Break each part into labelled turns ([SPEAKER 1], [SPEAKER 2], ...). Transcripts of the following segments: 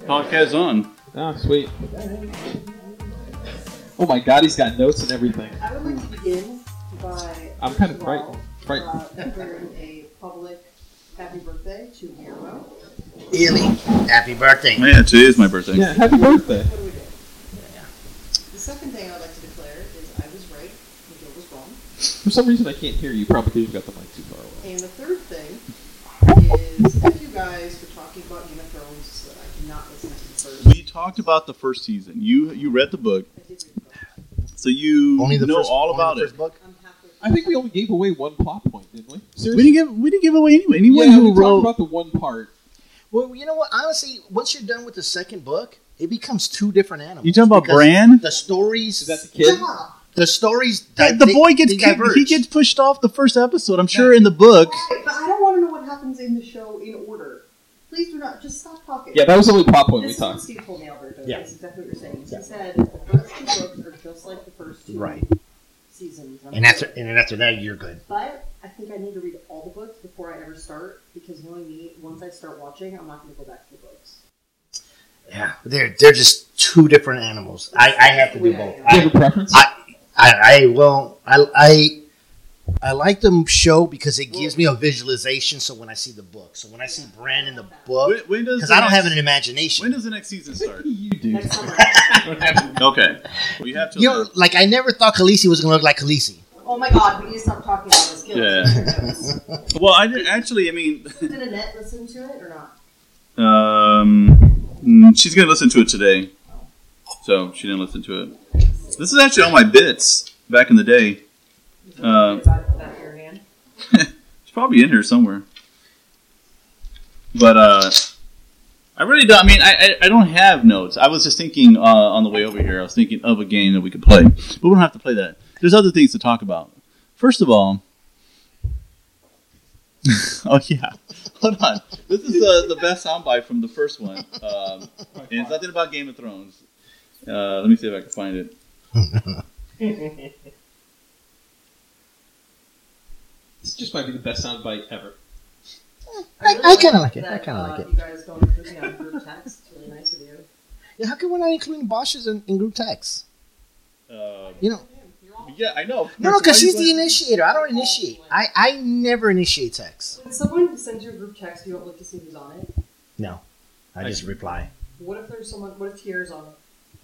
[SPEAKER 1] podcast on.
[SPEAKER 2] Oh, sweet. Oh my god, he's got notes and everything.
[SPEAKER 3] I would like to begin by.
[SPEAKER 2] I'm kind of
[SPEAKER 3] first all,
[SPEAKER 2] frightened. Frightened.
[SPEAKER 3] Uh, declaring a public happy birthday to Guillermo.
[SPEAKER 4] Really? Happy birthday.
[SPEAKER 1] Man, today is my birthday.
[SPEAKER 2] Yeah, happy birthday.
[SPEAKER 3] What do we do? The second thing I'd like to declare is I was right, Miguel was wrong.
[SPEAKER 2] For some reason, I can't hear you. Probably because you got the mic too far away.
[SPEAKER 3] And the third thing is thank you guys for talking about Game of Thrones so that I cannot listen to the first.
[SPEAKER 1] We talked about the first season. You you read the book,
[SPEAKER 3] I did read the book.
[SPEAKER 1] so you
[SPEAKER 4] Only the
[SPEAKER 1] know
[SPEAKER 4] first,
[SPEAKER 1] all
[SPEAKER 4] only
[SPEAKER 1] about
[SPEAKER 4] the
[SPEAKER 1] it.
[SPEAKER 4] first book?
[SPEAKER 3] I'm halfway.
[SPEAKER 2] I think we only gave away one plot point, didn't we?
[SPEAKER 1] We didn't give we didn't give away anyone. Anyone
[SPEAKER 2] yeah, we
[SPEAKER 1] who
[SPEAKER 2] talked
[SPEAKER 1] wrote
[SPEAKER 2] about the one part.
[SPEAKER 4] Well, you know what? Honestly, once you're done with the second book, it becomes two different animals.
[SPEAKER 1] you talking about
[SPEAKER 4] because
[SPEAKER 1] Bran?
[SPEAKER 4] The stories.
[SPEAKER 2] Is that the kid?
[SPEAKER 4] the stories.
[SPEAKER 1] The,
[SPEAKER 4] di-
[SPEAKER 1] the
[SPEAKER 4] they-
[SPEAKER 1] boy gets
[SPEAKER 4] they
[SPEAKER 1] kicked- he
[SPEAKER 4] diverge.
[SPEAKER 1] gets pushed off the first episode. I'm sure in the book.
[SPEAKER 3] Right, but I don't want to know what happens in the show in order. Please do not. Just stop talking.
[SPEAKER 2] Yeah, that was the only plot point
[SPEAKER 3] This
[SPEAKER 2] we
[SPEAKER 3] is what
[SPEAKER 2] talked.
[SPEAKER 3] Steve told me, Alberto.
[SPEAKER 4] Yeah.
[SPEAKER 3] That's exactly what you're saying. He
[SPEAKER 4] Yeah.
[SPEAKER 3] said the first two books are just like the first two
[SPEAKER 4] Right.
[SPEAKER 3] seasons. I'm
[SPEAKER 4] And
[SPEAKER 3] like,
[SPEAKER 4] after, and then after that, you're good.
[SPEAKER 3] But I think I need to read all the books before I ever start because knowing me, once I start watching, I'm not going to go back to the books.
[SPEAKER 4] Yeah, they're they're just two different animals. I, I have to do both.
[SPEAKER 2] Do you
[SPEAKER 4] I,
[SPEAKER 2] have a preference?
[SPEAKER 4] I, I, I well, I, I, I like the show because it gives me a visualization. So when I see the book, so when I see Bran in the book,
[SPEAKER 1] when does
[SPEAKER 4] because
[SPEAKER 1] the
[SPEAKER 4] I don't
[SPEAKER 1] next-
[SPEAKER 4] have an imagination.
[SPEAKER 1] When does the next season start?
[SPEAKER 2] you do.
[SPEAKER 3] Next summer.
[SPEAKER 1] okay, we have to.
[SPEAKER 4] you know, like I never thought Khaleesi was gonna look like Khaleesi.
[SPEAKER 3] oh my god, we need to stop talking about this. Gil.
[SPEAKER 1] Yeah. well, I didn't actually. I mean,
[SPEAKER 3] Did Annette listen to it or not?
[SPEAKER 1] um, mm, she's gonna listen to it today, so she didn't listen to it. This is actually all my bits back in the day.
[SPEAKER 3] You can
[SPEAKER 1] Uh,
[SPEAKER 3] read about it without your hand.
[SPEAKER 1] It's probably in here somewhere. But uh, I really don't. I mean, I, I I don't have notes. I was just thinking uh, on the way over here. I was thinking of a game that we could play, but we don't have to play that. There's other things to talk about. First of all, oh yeah, hold on. This is uh, the best soundbite from the first one, um, and it's nothing about Game of Thrones. Uh, let me see if I can find it.
[SPEAKER 2] This just might be the best soundbite ever.
[SPEAKER 4] I-
[SPEAKER 3] really
[SPEAKER 4] I kinda like it. I
[SPEAKER 3] that,
[SPEAKER 4] kinda
[SPEAKER 3] uh,
[SPEAKER 4] like it.
[SPEAKER 3] You guys don't include me on group text. It's really nice of you.
[SPEAKER 4] Yeah, how come we're not including Bosches in, in group text?
[SPEAKER 1] Uh,
[SPEAKER 4] You know,
[SPEAKER 3] You're all-
[SPEAKER 1] yeah, I know.
[SPEAKER 4] no, no, because she's the
[SPEAKER 1] Why-
[SPEAKER 4] initiator. I don't initiate. I, I never initiate text.
[SPEAKER 3] When someone sends you a group text, you don't look to see who's on it.
[SPEAKER 4] No, I just reply.
[SPEAKER 3] What if there's someone? What if Tier's on it?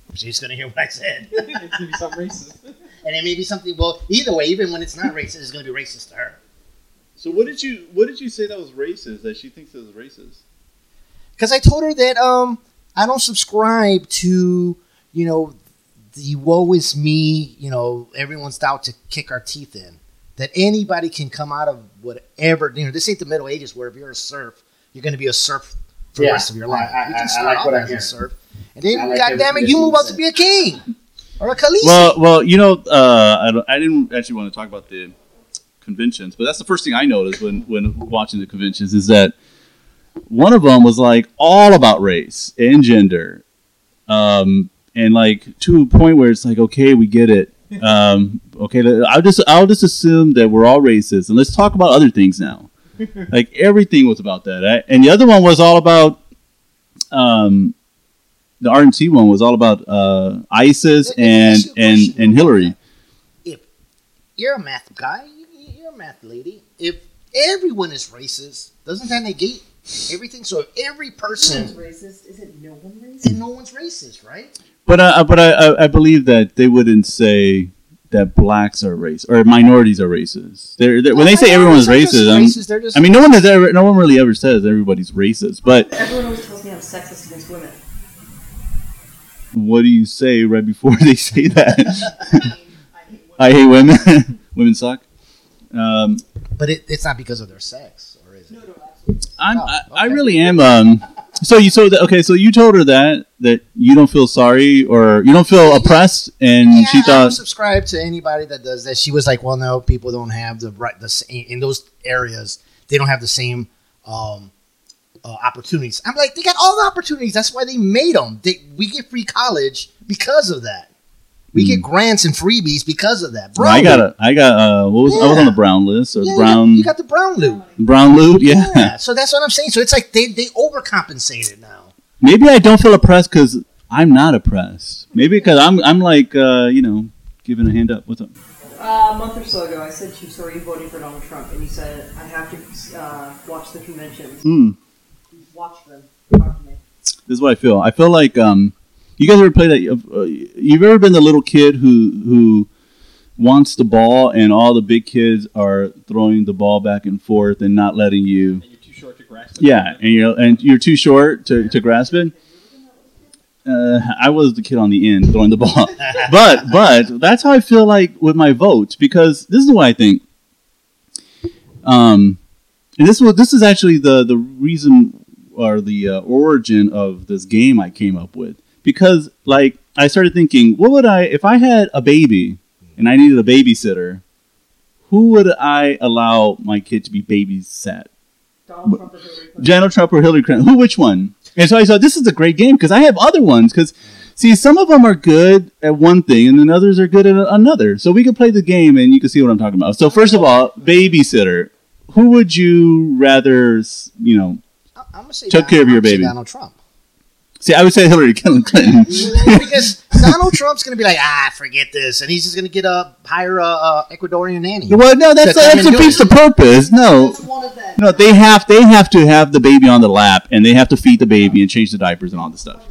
[SPEAKER 1] Hmm.
[SPEAKER 4] She's gonna hear what I said.
[SPEAKER 2] it's gonna be some racist.
[SPEAKER 4] and it may be something. Well, either way, even when it's not racist, it's going to be racist to her.
[SPEAKER 1] So what did you what did you say that was racist that she thinks is racist?
[SPEAKER 4] Because I told her that um, I don't subscribe to you know the woe is me. You know, everyone's out to kick our teeth in. That anybody can come out of whatever. You know, this ain't the Middle Ages where if you're a serf, you're going to be a serf for the
[SPEAKER 5] Yeah,
[SPEAKER 4] rest of your life.
[SPEAKER 5] I- I-
[SPEAKER 4] you
[SPEAKER 5] I- I
[SPEAKER 4] can start
[SPEAKER 5] like
[SPEAKER 4] out
[SPEAKER 5] what I
[SPEAKER 4] as
[SPEAKER 5] hear.
[SPEAKER 4] a serf, and then
[SPEAKER 5] I like
[SPEAKER 4] God damn it,
[SPEAKER 5] everything
[SPEAKER 4] you
[SPEAKER 5] that
[SPEAKER 4] move
[SPEAKER 5] she
[SPEAKER 4] out to
[SPEAKER 5] said.
[SPEAKER 4] be a king or a khaleesi.
[SPEAKER 1] Well, well, you know, uh, I, don't, I didn't actually want to talk about the conventions, but that's the first thing I noticed when when watching the conventions is that one of them was like all about race and gender, um, and like to a point where it's like, okay, we get it. Um, okay, I'll just I'll just assume that we're all racist and let's talk about other things now. like everything was about that, I, and the other one was all about. Um, the RNC one was all about uh, ISIS
[SPEAKER 4] Let me
[SPEAKER 1] and
[SPEAKER 4] ask you a
[SPEAKER 1] and
[SPEAKER 4] question.
[SPEAKER 1] and Hillary.
[SPEAKER 4] if you're a math guy, you- you- you're a math lady. If everyone is racist, doesn't that negate everything? So if every
[SPEAKER 3] Someone's
[SPEAKER 1] Hmm.
[SPEAKER 4] person,
[SPEAKER 3] racist. Isn't no one racist?
[SPEAKER 4] then no one's racist, right?
[SPEAKER 1] But uh, but I, I I believe that they wouldn't say that blacks are racist or minorities are racist. They're, they're, when they say everyone's
[SPEAKER 4] They're just
[SPEAKER 1] racist, I'm-
[SPEAKER 4] racist, they're just-
[SPEAKER 1] I mean no one has ever no one really ever says everybody's racist. But
[SPEAKER 3] Everyone always tells me I'm sexist against women.
[SPEAKER 1] what do you say right before they say that?
[SPEAKER 3] I mean, I hate women.
[SPEAKER 1] I hate women. women suck. Um,
[SPEAKER 4] but it, it's not because of their sex, or is it?
[SPEAKER 3] No, no, absolutely.
[SPEAKER 1] I'm,
[SPEAKER 4] Oh,
[SPEAKER 1] I, I
[SPEAKER 4] okay.
[SPEAKER 1] really am. Um, so you so the, okay. So you told her that that you don't feel sorry or you don't feel oppressed, and
[SPEAKER 4] Yeah,
[SPEAKER 1] she
[SPEAKER 4] I don't
[SPEAKER 1] thought
[SPEAKER 4] subscribe to anybody that does that. She was like, "Well, no, people don't have the right the same in those areas. They don't have the same um, uh, opportunities." I'm like, "They got all the opportunities. That's why they made them. They, we get free college because of that. We get grants and freebies because of that."
[SPEAKER 1] Mm. "Oh, I got
[SPEAKER 4] loot.
[SPEAKER 1] a I got uh what was I was
[SPEAKER 4] Yeah.
[SPEAKER 1] on the brown list or
[SPEAKER 4] Yeah, you got-
[SPEAKER 1] brown
[SPEAKER 4] You got the brown loot.
[SPEAKER 1] brown loot.
[SPEAKER 4] Yeah. So that's what I'm saying. So it's like they they overcompensated now.
[SPEAKER 1] maybe I don't feel oppressed because I'm not oppressed. Maybe because I'm I'm like uh, you know giving a hand up. What's up?
[SPEAKER 3] Uh, a month or so ago, I said to you, sorry, you voting for Donald Trump, and you said, I have to uh, watch the conventions.
[SPEAKER 1] Hmm.
[SPEAKER 3] Watch them. Talk to me.
[SPEAKER 1] This is what I feel. I feel like um, you guys ever play that? Uh, you've ever been the little kid who who wants the ball and all the big kids are throwing the ball back and forth and not letting you.
[SPEAKER 2] And you're too short to grasp it.
[SPEAKER 1] Yeah, and you're and you're too short to, to grasp it. Uh, I was the kid on the end throwing the ball, but but that's how I feel like with my votes because this is what I think. Um, and this was this is actually the the reason or the uh, origin of this game I came up with because like I started thinking, what would I if I had a baby and I needed a babysitter, who would I allow my kid to be babysat?
[SPEAKER 3] Donald Trump or Hillary Clinton.
[SPEAKER 1] Donald Trump or Hillary Clinton? Who? Which one? And so I thought this is a great game because I have other ones. Because see, some of them are good at one thing, and then others are good at another. So we could play the game, and you can see what I'm talking about. So first of all, babysitter. Who would you rather? s- You know,
[SPEAKER 4] I- I'm gonna say
[SPEAKER 1] Took
[SPEAKER 4] Don-
[SPEAKER 1] care of your
[SPEAKER 4] I'm gonna say
[SPEAKER 1] baby.
[SPEAKER 4] Donald Trump.
[SPEAKER 1] see, I would say Hillary Clinton.
[SPEAKER 4] because Donald Trump's gonna be like, ah, forget this, and he's just gonna get a hire a, a Ecuadorian nanny.
[SPEAKER 1] well, no, that's
[SPEAKER 4] That's
[SPEAKER 1] that
[SPEAKER 4] what I'm
[SPEAKER 1] defeats the
[SPEAKER 4] doing.
[SPEAKER 1] purpose. No,
[SPEAKER 3] That's one of them.
[SPEAKER 1] no, they have they have to have the baby on the lap, and they have to feed the baby and change the diapers and all this stuff.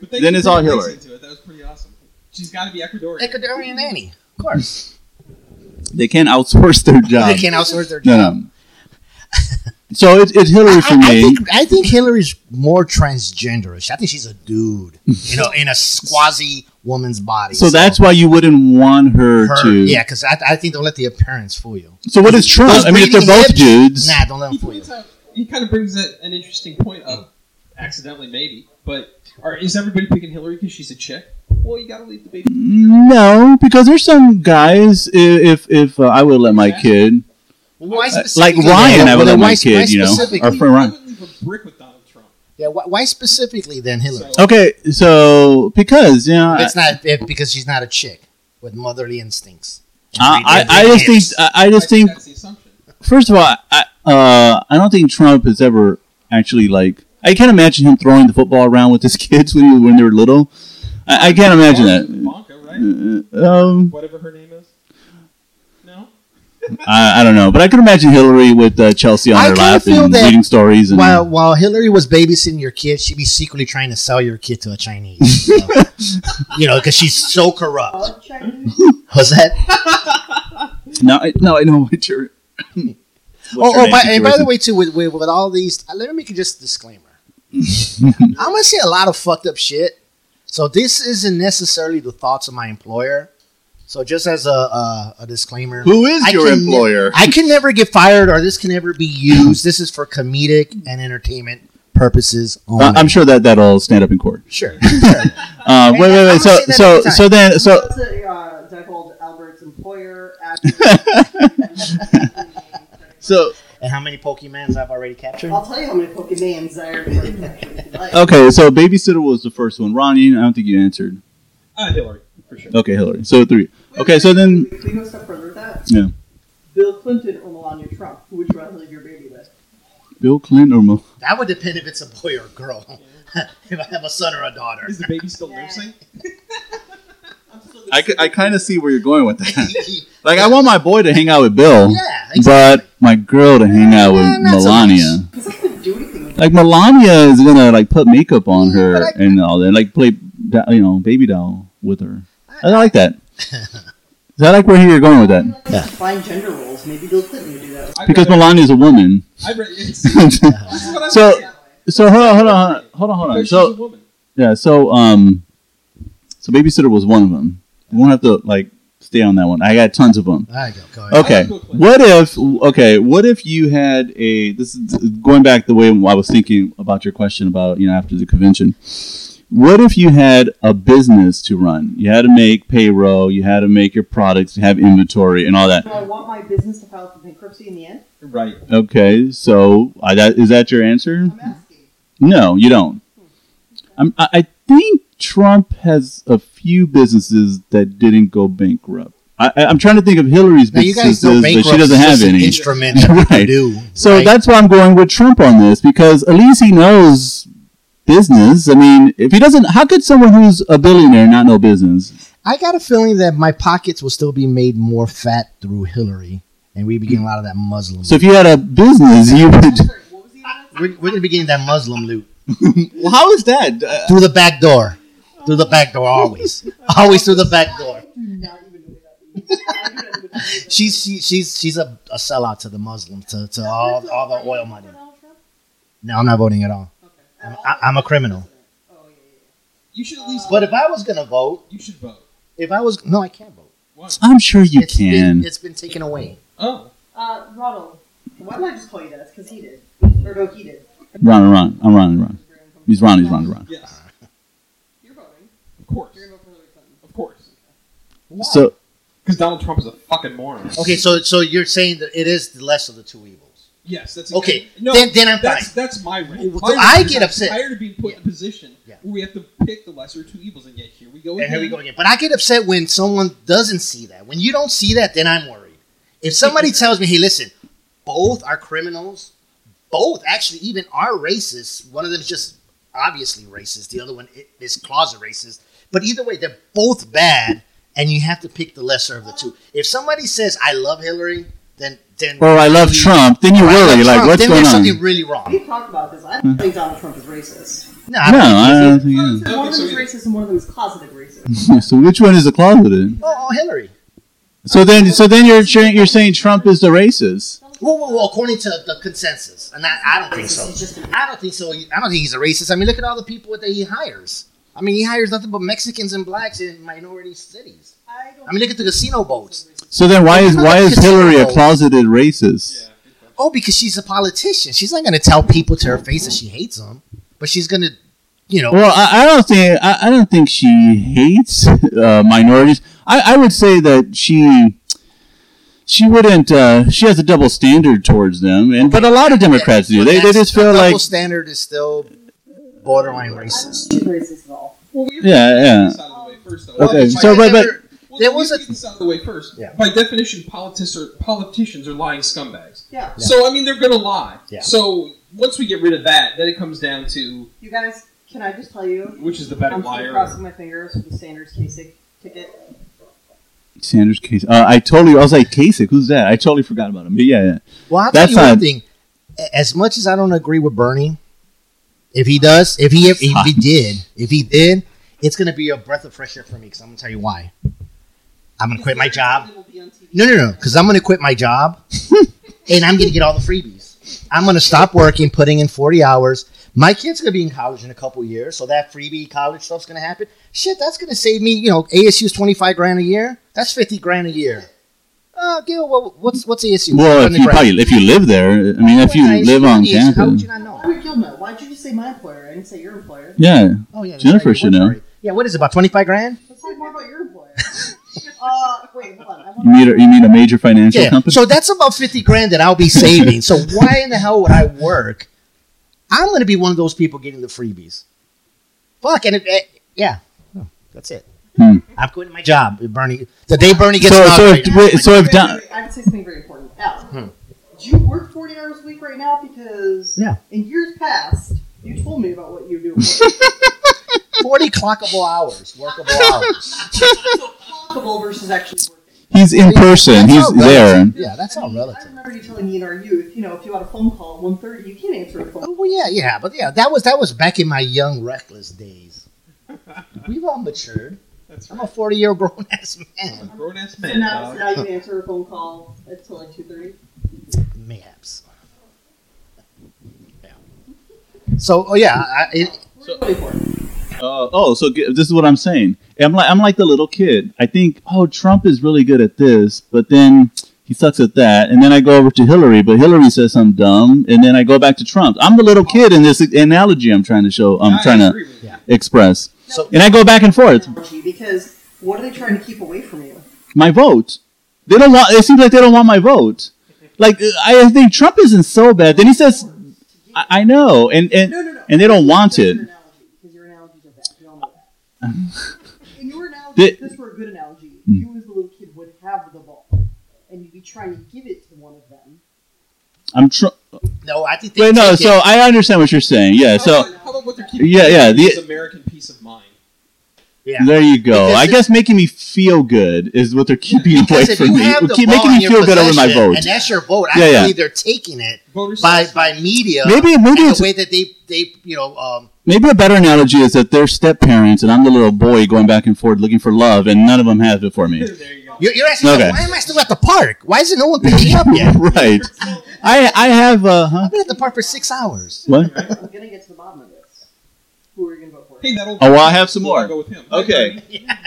[SPEAKER 2] But thank
[SPEAKER 1] Then
[SPEAKER 2] you
[SPEAKER 1] it's
[SPEAKER 2] for
[SPEAKER 1] all
[SPEAKER 2] embracing
[SPEAKER 1] Hillary.
[SPEAKER 2] to it. That was pretty awesome. She's got to be Ecuadorian.
[SPEAKER 4] Ecuadorian nanny, of course.
[SPEAKER 1] They can't outsource their job.
[SPEAKER 4] They can't outsource their
[SPEAKER 1] No,
[SPEAKER 4] job.
[SPEAKER 1] no. so it's, it's Hillary for
[SPEAKER 4] I, I
[SPEAKER 1] me.
[SPEAKER 4] think, I think Hillary's more transgenderish. I think she's a dude, you know, in a squazzy woman's body.
[SPEAKER 1] so that's why you wouldn't want her,
[SPEAKER 4] her,
[SPEAKER 1] to.
[SPEAKER 4] yeah, because I, I think don't let the appearance fool you.
[SPEAKER 1] So what is Trump?
[SPEAKER 4] Those
[SPEAKER 1] I mean, if they're
[SPEAKER 4] breathing
[SPEAKER 1] both
[SPEAKER 4] hips,
[SPEAKER 1] dudes,
[SPEAKER 4] nah, don't let them
[SPEAKER 2] He
[SPEAKER 4] fool you.
[SPEAKER 2] points out. He kind of brings a, an interesting point up, accidentally maybe. But are, is everybody picking Hillary because she's a chick? Well, you got to leave the baby.
[SPEAKER 1] no, because there's some guys. i- If if uh, I would let my kid,
[SPEAKER 4] Why
[SPEAKER 1] Uh, like
[SPEAKER 4] specifically-
[SPEAKER 1] Ryan, I
[SPEAKER 4] well,
[SPEAKER 1] would let
[SPEAKER 4] then
[SPEAKER 1] my
[SPEAKER 4] why- why
[SPEAKER 1] kid. You know,
[SPEAKER 4] specifically-
[SPEAKER 1] our friend
[SPEAKER 2] I
[SPEAKER 1] Ryan.
[SPEAKER 2] would leave a brick with Donald Trump.
[SPEAKER 4] Yeah, why, why specifically then Hillary?
[SPEAKER 2] So-
[SPEAKER 1] Okay, so because you know, I,
[SPEAKER 4] it's not it, because she's not a chick with motherly instincts.
[SPEAKER 1] I, I, I just think uh, I, I
[SPEAKER 2] I
[SPEAKER 1] just
[SPEAKER 2] think
[SPEAKER 1] think
[SPEAKER 2] that's the assumption.
[SPEAKER 1] First of all, I uh, I don't think Trump has ever actually like. I can't imagine him throwing the football around with his kids when when they were little. I, I can't imagine that.
[SPEAKER 2] Ivanka, right?
[SPEAKER 1] Um,
[SPEAKER 2] Whatever her name is. No.
[SPEAKER 1] I, I don't know, but I could imagine Hillary with uh, Chelsea on her
[SPEAKER 4] I kinda
[SPEAKER 1] lap
[SPEAKER 4] feel
[SPEAKER 1] and
[SPEAKER 4] that
[SPEAKER 1] reading stories. And
[SPEAKER 4] while while Hillary was babysitting your kid, she'd be secretly trying to sell your kid to a Chinese. You know, because she's so corrupt.
[SPEAKER 3] Of
[SPEAKER 1] Hmm?
[SPEAKER 3] Chinese.
[SPEAKER 4] Was that?
[SPEAKER 1] no, I, no, I know what you're.
[SPEAKER 4] Oh, oh by, and by the way, too, with, with with all these, uh, let me make you just a disclaimer. I'm gonna say a lot of fucked up shit. So this isn't necessarily the thoughts of my employer. So just as a a, a disclaimer,
[SPEAKER 1] who is
[SPEAKER 4] I
[SPEAKER 1] your
[SPEAKER 4] can-
[SPEAKER 1] employer?
[SPEAKER 4] I can never get fired, or this can never be used. This is for comedic and entertainment purposes only.
[SPEAKER 1] Uh, I'm sure that that'll stand up in court.
[SPEAKER 4] sure. sure.
[SPEAKER 1] Uh, wait,
[SPEAKER 4] Hey,
[SPEAKER 1] wait, wait.
[SPEAKER 4] I'm gonna
[SPEAKER 1] So,
[SPEAKER 4] say that
[SPEAKER 1] so,
[SPEAKER 4] every time.
[SPEAKER 1] so then, so
[SPEAKER 3] That's a, uh, Diebold Albert's employer.
[SPEAKER 1] so
[SPEAKER 4] And how many Pokemons I've already captured?
[SPEAKER 3] I'll tell you how many Pokemons I already captured. Like,
[SPEAKER 1] okay. So, babysitter was the first one. Ronnie, I don't think you answered.
[SPEAKER 2] Uh, Hillary, for sure.
[SPEAKER 1] Okay, Hillary. So three. Oh, Okay, so then
[SPEAKER 3] Can we go a step further with that?
[SPEAKER 1] Yeah.
[SPEAKER 3] Bill Clinton or Melania Trump? Who would you rather leave your baby with?
[SPEAKER 1] Bill Clinton or Mo-
[SPEAKER 4] That would depend if it's a boy or a girl. if I have a son or a daughter.
[SPEAKER 2] Is the baby still
[SPEAKER 3] Yeah.
[SPEAKER 2] nursing?
[SPEAKER 1] I, kind of see where you're going with that.
[SPEAKER 4] yeah.
[SPEAKER 1] like I want my boy to hang out with Bill, but my girl to hang out with
[SPEAKER 4] Yeah, not so
[SPEAKER 1] Melania.
[SPEAKER 3] Does that even do anything with
[SPEAKER 1] like Melania is gonna like put makeup on her
[SPEAKER 4] But I-
[SPEAKER 1] and all that, like play da- you know baby doll with her. I, like that. I like where you're going with that
[SPEAKER 3] Like,
[SPEAKER 4] Yeah.
[SPEAKER 3] Find gender roles. Maybe Bill Clinton would do that.
[SPEAKER 2] I'd
[SPEAKER 1] because
[SPEAKER 2] rather-
[SPEAKER 1] Melania is a woman.
[SPEAKER 2] I'd rather- it's-
[SPEAKER 1] so
[SPEAKER 2] this is what I'm
[SPEAKER 1] So-
[SPEAKER 2] saying.
[SPEAKER 1] hold on, hold on, hold on, hold on.
[SPEAKER 2] Because
[SPEAKER 1] So
[SPEAKER 2] she's a woman.
[SPEAKER 1] Yeah, so um, so babysitter was one of them. We won't have to like stay on that one. I got tons of them.
[SPEAKER 4] All right, go, go ahead.
[SPEAKER 1] Okay,
[SPEAKER 2] I like Bill Clinton.
[SPEAKER 1] what if? Okay, what if you had a? This is going back the way I was thinking about your question about you know after the convention. What if you had a business to run? You had to make payroll. You had to make your products. You have inventory and all that.
[SPEAKER 3] Do I want my business to file for bankruptcy in the end?
[SPEAKER 2] Right.
[SPEAKER 1] Okay, so I, that, is that your answer?
[SPEAKER 3] I'm asking.
[SPEAKER 1] No, you don't. I'm, I I think Trump has a few businesses that didn't go bankrupt. I, I- I'm trying to think of Hillary's
[SPEAKER 4] Now you guys
[SPEAKER 1] businesses,
[SPEAKER 4] know
[SPEAKER 1] but she
[SPEAKER 4] bankruptcy
[SPEAKER 1] doesn't have any.
[SPEAKER 4] instrument that we
[SPEAKER 1] Right.
[SPEAKER 4] do.
[SPEAKER 1] So
[SPEAKER 4] right?
[SPEAKER 1] that's why I'm going with Trump on this because at least he knows business. I mean, if he doesn't, how could someone who's a billionaire not know business?
[SPEAKER 4] I got a feeling that my pockets will still be made more fat through Hillary, and we begin a lot of that Muslim.
[SPEAKER 1] So if you had a business, you would.
[SPEAKER 3] Sorry, what was the other one?
[SPEAKER 4] we're, we're gonna be getting that Muslim loot
[SPEAKER 1] Well, how is that? Uh,
[SPEAKER 4] through the back door, through the back door always, always through the back door.
[SPEAKER 3] I do not even know what that means. I do not even know what that means.
[SPEAKER 4] She's she, she's she's a, a sellout to the Muslims to, to all all the oil money.
[SPEAKER 3] Donald Trump?
[SPEAKER 4] No, I'm not voting at all.
[SPEAKER 3] Okay.
[SPEAKER 4] I'm, I, I'm a criminal.
[SPEAKER 3] Oh, yeah, yeah, yeah.
[SPEAKER 2] You should at least
[SPEAKER 4] But if I was gonna vote,
[SPEAKER 2] You should vote.
[SPEAKER 4] if I was no, I can't vote.
[SPEAKER 2] Why?
[SPEAKER 1] I'm sure you
[SPEAKER 4] It's
[SPEAKER 1] can.
[SPEAKER 4] Been, it's been taken away.
[SPEAKER 2] Oh,
[SPEAKER 3] Uh, Ronald. Why did I just call you that? It's because he did. Or no, he did.
[SPEAKER 1] Ron, Ron, I'm Ron, Ron. He's Ron, he's Ron, Ron.
[SPEAKER 2] yes.
[SPEAKER 3] You're voting.
[SPEAKER 2] Of course.
[SPEAKER 3] You're going to vote for Hillary Clinton.
[SPEAKER 2] Of course.
[SPEAKER 4] Why?
[SPEAKER 1] So
[SPEAKER 2] Because Donald Trump is a fucking moron.
[SPEAKER 4] okay, so so you're saying that it is the less of the two evils.
[SPEAKER 2] Yes, that's
[SPEAKER 4] Okay,
[SPEAKER 2] No,
[SPEAKER 4] then- then I'm
[SPEAKER 2] that's,
[SPEAKER 4] fine.
[SPEAKER 2] That's my rant.
[SPEAKER 4] Well,
[SPEAKER 2] My
[SPEAKER 4] I
[SPEAKER 2] rant is
[SPEAKER 4] get
[SPEAKER 2] I'm
[SPEAKER 4] upset.
[SPEAKER 2] Tired of being put in a position
[SPEAKER 4] Yeah.
[SPEAKER 2] where we have to pick the lesser of two evils, and yet here we go.
[SPEAKER 4] And here we
[SPEAKER 2] again.
[SPEAKER 4] go again. But I get upset when someone doesn't see that. When you don't see that, then I'm worried. If somebody tells me, "Hey, listen, both are criminals, both actually even are racist. One of them's just obviously racist. The other one i- is closet racist. But either way, they're both bad, and you have to pick the lesser of the two. If somebody says, "I love Hillary," then then
[SPEAKER 1] or oh, I love Trump, then you
[SPEAKER 4] Or, "I love
[SPEAKER 1] worry, like
[SPEAKER 4] Trump,"
[SPEAKER 1] what's
[SPEAKER 4] then
[SPEAKER 1] going
[SPEAKER 4] there's
[SPEAKER 1] on?
[SPEAKER 4] something really wrong.
[SPEAKER 3] We've talked about this. I don't think Donald Trump is racist.
[SPEAKER 1] No,
[SPEAKER 4] No, I
[SPEAKER 1] I
[SPEAKER 4] don't
[SPEAKER 1] don't
[SPEAKER 4] think
[SPEAKER 1] think. Hmm.
[SPEAKER 3] One
[SPEAKER 1] it
[SPEAKER 3] of them is
[SPEAKER 2] Okay,
[SPEAKER 3] racist and one of them is closeted racist.
[SPEAKER 1] is. So which one is the closeted?
[SPEAKER 4] oh, oh, Hillary.
[SPEAKER 1] So then, so then you're saying you're saying Trump is the racist.
[SPEAKER 4] Well, well, well, according to the consensus, and I, I don't think so.
[SPEAKER 3] He's just an-
[SPEAKER 4] I don't think so. I don't think he's a racist. I mean, look at all the people that he hires. I mean, he hires nothing but Mexicans and blacks in minority cities.
[SPEAKER 3] I, don't
[SPEAKER 4] I mean, look at the casino boats.
[SPEAKER 1] So then, why is why is Hillary a closeted racist?
[SPEAKER 4] Oh, because she's a politician. She's not going to tell people to her face that she hates them, but she's going to, you know,
[SPEAKER 1] Well, I, I don't think I, I don't think she hates uh, minorities. I, I would say that she she wouldn't. Uh, she has a double standard towards them, and but a lot of Democrats do.
[SPEAKER 4] But
[SPEAKER 1] They, they
[SPEAKER 4] that's-
[SPEAKER 1] just
[SPEAKER 4] the
[SPEAKER 1] feel
[SPEAKER 4] double
[SPEAKER 1] like
[SPEAKER 4] standard is still borderline
[SPEAKER 3] I don't
[SPEAKER 4] racist.
[SPEAKER 3] think he's racist at all.
[SPEAKER 2] Well, we have
[SPEAKER 1] Yeah,
[SPEAKER 2] to get
[SPEAKER 1] yeah.
[SPEAKER 2] This out of the way first, though.
[SPEAKER 1] Okay,
[SPEAKER 2] Well,
[SPEAKER 1] so but-
[SPEAKER 2] by-
[SPEAKER 1] but-
[SPEAKER 2] well,
[SPEAKER 4] there
[SPEAKER 2] we
[SPEAKER 4] was
[SPEAKER 2] have to
[SPEAKER 4] a-
[SPEAKER 2] get this out of the way first.
[SPEAKER 4] Yeah.
[SPEAKER 2] By definition, politics are, politicians are lying scumbags.
[SPEAKER 3] Yeah.
[SPEAKER 2] So I mean, they're gonna lie.
[SPEAKER 4] Yeah.
[SPEAKER 2] So once we get rid of that, then it comes down to
[SPEAKER 3] You guys, can I just tell you?
[SPEAKER 2] which is the better
[SPEAKER 3] I'm still
[SPEAKER 2] liar.
[SPEAKER 3] crossing my fingers for the Sanders Kasich ticket.
[SPEAKER 1] Sanders Kasich. Uh, I totally. I was like Kasich. Who's that? I totally forgot about him. But yeah, yeah.
[SPEAKER 4] Well, I'll tell
[SPEAKER 1] That's
[SPEAKER 4] you one
[SPEAKER 1] not-
[SPEAKER 4] thing. A- As much as I don't agree with Bernie, if he does, if he if, he did, if he did, it's gonna be a breath of fresh air for me. Because I'm gonna tell you why. I'm gonna quit my job.
[SPEAKER 3] It will be on TV.
[SPEAKER 4] No, no, no. Because I'm gonna quit my job, and I'm gonna get all the freebies. I'm gonna stop working, putting in 40 hours. My kid's gonna be in college in a couple years, so that freebie college stuff's gonna happen. Shit, that's gonna save me. You know, ASU's 25 grand a year. That's 50 grand a year. Uh, Gil, what, what's what's ASU?
[SPEAKER 1] Well, if
[SPEAKER 4] 100
[SPEAKER 1] you
[SPEAKER 4] grand.
[SPEAKER 1] probably if you live there, I mean, if you
[SPEAKER 4] Nice.
[SPEAKER 1] live on
[SPEAKER 4] Yes, How would
[SPEAKER 1] campus,
[SPEAKER 4] you not know?
[SPEAKER 3] Why would you know? Why'd you just say my employer? I didn't say your employer.
[SPEAKER 1] yeah.
[SPEAKER 4] Oh yeah, that's
[SPEAKER 1] Jennifer
[SPEAKER 4] right, you
[SPEAKER 1] should
[SPEAKER 4] were
[SPEAKER 1] know.
[SPEAKER 4] right. Yeah, what is it, about twenty five grand?
[SPEAKER 3] Let's talk more about your employer. uh, wait, hold on. I want
[SPEAKER 1] You need a, you need a major financial
[SPEAKER 4] Yeah.
[SPEAKER 1] company.
[SPEAKER 4] So that's about fifty grand that I'll be saving. so why in the hell would I work? I'm going to be one of those people getting the freebies. Fuck, and it, eh, yeah, Oh, that's it.
[SPEAKER 1] Hmm.
[SPEAKER 4] I'm quitting my job. if Bernie, the day Bernie gets
[SPEAKER 1] So- so
[SPEAKER 4] inaugurated.
[SPEAKER 1] if- wait, so if Don-
[SPEAKER 3] I have to say something very important. Al, do you work 40 hours a week right now? Because
[SPEAKER 4] Yeah.
[SPEAKER 3] in years past, you told me about what you do. for
[SPEAKER 4] forty clockable hours, workable hours.
[SPEAKER 3] Workable versus actually working.
[SPEAKER 1] He's in person.
[SPEAKER 4] That's
[SPEAKER 1] He's
[SPEAKER 4] all
[SPEAKER 1] there.
[SPEAKER 4] relative. Yeah, that's
[SPEAKER 3] I
[SPEAKER 4] all
[SPEAKER 3] mean, I
[SPEAKER 4] relative.
[SPEAKER 3] remember you telling me in our youth, you know, if you had a phone call at 1.30, you can't answer a phone
[SPEAKER 4] Oh, well, yeah, yeah, but yeah, that was that was back in my young, reckless days. We've all matured.
[SPEAKER 2] That's
[SPEAKER 4] I'm a forty-year grown ass man.
[SPEAKER 2] Grown ass
[SPEAKER 3] So
[SPEAKER 2] man.
[SPEAKER 3] now,
[SPEAKER 2] dog.
[SPEAKER 3] so now you can answer a phone call until like 2.30?
[SPEAKER 4] Mayhaps. Yeah. So, oh yeah, I, it,
[SPEAKER 2] So-
[SPEAKER 3] What are you voting for?
[SPEAKER 1] Uh, oh, so g- this is what I'm saying. I'm like I'm like the little kid. I think oh Trump is really good at this, but then he sucks at that, and then I go over to Hillary, but Hillary says I'm dumb, and then I go back to Trump. I'm the little kid in this analogy I'm trying to show. I'm
[SPEAKER 2] I
[SPEAKER 1] trying to
[SPEAKER 2] agree with you.
[SPEAKER 1] express,
[SPEAKER 4] so
[SPEAKER 1] and I go back and forth.
[SPEAKER 3] Technology, Because what are they trying to keep away from you?
[SPEAKER 1] My vote. They don't want. It seems like they don't want my vote. Like uh, I think Trump isn't so bad. Then he says, I, I know, and and
[SPEAKER 3] No, no, no.
[SPEAKER 1] and they don't want
[SPEAKER 3] That's
[SPEAKER 1] it.
[SPEAKER 3] your analogy, Because your analogies are bad. We all know that. In your analogy, if this were a good analogy, you as the little kid would have the ball, and you'd be trying to give it to one of them.
[SPEAKER 1] I'm tr-
[SPEAKER 4] No, I think. They
[SPEAKER 1] Wait, no.
[SPEAKER 4] take it-
[SPEAKER 1] So I understand what you're saying. Yeah.
[SPEAKER 2] How
[SPEAKER 1] So
[SPEAKER 2] about- how about what they're keeping
[SPEAKER 1] Yeah, yeah,
[SPEAKER 2] is
[SPEAKER 1] the-
[SPEAKER 2] American peace of mind.
[SPEAKER 4] yeah.
[SPEAKER 1] there you go.
[SPEAKER 4] Because
[SPEAKER 1] I
[SPEAKER 4] if-
[SPEAKER 1] guess making me feel good is what they're keeping away
[SPEAKER 4] Because if
[SPEAKER 1] from
[SPEAKER 4] you
[SPEAKER 1] me.
[SPEAKER 4] have the
[SPEAKER 1] Keep
[SPEAKER 4] ball
[SPEAKER 1] making
[SPEAKER 4] in
[SPEAKER 1] me
[SPEAKER 4] your
[SPEAKER 1] feel good over my
[SPEAKER 4] possession
[SPEAKER 1] vote.
[SPEAKER 4] and that's your vote. I
[SPEAKER 1] Yeah, yeah.
[SPEAKER 4] believe they're taking it
[SPEAKER 2] Voters
[SPEAKER 4] by by media.
[SPEAKER 1] Maybe maybe
[SPEAKER 4] and
[SPEAKER 1] it's
[SPEAKER 4] the way that they they you know um,
[SPEAKER 1] Maybe a better analogy is that they're step parents, and I'm the little boy going back and forth looking for love, and none of them have it for me.
[SPEAKER 2] there you go.
[SPEAKER 4] you're, you're asking
[SPEAKER 1] Okay.
[SPEAKER 4] why am I still at the park? Why isn't no one picking me up yet?
[SPEAKER 1] right. I I have uh huh.
[SPEAKER 4] I've been at the park for six hours.
[SPEAKER 1] What?
[SPEAKER 3] I'm gonna get to the bottom of this. Who are you gonna vote for?
[SPEAKER 2] Hey, that'll.
[SPEAKER 1] Oh, well, I have some
[SPEAKER 2] We'll
[SPEAKER 1] more.
[SPEAKER 2] Go with him.
[SPEAKER 1] Okay.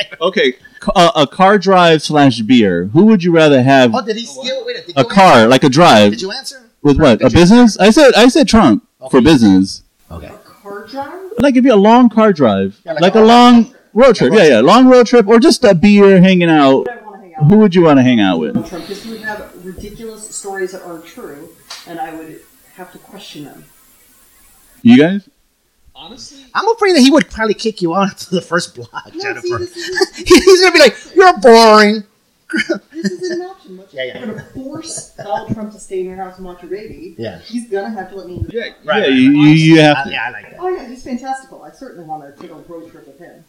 [SPEAKER 1] Okay. ca- uh, A, a car drive slash beer. Who would you rather have?
[SPEAKER 4] Oh, did he steal? Wait, did
[SPEAKER 1] A
[SPEAKER 4] you
[SPEAKER 1] car, like a
[SPEAKER 4] Answer?
[SPEAKER 1] drive,
[SPEAKER 4] Did you answer?
[SPEAKER 1] with what? A business? I said I said Trump for business.
[SPEAKER 4] Okay.
[SPEAKER 3] A car drive?
[SPEAKER 1] Like if you a long car drive,
[SPEAKER 4] Yeah,
[SPEAKER 1] like,
[SPEAKER 4] like
[SPEAKER 1] a,
[SPEAKER 4] a
[SPEAKER 1] long road trip.
[SPEAKER 4] trip.
[SPEAKER 1] Yeah, yeah, long road trip, or just a beer hanging
[SPEAKER 3] Who
[SPEAKER 1] out.
[SPEAKER 3] would I want to hang out
[SPEAKER 1] Who would you want to hang out with?
[SPEAKER 3] with? Trump, because he would have ridiculous stories that aren't true, and I would have to question them.
[SPEAKER 1] You guys?
[SPEAKER 2] Honestly,
[SPEAKER 4] I'm afraid that he would probably kick you out to the first block,
[SPEAKER 3] No, see,
[SPEAKER 4] Jennifer.
[SPEAKER 3] this is
[SPEAKER 4] He's gonna be like, "You're boring."
[SPEAKER 3] this is an option. Like,
[SPEAKER 4] Yeah, yeah.
[SPEAKER 3] You're gonna force Donald Trump to stay in your house and watch your baby.
[SPEAKER 4] Yeah.
[SPEAKER 3] He's gonna have to let me. in the
[SPEAKER 1] Yeah,
[SPEAKER 3] house.
[SPEAKER 4] Right,
[SPEAKER 1] yeah.
[SPEAKER 4] right,
[SPEAKER 1] You,
[SPEAKER 4] right.
[SPEAKER 1] you, you have
[SPEAKER 4] I,
[SPEAKER 1] to.
[SPEAKER 4] yeah, I like that.
[SPEAKER 3] Oh yeah, he's fantastical. I certainly want to take a road trip with him.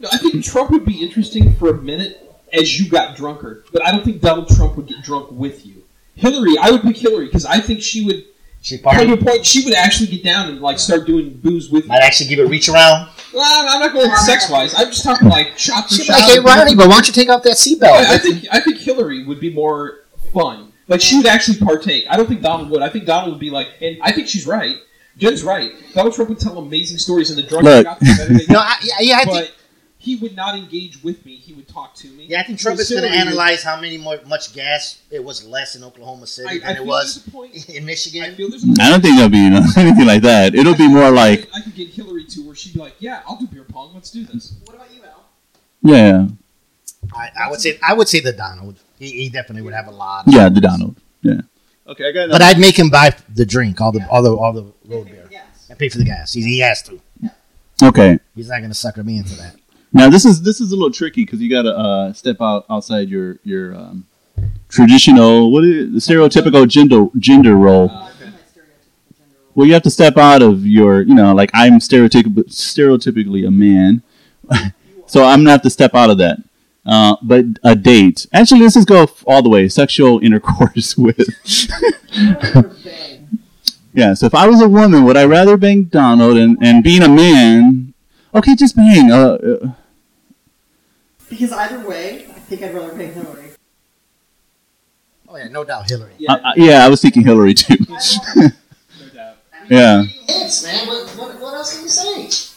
[SPEAKER 2] no, I think Trump would be interesting for a minute as you got drunker, but I don't think Donald Trump would get drunk with you. Hillary, I would pick Hillary because I think she would.
[SPEAKER 4] She
[SPEAKER 2] Come to
[SPEAKER 4] probably
[SPEAKER 2] a point, she would actually get down and like start doing booze with you.
[SPEAKER 4] might actually give it a reach around.
[SPEAKER 2] Well, I'm not going sex wise. I'm just talking like shot for
[SPEAKER 4] She'd be
[SPEAKER 2] shot.
[SPEAKER 4] like, "Hey, Ronnie, but why don't you take off
[SPEAKER 2] I,
[SPEAKER 4] that
[SPEAKER 2] I
[SPEAKER 4] seatbelt?"
[SPEAKER 2] think I think Hillary would be more fun. Like she would actually partake. I don't think Donald would. I think Donald would be like, and I think she's right. Jen's right. Donald Trump would tell amazing stories, and the drunk
[SPEAKER 1] Look.
[SPEAKER 2] got the better they
[SPEAKER 4] No,
[SPEAKER 2] got.
[SPEAKER 4] I, yeah, yeah, I think
[SPEAKER 2] but he would not engage with me. He would talk to me.
[SPEAKER 4] Yeah, I think Trump is going to
[SPEAKER 2] Hillary would-
[SPEAKER 4] analyze how many more much gas it was less in Oklahoma City
[SPEAKER 2] I, I
[SPEAKER 4] than
[SPEAKER 2] feel
[SPEAKER 4] it was
[SPEAKER 2] there's a point.
[SPEAKER 4] in
[SPEAKER 2] I
[SPEAKER 4] Michigan.
[SPEAKER 2] feel there's a point.
[SPEAKER 1] I don't think there'll be anything like that. It'll be more like
[SPEAKER 2] I could get Hillary to where she'd be like, "Yeah, I'll do beer pong. Let's do this."
[SPEAKER 3] What about you, Al?
[SPEAKER 1] yeah,
[SPEAKER 4] I, I would say I would say the Donald. He, he definitely would have a lot.
[SPEAKER 1] yeah, the Donald. Yeah. Okay, I got
[SPEAKER 4] But I'd make him buy the drink, all the all the all the road
[SPEAKER 3] Yeah,
[SPEAKER 4] beer,
[SPEAKER 3] Yes.
[SPEAKER 4] and pay for the gas. He, he has to.
[SPEAKER 1] okay.
[SPEAKER 4] He's not going to sucker me into that.
[SPEAKER 1] Now this is this is a little tricky because you gotta uh, step out outside your your um, traditional what is it, the stereotypical gender gender role.
[SPEAKER 2] Uh, okay.
[SPEAKER 3] My stereotypical gender role.
[SPEAKER 1] Well, you have to step out of your you know like I'm stereotypic- stereotypically a man, so I'm gonna have to step out of that. Uh, but a date. Actually, let's just go f- all the way. Sexual intercourse with.
[SPEAKER 3] What about bang?
[SPEAKER 1] Yeah, so if I was a woman, would I rather bang Donald and, and being a man? Okay, just bang. Uh, uh,
[SPEAKER 3] Because either way, I think I'd rather bang Hillary.
[SPEAKER 4] Oh yeah, no doubt, Hillary.
[SPEAKER 2] Yeah,
[SPEAKER 1] I, I, yeah, I was thinking Hillary too.
[SPEAKER 2] no doubt.
[SPEAKER 1] yeah,
[SPEAKER 4] Hits, man. What, what, what else can you say?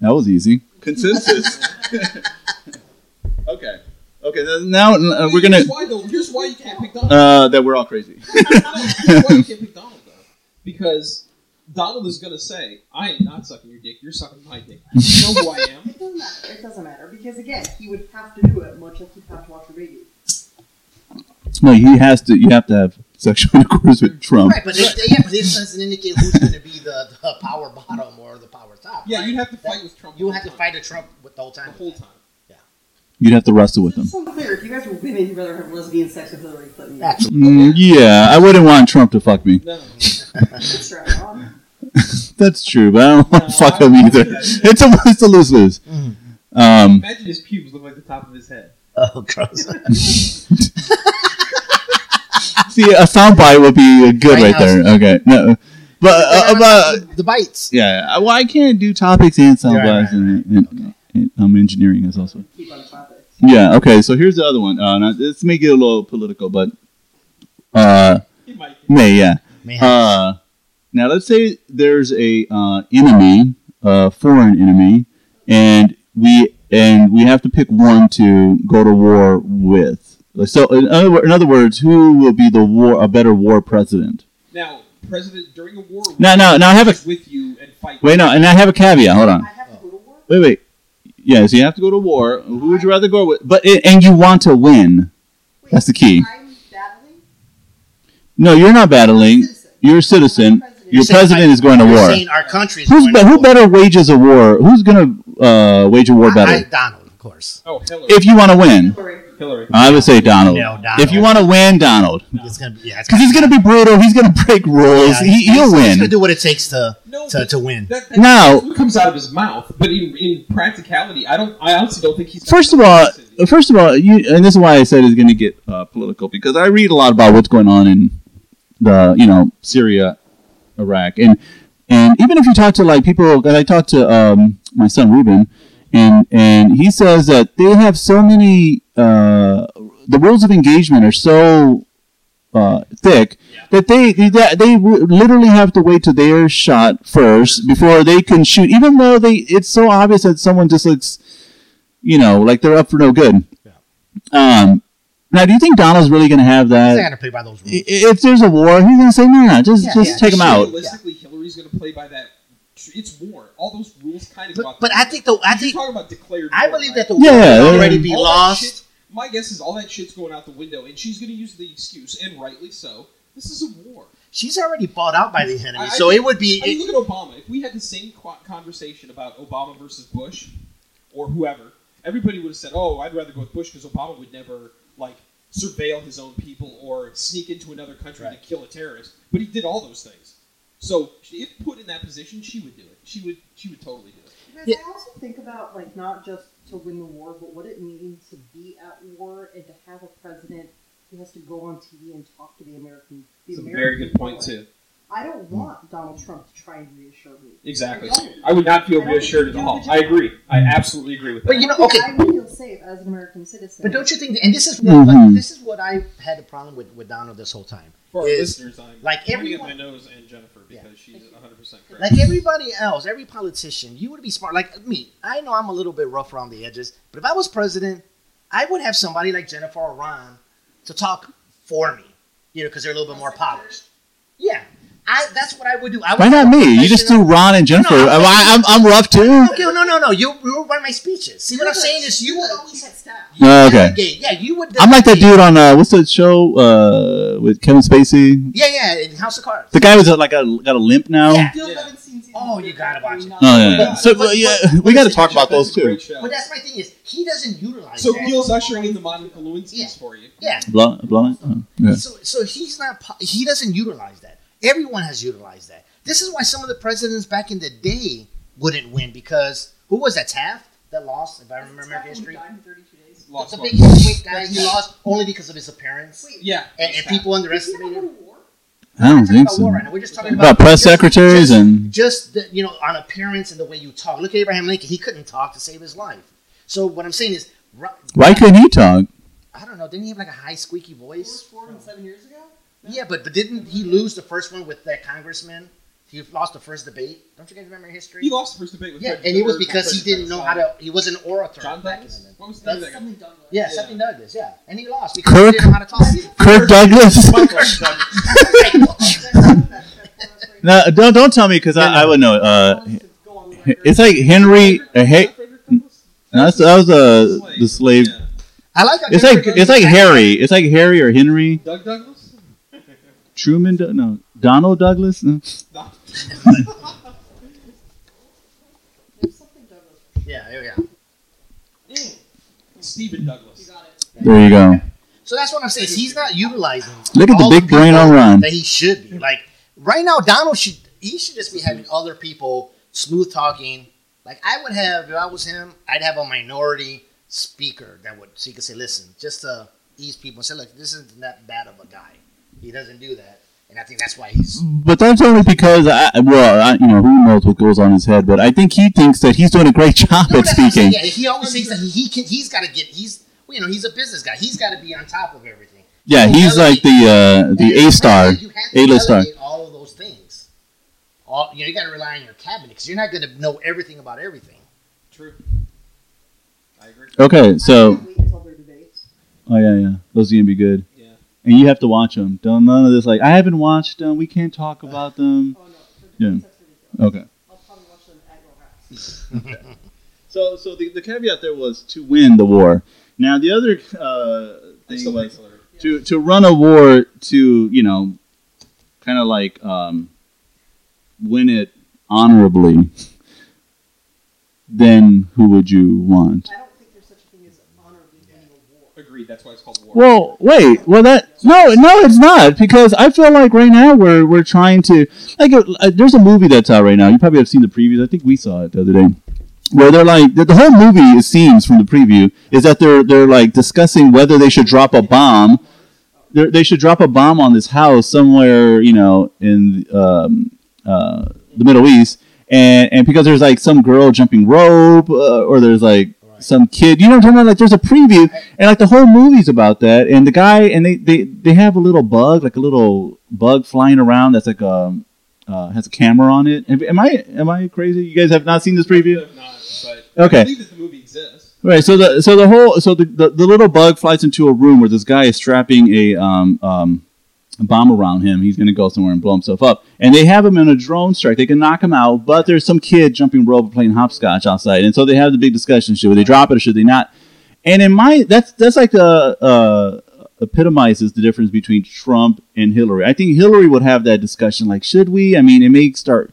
[SPEAKER 1] that was easy. Consensus. okay. Okay, then now uh, we're gonna
[SPEAKER 2] Here's why though. Here's why you can't pick Donald.
[SPEAKER 1] uh, that we're all crazy. Uh,
[SPEAKER 2] Here's why you can't pick Donald though, because Donald is gonna say, "I am not sucking your dick. You're sucking my dick. You know who I am."
[SPEAKER 3] It doesn't matter. It doesn't matter because again, he would have to do it, much like he'd have to watch a baby.
[SPEAKER 1] No, he has to. You have to have sexual intercourse with Trump.
[SPEAKER 4] Right, but it, yeah, but this doesn't indicate who's going to be the, the power bottom or the power top.
[SPEAKER 2] Yeah,
[SPEAKER 4] right?
[SPEAKER 2] you'd have to fight with Trump.
[SPEAKER 4] you
[SPEAKER 2] the
[SPEAKER 4] have to
[SPEAKER 2] whole
[SPEAKER 4] fight a Trump with the whole
[SPEAKER 2] time.
[SPEAKER 4] time.
[SPEAKER 2] the whole time.
[SPEAKER 1] You'd have to wrestle with him.
[SPEAKER 3] It's unclear. If you guys were women, you'd rather have lesbian sex with Hillary Clinton.
[SPEAKER 4] That's
[SPEAKER 1] Mm, yeah, I wouldn't want Trump to fuck me.
[SPEAKER 2] No, no, no.
[SPEAKER 3] That's right. Um,
[SPEAKER 1] That's true, but I don't want
[SPEAKER 2] No,
[SPEAKER 1] to fuck
[SPEAKER 2] I-
[SPEAKER 1] him
[SPEAKER 2] I-
[SPEAKER 1] either. It's a it's a lose lose.
[SPEAKER 4] Mhm.
[SPEAKER 1] Um,
[SPEAKER 2] Imagine his pubes look like the top of his head.
[SPEAKER 4] Oh,
[SPEAKER 1] Uh,
[SPEAKER 4] gross.
[SPEAKER 1] See, a soundbite would be good right
[SPEAKER 4] Right
[SPEAKER 1] there. Okay, no, but uh, but
[SPEAKER 4] the bites.
[SPEAKER 1] yeah, I- well, I can't do topics and
[SPEAKER 4] Right, right,
[SPEAKER 1] soundbites, and, and, and um, engineering is also.
[SPEAKER 3] keep on topic.
[SPEAKER 1] Yeah. Okay. So here's the other one. Uh, now, this may get a little political, but uh,
[SPEAKER 2] He might. Get
[SPEAKER 1] may yeah.
[SPEAKER 4] Man.
[SPEAKER 1] Uh, now let's say there's a uh, enemy, a foreign enemy, and we and we have to pick one to go to war with. So in other, wor- in other words, who will be the war a better war president?
[SPEAKER 2] now, president during a war.
[SPEAKER 1] No, no, no. I have a
[SPEAKER 2] is with you and fight.
[SPEAKER 1] wait. No, and I have a caveat. Hold on.
[SPEAKER 3] I have to go to work.
[SPEAKER 1] Wait, wait. Yeah, so you have to go to war. Who would you rather go with? But it, and you want to win.
[SPEAKER 3] Wait,
[SPEAKER 1] That's the key.
[SPEAKER 3] I'm battling.
[SPEAKER 1] No, you're not battling.
[SPEAKER 3] Citizen.
[SPEAKER 1] You're a citizen. Your
[SPEAKER 4] saying-
[SPEAKER 1] president is going to
[SPEAKER 4] You're
[SPEAKER 1] war.
[SPEAKER 4] saying our country is
[SPEAKER 1] Who's
[SPEAKER 4] going
[SPEAKER 1] be,
[SPEAKER 4] to
[SPEAKER 1] who
[SPEAKER 4] war.
[SPEAKER 1] better wages a war? Who's gonna uh, wage a war
[SPEAKER 4] I- I-
[SPEAKER 1] better?
[SPEAKER 4] Donald, of course.
[SPEAKER 2] Oh, Hillary.
[SPEAKER 1] If you want to win,
[SPEAKER 3] Hillary.
[SPEAKER 2] Hillary.
[SPEAKER 1] I would say Donald.
[SPEAKER 4] No, Donald.
[SPEAKER 1] If you want to win, Donald.
[SPEAKER 4] It's gonna be yeah. It's
[SPEAKER 1] Because
[SPEAKER 4] gonna,
[SPEAKER 1] he's going to be brutal. He's going to break rules.
[SPEAKER 4] yeah,
[SPEAKER 1] he,
[SPEAKER 4] he's-
[SPEAKER 1] he'll
[SPEAKER 4] He's gonna
[SPEAKER 1] win.
[SPEAKER 4] do what it takes to
[SPEAKER 2] No,
[SPEAKER 4] to,
[SPEAKER 2] but
[SPEAKER 4] to win.
[SPEAKER 2] that, that
[SPEAKER 1] Now-
[SPEAKER 2] that comes out of his mouth, but in, in practicality, I don't. I honestly don't think he's.
[SPEAKER 1] First of all, first of all, you, and this is why I said it's going to get uh, political because I read a lot about what's going on in the you know Syria, Iraq, and and even if you talk to like people that I talked to, um, my son Ruben, and and he says that they have so many uh, the rules of engagement are so uh, thick that they that they w- literally have to wait to their shot first before they can shoot. Even though they, it's so obvious that someone just looks, you know, like they're up for no good. Um, now, do you think Donald's really going to have
[SPEAKER 4] He's
[SPEAKER 1] that?
[SPEAKER 4] not
[SPEAKER 1] I-
[SPEAKER 4] gonna play by those rules.
[SPEAKER 1] If there's a war, he's going to say, "No, no, just
[SPEAKER 4] Yeah,
[SPEAKER 1] just
[SPEAKER 4] yeah,
[SPEAKER 1] take him out."
[SPEAKER 2] Realistically, Hillary's going to play by that. It's war. All those rules kind of. go
[SPEAKER 4] But,
[SPEAKER 2] out
[SPEAKER 4] but
[SPEAKER 2] the
[SPEAKER 4] I
[SPEAKER 2] window.
[SPEAKER 4] think the I
[SPEAKER 2] You're
[SPEAKER 4] think
[SPEAKER 2] talking about declared.
[SPEAKER 4] I
[SPEAKER 2] war,
[SPEAKER 4] believe
[SPEAKER 2] right?
[SPEAKER 4] that the
[SPEAKER 1] Yeah,
[SPEAKER 4] war
[SPEAKER 1] yeah.
[SPEAKER 4] will already be
[SPEAKER 2] All that
[SPEAKER 4] lost.
[SPEAKER 2] shit- my guess is all that shit's going out the window, and she's going to use the excuse, and rightly so. This is a war.
[SPEAKER 4] She's already bought out by the enemy,
[SPEAKER 2] I- I
[SPEAKER 4] so
[SPEAKER 2] think-
[SPEAKER 4] it would be.
[SPEAKER 2] I mean, look at Obama. If we had the same qu- conversation about Obama versus Bush, or whoever, everybody would have said, "Oh, I'd rather go with Bush because Obama would never like surveil his own people or sneak into another country
[SPEAKER 4] Right.
[SPEAKER 2] to kill a terrorist." But he did all those things. So, if put in that position, she would do it. She would. She would totally do it.
[SPEAKER 3] Because
[SPEAKER 4] Yeah.
[SPEAKER 3] I also think about like not just to win the war, but what it means to be at war and to have a president who has to go on TV and talk to the American. The
[SPEAKER 2] It's a
[SPEAKER 3] American
[SPEAKER 2] very good point
[SPEAKER 3] public.
[SPEAKER 2] too.
[SPEAKER 3] I don't want Donald Trump to try and reassure me.
[SPEAKER 2] Exactly.
[SPEAKER 3] I don't.
[SPEAKER 2] I would not feel
[SPEAKER 3] I don't
[SPEAKER 2] reassured
[SPEAKER 3] think
[SPEAKER 2] at
[SPEAKER 3] you
[SPEAKER 2] all.
[SPEAKER 3] do the
[SPEAKER 2] I
[SPEAKER 3] job.
[SPEAKER 2] agree. I absolutely agree with that.
[SPEAKER 4] But you know,
[SPEAKER 3] Because
[SPEAKER 4] okay.
[SPEAKER 3] I would feel safe as an American citizen.
[SPEAKER 4] But don't you think? And this is what
[SPEAKER 1] Mhm.
[SPEAKER 4] like, this is what I had a problem with with Donald this whole time.
[SPEAKER 2] For our
[SPEAKER 4] is-
[SPEAKER 2] listeners, I'm
[SPEAKER 4] like
[SPEAKER 2] pointing at my
[SPEAKER 4] everyone-
[SPEAKER 2] nose and Jennifer
[SPEAKER 4] Yeah.
[SPEAKER 2] because she's 100 percent correct.
[SPEAKER 4] Like everybody else, every politician, you would be smart. Like me, I know I'm a little bit rough around the edges, but if I was president, I would have somebody like Jennifer or Ron to talk for me. You know, because they're a little bit more polished. Yeah, I. That's what I would do. I would
[SPEAKER 1] Why not me? You just do Ron and Jennifer. Oh,
[SPEAKER 4] No, I'm-
[SPEAKER 1] I, am I'm rough too.
[SPEAKER 4] Okay, no, no, no. You you write my speeches. See what I'm saying is you would always.
[SPEAKER 3] set staff?
[SPEAKER 4] you would
[SPEAKER 1] Oh, okay.
[SPEAKER 4] delegate. Yeah, you would.
[SPEAKER 1] I'm like that
[SPEAKER 4] delegate.
[SPEAKER 1] dude on uh, what's that show uh, with Kevin Spacey?
[SPEAKER 4] Yeah, yeah. In House of Cards.
[SPEAKER 1] The guy was like a, got a limp now.
[SPEAKER 4] Yeah.
[SPEAKER 3] Still
[SPEAKER 2] Yeah.
[SPEAKER 3] haven't seen season
[SPEAKER 4] Oh,
[SPEAKER 3] three.
[SPEAKER 4] you gotta watch it.
[SPEAKER 1] Oh yeah. yeah.
[SPEAKER 2] But-
[SPEAKER 1] So
[SPEAKER 4] but-
[SPEAKER 1] well, yeah,
[SPEAKER 4] but-
[SPEAKER 1] we got to
[SPEAKER 2] Listen,
[SPEAKER 1] talk about
[SPEAKER 2] Jeff,
[SPEAKER 1] those
[SPEAKER 2] that's a
[SPEAKER 1] too.
[SPEAKER 2] great show.
[SPEAKER 4] But that's my thing is he doesn't utilize.
[SPEAKER 2] So
[SPEAKER 4] that.
[SPEAKER 2] Gil's ushering in the modern Lewinsky's
[SPEAKER 4] Yeah.
[SPEAKER 2] for you.
[SPEAKER 4] yeah.
[SPEAKER 1] Blunt, blunt. Oh, yeah.
[SPEAKER 4] So, so he's not. po- He doesn't utilize that. Everyone has utilized that. This is why some of the presidents back in the day wouldn't win because who was that Taft that lost? If I remember American history,
[SPEAKER 3] Died in 32 days.
[SPEAKER 2] Lost
[SPEAKER 4] the
[SPEAKER 2] one.
[SPEAKER 4] big heavyweight guy he lost only because of his appearance,
[SPEAKER 3] Wait,
[SPEAKER 2] Yeah.
[SPEAKER 4] and, and people underestimated him.
[SPEAKER 1] I don't think
[SPEAKER 4] We're not talking about war
[SPEAKER 1] so.
[SPEAKER 4] right now. We're just talking about,
[SPEAKER 1] About press
[SPEAKER 4] just-
[SPEAKER 1] secretaries
[SPEAKER 4] just-
[SPEAKER 1] and
[SPEAKER 4] just the, you know on appearance and the way you talk. Look at Abraham Lincoln; he couldn't talk to save his life. So what I'm saying is, Ro-
[SPEAKER 1] why couldn't he talk?
[SPEAKER 4] I don't know. Didn't he have like a high squeaky voice?
[SPEAKER 3] Four and seven years ago.
[SPEAKER 4] Yeah, but but didn't he lose the first one with that congressman? He lost the first debate. Don't you guys remember history?
[SPEAKER 2] He lost the first debate with
[SPEAKER 4] yeah,
[SPEAKER 2] Fred
[SPEAKER 4] and it was
[SPEAKER 2] Fred-
[SPEAKER 4] because he
[SPEAKER 2] Fred
[SPEAKER 4] didn't know how to. He was an orator.
[SPEAKER 2] John
[SPEAKER 4] back in the
[SPEAKER 2] Douglas?
[SPEAKER 4] day.
[SPEAKER 2] What was the name
[SPEAKER 4] That's-
[SPEAKER 2] of that guy?
[SPEAKER 3] Something done with it.
[SPEAKER 4] Yeah,
[SPEAKER 2] Yeah.
[SPEAKER 4] something Douglas. Yeah, and he lost because he
[SPEAKER 1] Kirk-
[SPEAKER 4] didn't know how to talk.
[SPEAKER 1] Kirk Douglas.
[SPEAKER 2] Michael Douglas.
[SPEAKER 1] no, don't don't tell me because I, I would know. Uh, it's like Henry. Uh, hey,
[SPEAKER 2] Frederick Douglas?
[SPEAKER 1] no, that's, that was uh, the slave.
[SPEAKER 2] Yeah.
[SPEAKER 4] I like. how
[SPEAKER 1] It's
[SPEAKER 4] Kirk
[SPEAKER 1] like
[SPEAKER 4] Douglas-
[SPEAKER 1] it's like Harry. It's like Harry or Henry
[SPEAKER 2] Doug Douglas?
[SPEAKER 1] Truman. Dou- No, Donald Douglas. No.
[SPEAKER 2] No.
[SPEAKER 4] Yeah, yeah, yeah.
[SPEAKER 2] Mm. Stephen Douglas.
[SPEAKER 1] There you go.
[SPEAKER 4] So that's what I'm saying. is He's not utilizing.
[SPEAKER 1] Look at the
[SPEAKER 4] all
[SPEAKER 1] big brain
[SPEAKER 4] people
[SPEAKER 1] on Ron.
[SPEAKER 4] That he should be like right now. Donald should he should just be having other people smooth talking. Like I would have if I was him, I'd have a minority speaker that would so he could say, "Listen," just to ease people and say, "Look, this isn't that bad of a guy. He doesn't do that." And I think that's why he's
[SPEAKER 1] But that's only because I well, I, you know, who knows what goes on in his head. But I think he thinks that he's doing a great job
[SPEAKER 4] No,
[SPEAKER 1] at
[SPEAKER 4] that's what I'm saying.
[SPEAKER 1] speaking.
[SPEAKER 4] Yeah, he always thinks that he, he can. He's got to get. He's well, you know he's a business guy. He's got to be on top of everything.
[SPEAKER 1] Yeah, he's like the uh,
[SPEAKER 4] And
[SPEAKER 1] the
[SPEAKER 4] as
[SPEAKER 1] A star.
[SPEAKER 4] president, you have to
[SPEAKER 1] A-list star.
[SPEAKER 4] delegate All of those things. All you, know, you got to rely on your cabinet because you're not going to know everything about everything.
[SPEAKER 2] True. I agree.
[SPEAKER 1] Okay, so
[SPEAKER 3] Wait until their debate.
[SPEAKER 1] oh yeah, yeah, those are gonna be good.
[SPEAKER 2] Yeah.
[SPEAKER 1] and you have to watch them. Don't none of this like I haven't watched them. We can't talk about them.
[SPEAKER 3] Oh no. for
[SPEAKER 1] Yeah.
[SPEAKER 3] debates, that's ridiculous.
[SPEAKER 1] Okay.
[SPEAKER 3] I'll probably watch them at Agro Rats.
[SPEAKER 1] So so the, the caveat there was to win the war. Now the other uh,
[SPEAKER 2] I
[SPEAKER 1] thing
[SPEAKER 2] still think
[SPEAKER 1] was
[SPEAKER 2] Hillary.
[SPEAKER 1] to to run a war to you know kind of like um, win it honorably. Then who would you want?
[SPEAKER 3] I don't think there's such a thing as honorably winning a war.
[SPEAKER 2] Agreed. That's why it's called war.
[SPEAKER 1] Well, wait. Well, that no, no, it's not because I feel like right now we're we're trying to like uh, there's a movie that's out right now. You probably have seen the previews. I think we saw it the other day. Where they're like the, the whole movie it seems from the preview is that they're they're like discussing whether they should drop a bomb. They're, they should drop a bomb on this house somewhere, you know, in um, uh, the Middle East, and and because there's like some girl jumping rope, uh, or there's like some kid. You know what I'm talking about? Like there's a preview, and like the whole movie's about that. And the guy, and they they, they have a little bug, like a little bug flying around that's like um uh, has a camera on it. Am- Am I am I crazy? You guys have not seen this preview?
[SPEAKER 2] If not, but
[SPEAKER 1] Okay.
[SPEAKER 2] I believe that the movie exists.
[SPEAKER 1] Right. So the so the whole so the, the, the little bug flies into a room where this guy is strapping a um um a bomb around him. He's gonna go somewhere and blow himself up. And they have him in a drone strike. They can knock him out, but there's some kid jumping rope playing hopscotch outside. And so they have the big discussion: should they drop it or should they not? And in my that's that's like the uh, epitomizes the difference between Trump and Hillary. I think Hillary would have that discussion like, should we? I mean, it may start.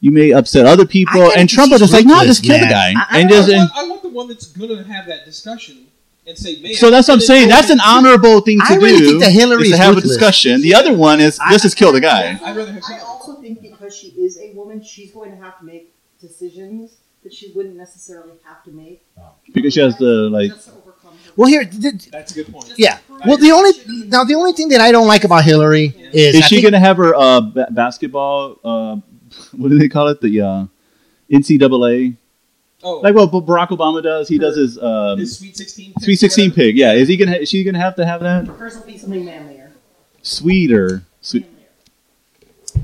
[SPEAKER 1] You may upset other people,
[SPEAKER 4] think
[SPEAKER 1] and Trump is
[SPEAKER 4] she's
[SPEAKER 1] just like, no,
[SPEAKER 4] ruthless,
[SPEAKER 1] just kill the
[SPEAKER 4] man.
[SPEAKER 1] guy,
[SPEAKER 4] I- I
[SPEAKER 1] and
[SPEAKER 2] I
[SPEAKER 1] just and,
[SPEAKER 2] want, I want the one that's gonna have that discussion and say, "Man."
[SPEAKER 1] so that's what I'm saying. That's an honorable thing to
[SPEAKER 4] I really
[SPEAKER 1] do.
[SPEAKER 4] think that Hillary
[SPEAKER 1] is to
[SPEAKER 4] is
[SPEAKER 1] have
[SPEAKER 4] ruthless.
[SPEAKER 1] a discussion. The other one is
[SPEAKER 4] I-
[SPEAKER 1] let's just kill the guy.
[SPEAKER 2] I'd rather have
[SPEAKER 3] I
[SPEAKER 2] Hillary.
[SPEAKER 3] also think because she is a woman, she's going to have to make decisions that she wouldn't necessarily have to make.
[SPEAKER 1] Because she has the, like-
[SPEAKER 3] Just to overcome her.
[SPEAKER 4] Well, here, th-
[SPEAKER 2] That's a good point.
[SPEAKER 4] yeah. Well, the only now the only thing that I don't like about Hillary is,
[SPEAKER 1] Is
[SPEAKER 4] I
[SPEAKER 1] she
[SPEAKER 4] think-
[SPEAKER 1] gonna have her uh, ba- basketball? Uh, what do they call it? The uh, NCAA.
[SPEAKER 2] Oh,
[SPEAKER 1] Like what Barack Obama does. He does his um,
[SPEAKER 2] his Sweet Sixteen. pick,
[SPEAKER 1] Sweet Sixteen
[SPEAKER 2] whatever.
[SPEAKER 1] pig. Yeah. Is he gonna? Is she gonna have to have that?
[SPEAKER 3] Hers will be something manlier.
[SPEAKER 1] Sweeter. Sweet.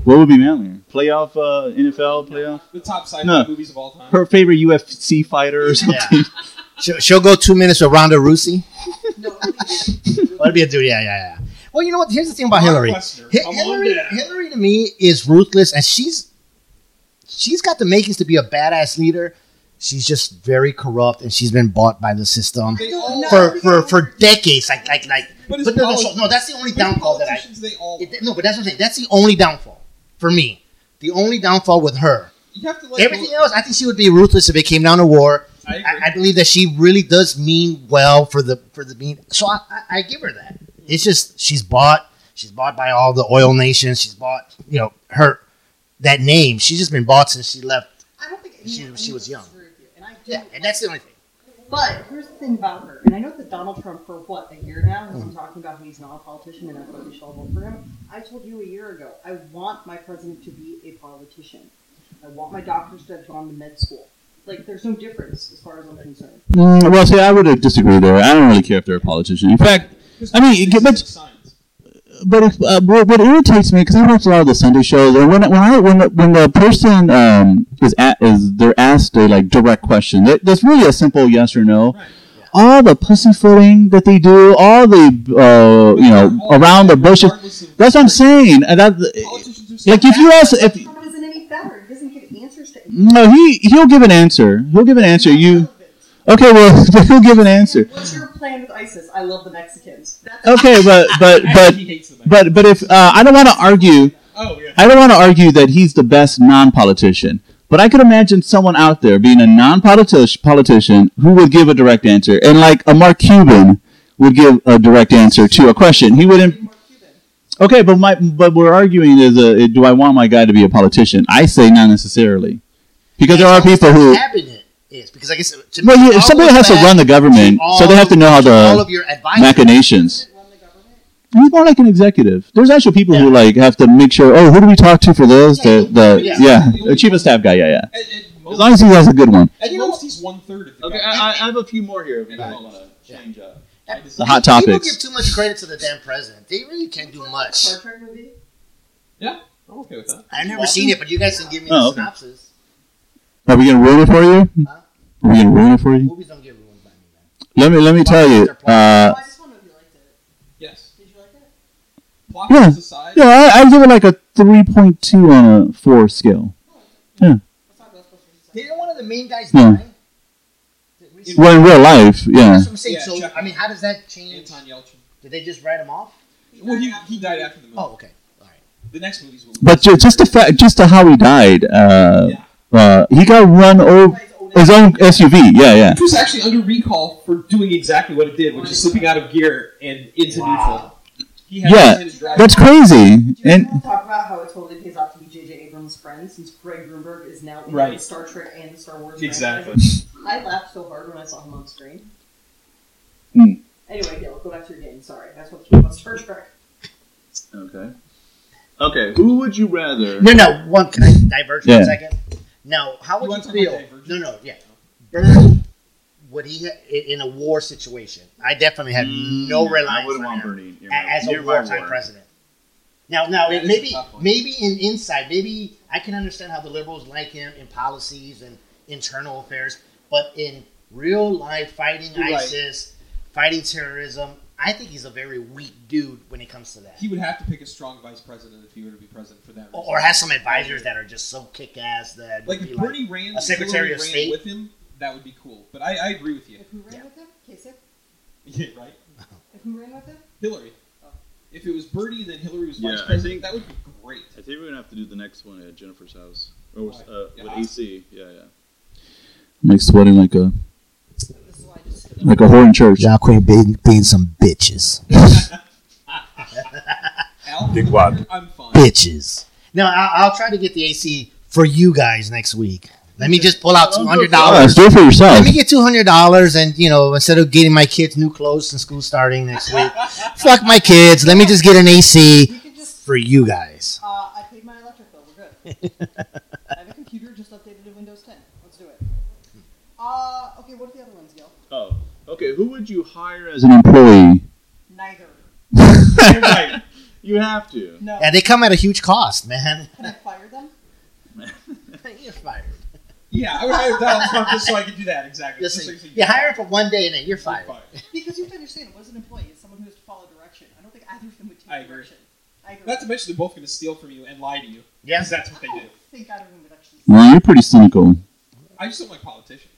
[SPEAKER 1] What would be manlier? Playoff uh, NFL playoff.
[SPEAKER 2] The top sci-fi
[SPEAKER 1] No.
[SPEAKER 2] movies of all time.
[SPEAKER 1] Her favorite UFC fighter or something.
[SPEAKER 4] she'll, she'll go two minutes with Ronda Rousey.
[SPEAKER 3] No, it'll be
[SPEAKER 4] Well, it'd be a dude. Yeah, yeah, yeah. Well, you know what? Here's the thing about
[SPEAKER 2] Brock
[SPEAKER 4] Hillary.
[SPEAKER 2] Lesnar,
[SPEAKER 4] Hi-
[SPEAKER 2] come on
[SPEAKER 4] Hillary,
[SPEAKER 2] down.
[SPEAKER 4] Hillary to me is ruthless, and she's she's got the makings to be a badass leader. She's just very corrupt, and she's been bought by the system
[SPEAKER 2] They all-
[SPEAKER 4] for for, for decades. Like like like.
[SPEAKER 2] But
[SPEAKER 4] But,
[SPEAKER 2] it's
[SPEAKER 4] no, no,
[SPEAKER 2] polit-
[SPEAKER 4] so- no, that's the only
[SPEAKER 2] but
[SPEAKER 4] downfall that I.
[SPEAKER 2] politicians, They all.
[SPEAKER 4] it- no, but that's what I'm saying. That's the only downfall for me. The only downfall with her.
[SPEAKER 2] You have to like.
[SPEAKER 4] Everything else, I think she would be ruthless if it came down to war.
[SPEAKER 2] I agree.
[SPEAKER 4] I, I believe that she really does mean well for the for the mean. So I, I, I give her that. It's just she's bought. She's bought by all the oil nations. She's bought, you know, her that name. She's just been bought since she left.
[SPEAKER 3] I don't think
[SPEAKER 4] She-
[SPEAKER 3] anyone-
[SPEAKER 4] she
[SPEAKER 3] anyone
[SPEAKER 4] was young.
[SPEAKER 3] disagree with you, And I do.
[SPEAKER 4] Yeah, and that's the only thing.
[SPEAKER 3] But here's the thing about her, and I know that Donald Trump for what a year now has
[SPEAKER 1] Mm.
[SPEAKER 3] been talking about he's not a politician and everybody shall vote for him. I told you a year ago, I want my president to be a politician. I want my doctors to have gone to med school. Like, there's no difference as far as I'm concerned.
[SPEAKER 1] Mm, well, see, I would disagree there. I don't really care if they're a politician. In fact, I mean, it get- but-
[SPEAKER 2] Signs.
[SPEAKER 1] but if, uh, what, what irritates me because I watch a lot of the Sunday shows, and when when I when the- when the person um, is at, is they're asked a like direct question, that, that's really a simple yes or no.
[SPEAKER 2] Right.
[SPEAKER 1] All the pussyfooting that they do, all the uh, you know around the bushes.
[SPEAKER 2] Regardless of-
[SPEAKER 1] That's what I'm saying. And that,
[SPEAKER 2] Politicians are
[SPEAKER 1] like if you ask if
[SPEAKER 3] Trump isn't any better. He doesn't give answers to anything.
[SPEAKER 1] no he he'll give an answer. He'll give an answer. You okay? Well, he'll give an answer.
[SPEAKER 3] What's your plan with ISIS? I love the Mexicans. That's
[SPEAKER 1] Okay, but but but
[SPEAKER 2] he hates the man.
[SPEAKER 1] but but if uh, I don't want to argue.
[SPEAKER 2] oh yeah.
[SPEAKER 1] I don't want to argue that he's the best non-politician, but I could imagine someone out there being a non-politician politician who would give a direct answer, and like a Mark Cuban would give a direct answer to a question. He wouldn't.
[SPEAKER 3] Mark Cuban.
[SPEAKER 1] Okay, but my but we're arguing is a do I want my guy to be a politician? I say not necessarily, because there are people who.
[SPEAKER 4] cabinet is because I guess to
[SPEAKER 1] Well, you, if somebody has to run the government, so they have to know how
[SPEAKER 4] all
[SPEAKER 1] the
[SPEAKER 4] of your advisors.
[SPEAKER 1] machinations.
[SPEAKER 3] Run the government.
[SPEAKER 1] He's more like an executive. There's actual people who like have to make sure. Oh, who do we talk to for this? The the yeah, the chief of staff guy. Yeah, yeah.
[SPEAKER 2] At, at
[SPEAKER 1] As
[SPEAKER 2] most,
[SPEAKER 1] long as he has a good one.
[SPEAKER 2] at most he's one third of the
[SPEAKER 1] Okay, I,
[SPEAKER 2] guy.
[SPEAKER 1] I have a few more here. If you
[SPEAKER 2] Right.
[SPEAKER 1] guys want to change up.
[SPEAKER 2] I
[SPEAKER 1] The
[SPEAKER 2] design-
[SPEAKER 1] hot
[SPEAKER 4] People give
[SPEAKER 1] topics.
[SPEAKER 4] too much credit to the damn president. They really can't do much.
[SPEAKER 3] Star Trek movie.
[SPEAKER 2] I'm okay with that.
[SPEAKER 4] I've never
[SPEAKER 2] Walking?
[SPEAKER 4] seen it, but you guys can give me
[SPEAKER 1] Oh,
[SPEAKER 4] the
[SPEAKER 1] okay.
[SPEAKER 4] synopsis.
[SPEAKER 1] Are we gonna ruin it for you?
[SPEAKER 4] Huh?
[SPEAKER 1] Are we gonna ruin it for you?
[SPEAKER 4] Movies don't get ruined by me, man.
[SPEAKER 1] Let me let me tell you. Uh,
[SPEAKER 3] oh, I just want to know if you liked it.
[SPEAKER 2] Yes.
[SPEAKER 3] Did you like it?
[SPEAKER 2] Plot
[SPEAKER 1] Yeah.
[SPEAKER 2] points aside.
[SPEAKER 1] yeah, I, I give it like a three point two on a four scale.
[SPEAKER 3] Let's talk about Ghostbusters.
[SPEAKER 4] Didn't one of the main guys
[SPEAKER 1] Hmm.
[SPEAKER 4] die? That's
[SPEAKER 1] Well, in real life, yeah.
[SPEAKER 4] what I'm saying.
[SPEAKER 2] Yeah,
[SPEAKER 4] so,
[SPEAKER 2] Chuck-
[SPEAKER 4] I mean, how does that change?
[SPEAKER 2] Anton Yelchin.
[SPEAKER 4] Did they just write him off?
[SPEAKER 2] Well, he, he died after the movie.
[SPEAKER 4] Oh, okay. All right.
[SPEAKER 2] The next movie's.
[SPEAKER 1] But ju- just the fact, just the how he died. Uh,
[SPEAKER 2] Yeah.
[SPEAKER 1] uh, he got run over.
[SPEAKER 3] Guys, Odin
[SPEAKER 1] His own SUV. Yeah, yeah.
[SPEAKER 2] It was actually under recall for doing exactly what it did, which is slipping out of gear and into
[SPEAKER 4] Wow.
[SPEAKER 2] neutral. He had
[SPEAKER 1] Yeah,
[SPEAKER 2] his drive-
[SPEAKER 1] That's crazy.
[SPEAKER 3] Do you
[SPEAKER 1] And
[SPEAKER 3] want to talk about how it totally pays off to be J.J. Abrams' friend since Greg Grunberg is now in
[SPEAKER 2] Right.
[SPEAKER 3] Star Trek and Star Wars?
[SPEAKER 2] Exactly.
[SPEAKER 3] franchises? I laughed so hard when I saw him on screen.
[SPEAKER 1] Hmm.
[SPEAKER 3] Anyway, Gil, go back to your game. Sorry, that's what about Star Trek.
[SPEAKER 1] okay, okay. Who would you rather?
[SPEAKER 4] No, no. One, can I diverge for
[SPEAKER 1] Yeah.
[SPEAKER 4] a second? Now, how
[SPEAKER 2] You
[SPEAKER 4] would
[SPEAKER 2] want
[SPEAKER 4] you
[SPEAKER 2] to talk
[SPEAKER 4] feel?
[SPEAKER 2] about divergent?
[SPEAKER 4] No, no, yeah. Bird, would he ha- i- in a war situation? I definitely have no
[SPEAKER 1] I
[SPEAKER 4] reliance
[SPEAKER 1] wouldn't
[SPEAKER 4] on
[SPEAKER 1] want
[SPEAKER 4] him
[SPEAKER 1] Bernie
[SPEAKER 4] a- as a wartime president. Now, now
[SPEAKER 2] That is a
[SPEAKER 4] maybe
[SPEAKER 2] tough one.
[SPEAKER 4] maybe in inside, maybe I can understand how the liberals like him in policies and internal affairs, but in real life, fighting
[SPEAKER 2] You're right.
[SPEAKER 4] ISIS, fighting terrorism, I think he's a very weak dude when it comes to that.
[SPEAKER 2] He would have to pick a strong vice president if he were to be president for that reason.
[SPEAKER 4] or or has some advisors that are just so kick ass that
[SPEAKER 2] like
[SPEAKER 4] would be
[SPEAKER 2] if
[SPEAKER 4] like,
[SPEAKER 2] Bernie ran,
[SPEAKER 4] a Secretary
[SPEAKER 2] Hillary
[SPEAKER 4] of
[SPEAKER 2] ran
[SPEAKER 4] State.
[SPEAKER 2] with him, that would be cool. But I, I agree with you.
[SPEAKER 3] If who ran
[SPEAKER 4] Yeah.
[SPEAKER 3] with him? Kasich?
[SPEAKER 2] Yeah, right.
[SPEAKER 3] If who ran with him?
[SPEAKER 2] Hillary. If it was Bernie, then Hillary was
[SPEAKER 1] Yeah, I
[SPEAKER 2] vice
[SPEAKER 1] think-
[SPEAKER 2] president. That would be great.
[SPEAKER 1] I think we're gonna have to do the next one at Jennifer's house or
[SPEAKER 2] Why?
[SPEAKER 1] uh,
[SPEAKER 2] Yeah.
[SPEAKER 1] with AC. Yeah, yeah. I'm like sweating like a
[SPEAKER 3] This is why I just stood up.
[SPEAKER 1] like a whore in church.
[SPEAKER 4] Y'all quit being, being some bitches.
[SPEAKER 2] Al,
[SPEAKER 5] Big wad.
[SPEAKER 2] I'm fine.
[SPEAKER 4] bitches. No, I'll, I'll try to get the AC for you guys next week. Let me just pull out two hundred
[SPEAKER 1] Yeah,
[SPEAKER 4] dollars.
[SPEAKER 1] do it Oh, for
[SPEAKER 4] Let
[SPEAKER 1] yourself.
[SPEAKER 4] me get two hundred dollars, and you know, instead of getting my kids new clothes and school starting next week, fuck my kids. Let me just get an AC
[SPEAKER 3] You can just.
[SPEAKER 4] for you guys.
[SPEAKER 3] Uh, I paid my electric bill. We're good. I have a computer just updated to Windows 10. Let's do it. Uh, okay. What are the other ones, Gil?
[SPEAKER 1] Oh, okay. Who would you hire as an employee?
[SPEAKER 3] Neither.
[SPEAKER 2] You're right.
[SPEAKER 1] You have to.
[SPEAKER 3] No.
[SPEAKER 4] Yeah, they come at a huge cost, man.
[SPEAKER 3] Can I fire them?
[SPEAKER 4] you're fired.
[SPEAKER 2] Yeah, I would hire Donald Trump just so I could do that. Exactly. Just
[SPEAKER 4] Listen,
[SPEAKER 2] so you
[SPEAKER 4] you hire him for one day, and then you're fired.
[SPEAKER 3] Because you have to understand, it was an employee. It's someone who has to follow direction. I don't think either of them would take
[SPEAKER 2] I agree.
[SPEAKER 3] direction. I agree.
[SPEAKER 2] Not to mention they're both going to steal from you and lie to you.
[SPEAKER 4] Yeah.
[SPEAKER 2] Because that's what
[SPEAKER 3] I
[SPEAKER 2] they
[SPEAKER 3] don't
[SPEAKER 2] do.
[SPEAKER 3] think either of them would actually.
[SPEAKER 1] Well, you're pretty cynical,
[SPEAKER 2] I just don't like politicians.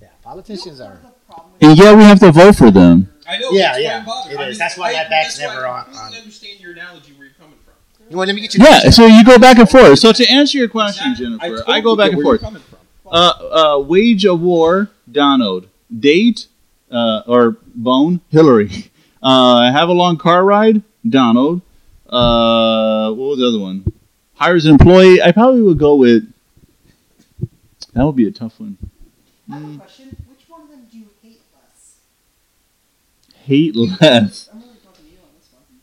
[SPEAKER 4] Yeah,
[SPEAKER 3] You know
[SPEAKER 4] politicians
[SPEAKER 3] part
[SPEAKER 4] are.
[SPEAKER 3] of the problem with
[SPEAKER 1] and yet we have to vote for them.
[SPEAKER 2] I know.
[SPEAKER 4] Yeah,
[SPEAKER 2] that's why
[SPEAKER 4] yeah,
[SPEAKER 2] I'm bothered.
[SPEAKER 4] it
[SPEAKER 2] I
[SPEAKER 4] is.
[SPEAKER 2] mean,
[SPEAKER 4] That's why
[SPEAKER 2] I-
[SPEAKER 4] that back's
[SPEAKER 2] that's why
[SPEAKER 4] never
[SPEAKER 2] I
[SPEAKER 4] on-
[SPEAKER 2] completely
[SPEAKER 4] on.
[SPEAKER 2] understand your analogy where you're coming from.
[SPEAKER 4] You want let me get you?
[SPEAKER 1] Yeah, so you go back and forth. So to answer your question,
[SPEAKER 2] Exactly.
[SPEAKER 1] Jennifer,
[SPEAKER 2] totally
[SPEAKER 1] I go back
[SPEAKER 2] get
[SPEAKER 1] and
[SPEAKER 2] where
[SPEAKER 1] forth.
[SPEAKER 2] You're coming from.
[SPEAKER 1] Uh, uh, wage a war, Donald. Date, uh, or bone, Hillary. Uh, have a long car ride, Donald. Uh, what was the other one? Hires an employee. I probably would go with. That would be a tough one.
[SPEAKER 3] I
[SPEAKER 4] Mm.
[SPEAKER 3] have a question. Which one of them do you hate less?
[SPEAKER 1] Hate less.
[SPEAKER 3] I'm really talking to you on this one.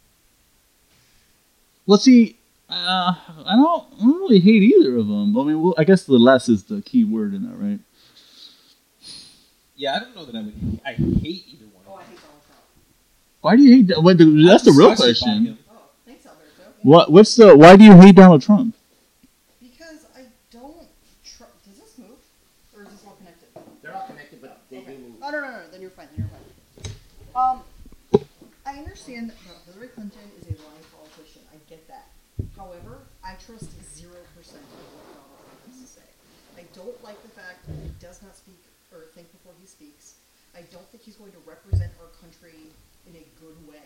[SPEAKER 1] Let's see. Uh, I don't, I don't really hate either of them. I mean, well, I guess the less is the key word in that, right?
[SPEAKER 2] Yeah, I don't know that I would. I hate either one.
[SPEAKER 3] Oh, I
[SPEAKER 2] of them.
[SPEAKER 3] hate Donald Trump.
[SPEAKER 1] Why do you hate? Don- What, the, that's the real
[SPEAKER 2] Disgusted by
[SPEAKER 1] question.
[SPEAKER 2] him.
[SPEAKER 3] Oh, thanks, Alberto.
[SPEAKER 1] What? What's the? Why do you hate Donald Trump?
[SPEAKER 3] Because I don't. Tr- Does this move? Or is this all connected?
[SPEAKER 4] They're all connected, but they
[SPEAKER 3] Okay.
[SPEAKER 4] do move.
[SPEAKER 3] Oh, no, no, no. Then you're fine. Then you're fine. Um, I understand that Hillary Clinton is a lying politician. I get that. However, I trust zero percent of what Donald Trump has to say. I don't like the fact that he does not speak or think before he speaks. I don't think he's going to represent our country in a good way.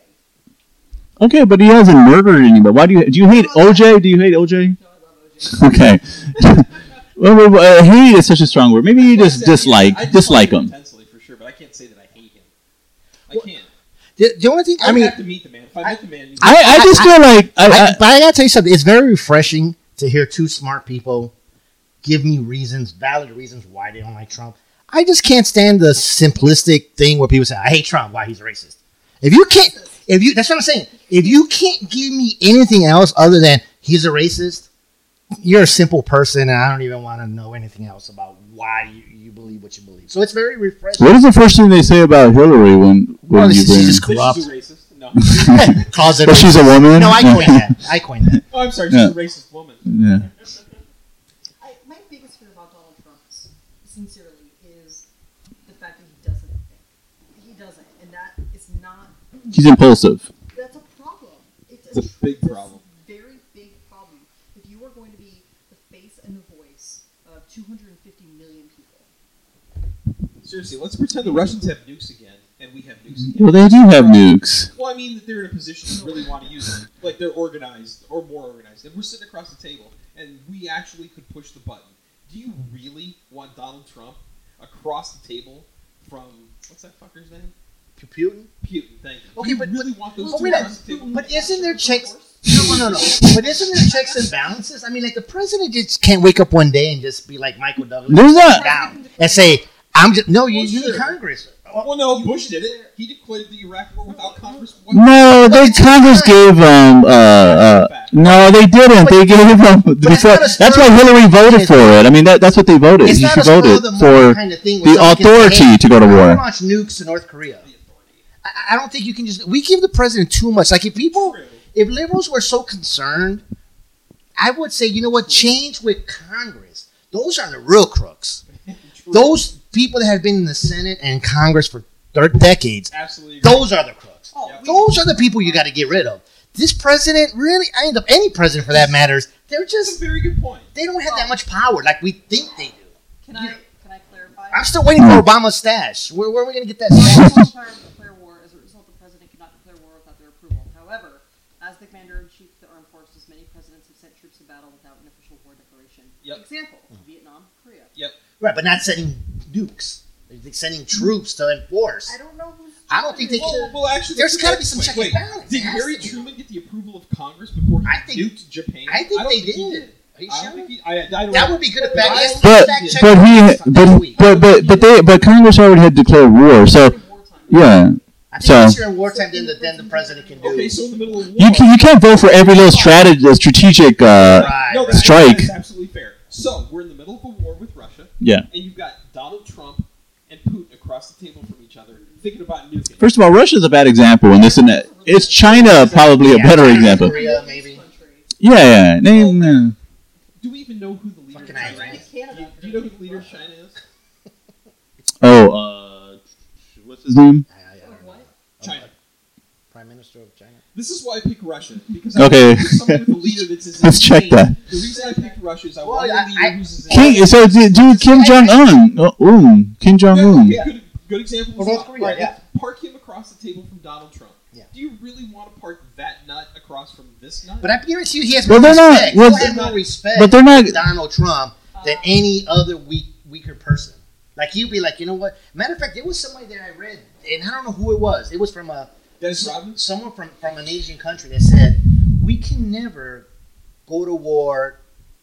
[SPEAKER 1] Okay, but he hasn't murdered anybody. Why do you do you hate OJ? Do you hate OJ?
[SPEAKER 3] No, I love OJ.
[SPEAKER 1] Okay. well, well, well, hate is such a strong word. Maybe you
[SPEAKER 2] Well, I
[SPEAKER 1] just
[SPEAKER 2] said,
[SPEAKER 1] dislike
[SPEAKER 2] I
[SPEAKER 1] dislike him.
[SPEAKER 2] intensely for sure, but I can't say that I hate him. I
[SPEAKER 4] Well,
[SPEAKER 2] can't.
[SPEAKER 4] The, the only thing
[SPEAKER 2] I,
[SPEAKER 4] I mean,
[SPEAKER 2] have to meet the man. If I, met the man,
[SPEAKER 1] I, I just feel like I,
[SPEAKER 4] I,
[SPEAKER 1] I,
[SPEAKER 4] but I gotta tell you something. It's very refreshing to hear two smart people give me reasons, valid reasons why they don't like Trump. I just can't stand the simplistic thing where people say, "I hate Trump. Why he's racist." If you can't, if you that's what I'm saying. If you can't give me anything else other than he's a racist, you're a simple person, and I don't even want to know anything else about why you, you believe what you believe. So it's very refreshing.
[SPEAKER 1] what is the first thing they say about Hillary when when
[SPEAKER 4] Well,
[SPEAKER 1] you
[SPEAKER 4] she's
[SPEAKER 1] bring?
[SPEAKER 4] just
[SPEAKER 2] That
[SPEAKER 4] corrupt.
[SPEAKER 2] she's a racist. No,
[SPEAKER 4] Closet
[SPEAKER 1] But she's a
[SPEAKER 4] racist.
[SPEAKER 1] woman.
[SPEAKER 4] No, I coined that. I coined that.
[SPEAKER 2] oh, I'm sorry. She's
[SPEAKER 1] Yeah.
[SPEAKER 2] a racist woman.
[SPEAKER 1] Yeah.
[SPEAKER 3] I, my biggest fear about Donald Trump, s- sincerely, is the fact that he doesn't think. He doesn't, and that is not.
[SPEAKER 1] He's impulsive.
[SPEAKER 3] That's a problem.
[SPEAKER 2] It's
[SPEAKER 3] It's,
[SPEAKER 2] a big
[SPEAKER 3] tr-
[SPEAKER 2] problem.
[SPEAKER 3] Very big problem. If you are going to be the face and the voice of 250 million people,
[SPEAKER 2] Seriously, let's pretend the Russians have nukes again, and we have nukes again.
[SPEAKER 1] Well, they do have nukes.
[SPEAKER 2] Well, I mean that they're in a position to really want to use them. Like they're organized or more organized. And we're sitting across the table and we actually could push the button. Do you really want Donald Trump, across the table from what's that fucker's name?
[SPEAKER 4] Putin.
[SPEAKER 2] Putin. Thank you.
[SPEAKER 4] Okay,
[SPEAKER 2] You
[SPEAKER 4] but-
[SPEAKER 2] really want those
[SPEAKER 4] but
[SPEAKER 2] two
[SPEAKER 4] wait a-
[SPEAKER 2] across the table?
[SPEAKER 4] But isn't there checks? No, no, no, no. But isn't there checks and balances? I mean, like the president just can't wake up one day and just be like Michael Douglas
[SPEAKER 1] There's not.
[SPEAKER 4] down and say, "I'm just no, you,
[SPEAKER 2] Well,
[SPEAKER 4] you the
[SPEAKER 2] sure.
[SPEAKER 4] Congress."
[SPEAKER 2] Well, no, Bush did it. He declared the Iraq War without Congress. What
[SPEAKER 1] No, the Congress gave um uh, uh no, they didn't. They gave them
[SPEAKER 4] it's
[SPEAKER 1] before.
[SPEAKER 4] not a
[SPEAKER 1] That's why
[SPEAKER 4] spur-
[SPEAKER 1] Hillary voted for it. I mean, that that's what they voted.
[SPEAKER 4] It's
[SPEAKER 1] She
[SPEAKER 4] not a spur of
[SPEAKER 1] voted
[SPEAKER 4] the moment
[SPEAKER 1] for
[SPEAKER 4] kind of thing. where
[SPEAKER 1] the
[SPEAKER 4] someone can say,
[SPEAKER 1] authority
[SPEAKER 4] "Hey,
[SPEAKER 1] to go to
[SPEAKER 4] we're gonna
[SPEAKER 1] war.
[SPEAKER 4] Launch nukes to North Korea. I, I don't think you can just. We give the president too much. Like if people,
[SPEAKER 2] True.
[SPEAKER 4] if liberals were so concerned, I would say, you know what? Change with Congress. Those are the real crooks.
[SPEAKER 2] True.
[SPEAKER 4] Those people that have been in the Senate and Congress for third decades.
[SPEAKER 2] absolutely. agree.
[SPEAKER 4] Those are the crooks.
[SPEAKER 3] Oh,
[SPEAKER 2] Yep.
[SPEAKER 3] we-
[SPEAKER 4] Those are the people you got to get rid of. This president, really, I end up any president for that matters. They're
[SPEAKER 2] That's a
[SPEAKER 4] just
[SPEAKER 2] very good point.
[SPEAKER 4] they don't have that much power like we think they do.
[SPEAKER 3] Can I can I clarify?
[SPEAKER 4] I'm still waiting for Obama's stash. Where, where are we gonna get that stash?
[SPEAKER 3] President Trump declare war. As a result, the president cannot declare war without their approval. However, as the commander in chief of the armed forces, many presidents have sent troops to battle without an official war declaration.
[SPEAKER 2] Yep.
[SPEAKER 3] Example:
[SPEAKER 4] Mm-hmm.
[SPEAKER 3] Vietnam, Korea.
[SPEAKER 4] right, but not sending nukes. They're sending troops to enforce.
[SPEAKER 3] I don't know who's.
[SPEAKER 4] I don't think they
[SPEAKER 2] Well,
[SPEAKER 4] can.
[SPEAKER 2] well, actually,
[SPEAKER 4] There's
[SPEAKER 2] wait,
[SPEAKER 4] gotta be some
[SPEAKER 2] wait,
[SPEAKER 4] check
[SPEAKER 2] wait.
[SPEAKER 4] and balance.
[SPEAKER 2] Did
[SPEAKER 4] There has
[SPEAKER 2] Harry
[SPEAKER 4] to be.
[SPEAKER 2] Truman get the approval of Congress before he
[SPEAKER 4] I think-
[SPEAKER 2] nuked Japan?
[SPEAKER 4] I think
[SPEAKER 2] don't
[SPEAKER 4] they
[SPEAKER 2] he
[SPEAKER 4] did. Are you
[SPEAKER 2] I
[SPEAKER 4] sure?
[SPEAKER 2] don't think he. I, I don't
[SPEAKER 4] That
[SPEAKER 2] know.
[SPEAKER 4] would be good. If
[SPEAKER 2] But I-
[SPEAKER 4] yes,
[SPEAKER 1] But
[SPEAKER 4] fact check
[SPEAKER 1] but he
[SPEAKER 4] this
[SPEAKER 1] but
[SPEAKER 4] week.
[SPEAKER 1] but but but they but Congress already had declared war. So
[SPEAKER 3] During wartime.
[SPEAKER 1] yeah,
[SPEAKER 4] I think
[SPEAKER 1] so-
[SPEAKER 4] once you're in wartime, then the, then the president can do.
[SPEAKER 2] Okay, so in the middle of war,
[SPEAKER 1] you can you can't vote for every little strategy, strategic. Uh,
[SPEAKER 4] Right,
[SPEAKER 2] no,
[SPEAKER 4] right.
[SPEAKER 2] that-
[SPEAKER 1] Strike.
[SPEAKER 2] That's absolutely fair. So we're in the middle of a war with Russia,
[SPEAKER 1] yeah.
[SPEAKER 2] and you've got Donald Trump and Putin across the table from each other, thinking about nuking.
[SPEAKER 1] First of all, Russia's a bad example, and this and that. It's China probably a
[SPEAKER 4] Yeah,
[SPEAKER 1] better
[SPEAKER 4] China's
[SPEAKER 1] example.
[SPEAKER 4] Korea,
[SPEAKER 3] This
[SPEAKER 4] maybe.
[SPEAKER 3] country.
[SPEAKER 1] Yeah, yeah.
[SPEAKER 4] Oh.
[SPEAKER 1] Name. Uh,
[SPEAKER 2] Do we even know who the leader
[SPEAKER 4] Fucking
[SPEAKER 2] of China
[SPEAKER 4] Iran.
[SPEAKER 2] is? Do you,
[SPEAKER 3] Canada.
[SPEAKER 2] do you know who the leader of China is?
[SPEAKER 1] Oh, uh, what's his name?
[SPEAKER 4] I- I- I don't know.
[SPEAKER 3] What?
[SPEAKER 4] Oh
[SPEAKER 2] China.
[SPEAKER 4] Prime Minister of China.
[SPEAKER 2] This is why I pick Russia because
[SPEAKER 1] Okay.
[SPEAKER 2] I want someone with a leader that's as
[SPEAKER 1] Let's check
[SPEAKER 2] insane. The reason I picked Russia is I
[SPEAKER 4] Well,
[SPEAKER 2] want a
[SPEAKER 4] I-
[SPEAKER 2] leader
[SPEAKER 4] I-
[SPEAKER 2] who's as
[SPEAKER 1] King.
[SPEAKER 2] insane.
[SPEAKER 1] So, d- dude, Kim Jong Un. Oh, um, Kim Jong Un.
[SPEAKER 2] Yeah, Good, good example. is
[SPEAKER 4] Well, North
[SPEAKER 2] Trump,
[SPEAKER 4] Korea,
[SPEAKER 2] right?
[SPEAKER 4] yeah.
[SPEAKER 2] Park him across the table from Donald Trump.
[SPEAKER 4] Yeah.
[SPEAKER 2] Do you really want to park that nut across from this nut?
[SPEAKER 4] But I guarantee you, he has
[SPEAKER 1] Well,
[SPEAKER 4] more
[SPEAKER 1] they're not-
[SPEAKER 4] respect.
[SPEAKER 1] well,
[SPEAKER 4] He'll have
[SPEAKER 2] they're
[SPEAKER 4] more
[SPEAKER 2] not-
[SPEAKER 4] respect.
[SPEAKER 1] but they're not-
[SPEAKER 4] for Donald Trump than any other weak, weaker person. Like he'd be like, you know what? Matter of fact, there was somebody that I read, and I don't know who it was. It was from a
[SPEAKER 2] Dennis Rodman.
[SPEAKER 4] someone from from an Asian country that said, we can never go to war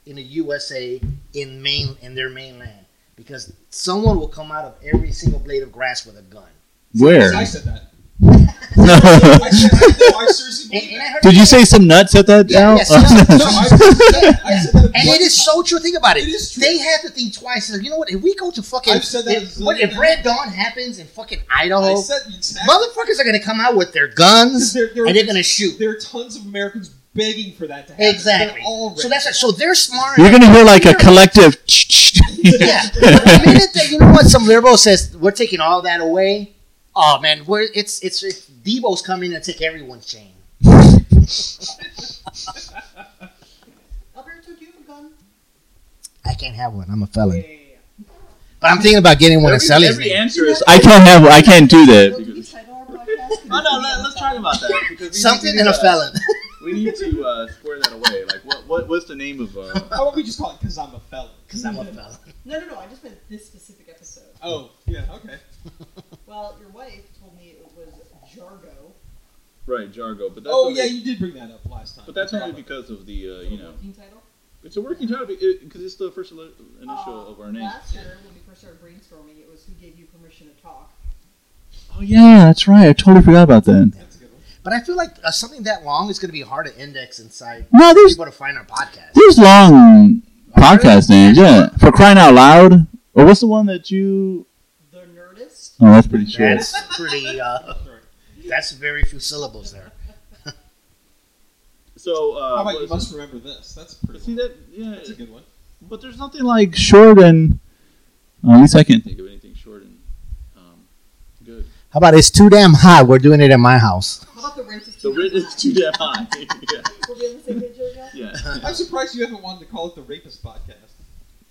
[SPEAKER 4] in the USA in main in their mainland because someone will come out of every single blade of grass with a gun.
[SPEAKER 1] Where?
[SPEAKER 2] I said that.
[SPEAKER 1] No.
[SPEAKER 2] I, said, I, no, I seriously
[SPEAKER 4] And,
[SPEAKER 2] believe
[SPEAKER 4] and I
[SPEAKER 2] that.
[SPEAKER 4] heard
[SPEAKER 1] Did you say some nuts at that?
[SPEAKER 4] Yeah,
[SPEAKER 1] Al?
[SPEAKER 4] yeah, some nuts.
[SPEAKER 2] No, I, said that. I said that.
[SPEAKER 4] And it is so true. Think about it.
[SPEAKER 2] It is true.
[SPEAKER 4] They have to think twice. Like, you know what? If we go to fucking,
[SPEAKER 2] I've said that a
[SPEAKER 4] if,
[SPEAKER 2] zillion
[SPEAKER 4] what, if
[SPEAKER 2] times.
[SPEAKER 4] Red Dawn happens in fucking Idaho,
[SPEAKER 2] I said exactly.
[SPEAKER 4] motherfuckers are gonna come out with their guns
[SPEAKER 2] There- there-
[SPEAKER 4] and they're gonna shoot.
[SPEAKER 2] There are tons of Americans begging for that to happen.
[SPEAKER 4] Exactly.
[SPEAKER 2] They're all
[SPEAKER 4] So
[SPEAKER 2] ready.
[SPEAKER 4] that's it. So they're smart.
[SPEAKER 1] You're gonna hear like a collective.
[SPEAKER 4] yeah. the minute that you know what some liberal says, we're taking all that away. Oh man, we're it's it's, it's Debo's coming to take everyone's chain.
[SPEAKER 3] Alberto, do you have a gun?
[SPEAKER 4] I can't have one. I'm a
[SPEAKER 3] Yeah,
[SPEAKER 4] felon.
[SPEAKER 3] yeah, yeah.
[SPEAKER 4] But I'm thinking about getting one and selling it.
[SPEAKER 1] answer is I can't have. I can't do
[SPEAKER 3] Well, do we
[SPEAKER 1] that.
[SPEAKER 3] title our podcast?
[SPEAKER 1] Oh, about that. Because
[SPEAKER 4] Something and a felon.
[SPEAKER 1] We need to uh, square that away. Like, what, what what's the name of? Uh...
[SPEAKER 2] How about we just call it because I'm a felon?
[SPEAKER 4] Because I'm a felon.
[SPEAKER 3] No, no, no. I just meant this specific episode.
[SPEAKER 2] Oh, yeah, okay.
[SPEAKER 3] Well, your wife told me it was Jargo.
[SPEAKER 1] Right, Jargo. But
[SPEAKER 2] oh, yeah, you did bring that up last time.
[SPEAKER 1] because of the uh,
[SPEAKER 3] Working title.
[SPEAKER 1] it's a working title because it's the first initial
[SPEAKER 3] Uh, Last year, when we first started brainstorming, it was who gave you permission to talk.
[SPEAKER 1] Oh yeah, that's right. I totally forgot about that.
[SPEAKER 2] That's a good one.
[SPEAKER 4] But I feel like uh, something that long is going to be hard to index inside
[SPEAKER 1] No, there's
[SPEAKER 4] people to find our podcast.
[SPEAKER 1] There's long podcast names, yeah. For crying out loud, or what's the one that you?
[SPEAKER 3] The Nerdist.
[SPEAKER 1] Oh, that's pretty short.
[SPEAKER 4] That's pretty. Uh,
[SPEAKER 2] That's all right.
[SPEAKER 4] that's very few syllables there.
[SPEAKER 1] So, uh,
[SPEAKER 2] How about you must remember this? That's pretty good.
[SPEAKER 1] that? Yeah,
[SPEAKER 2] That's a good one.
[SPEAKER 1] but there's nothing like short and. Oh, at least I can't think of anything short and um, good.
[SPEAKER 4] How about it's too damn hot? We're doing it at my house.
[SPEAKER 3] How about the rent is
[SPEAKER 1] The
[SPEAKER 3] too
[SPEAKER 1] writ is too damn high.
[SPEAKER 3] Were we on the same page, Jojo?
[SPEAKER 1] yeah.
[SPEAKER 2] I'm surprised you haven't wanted to call it the Rapist Podcast.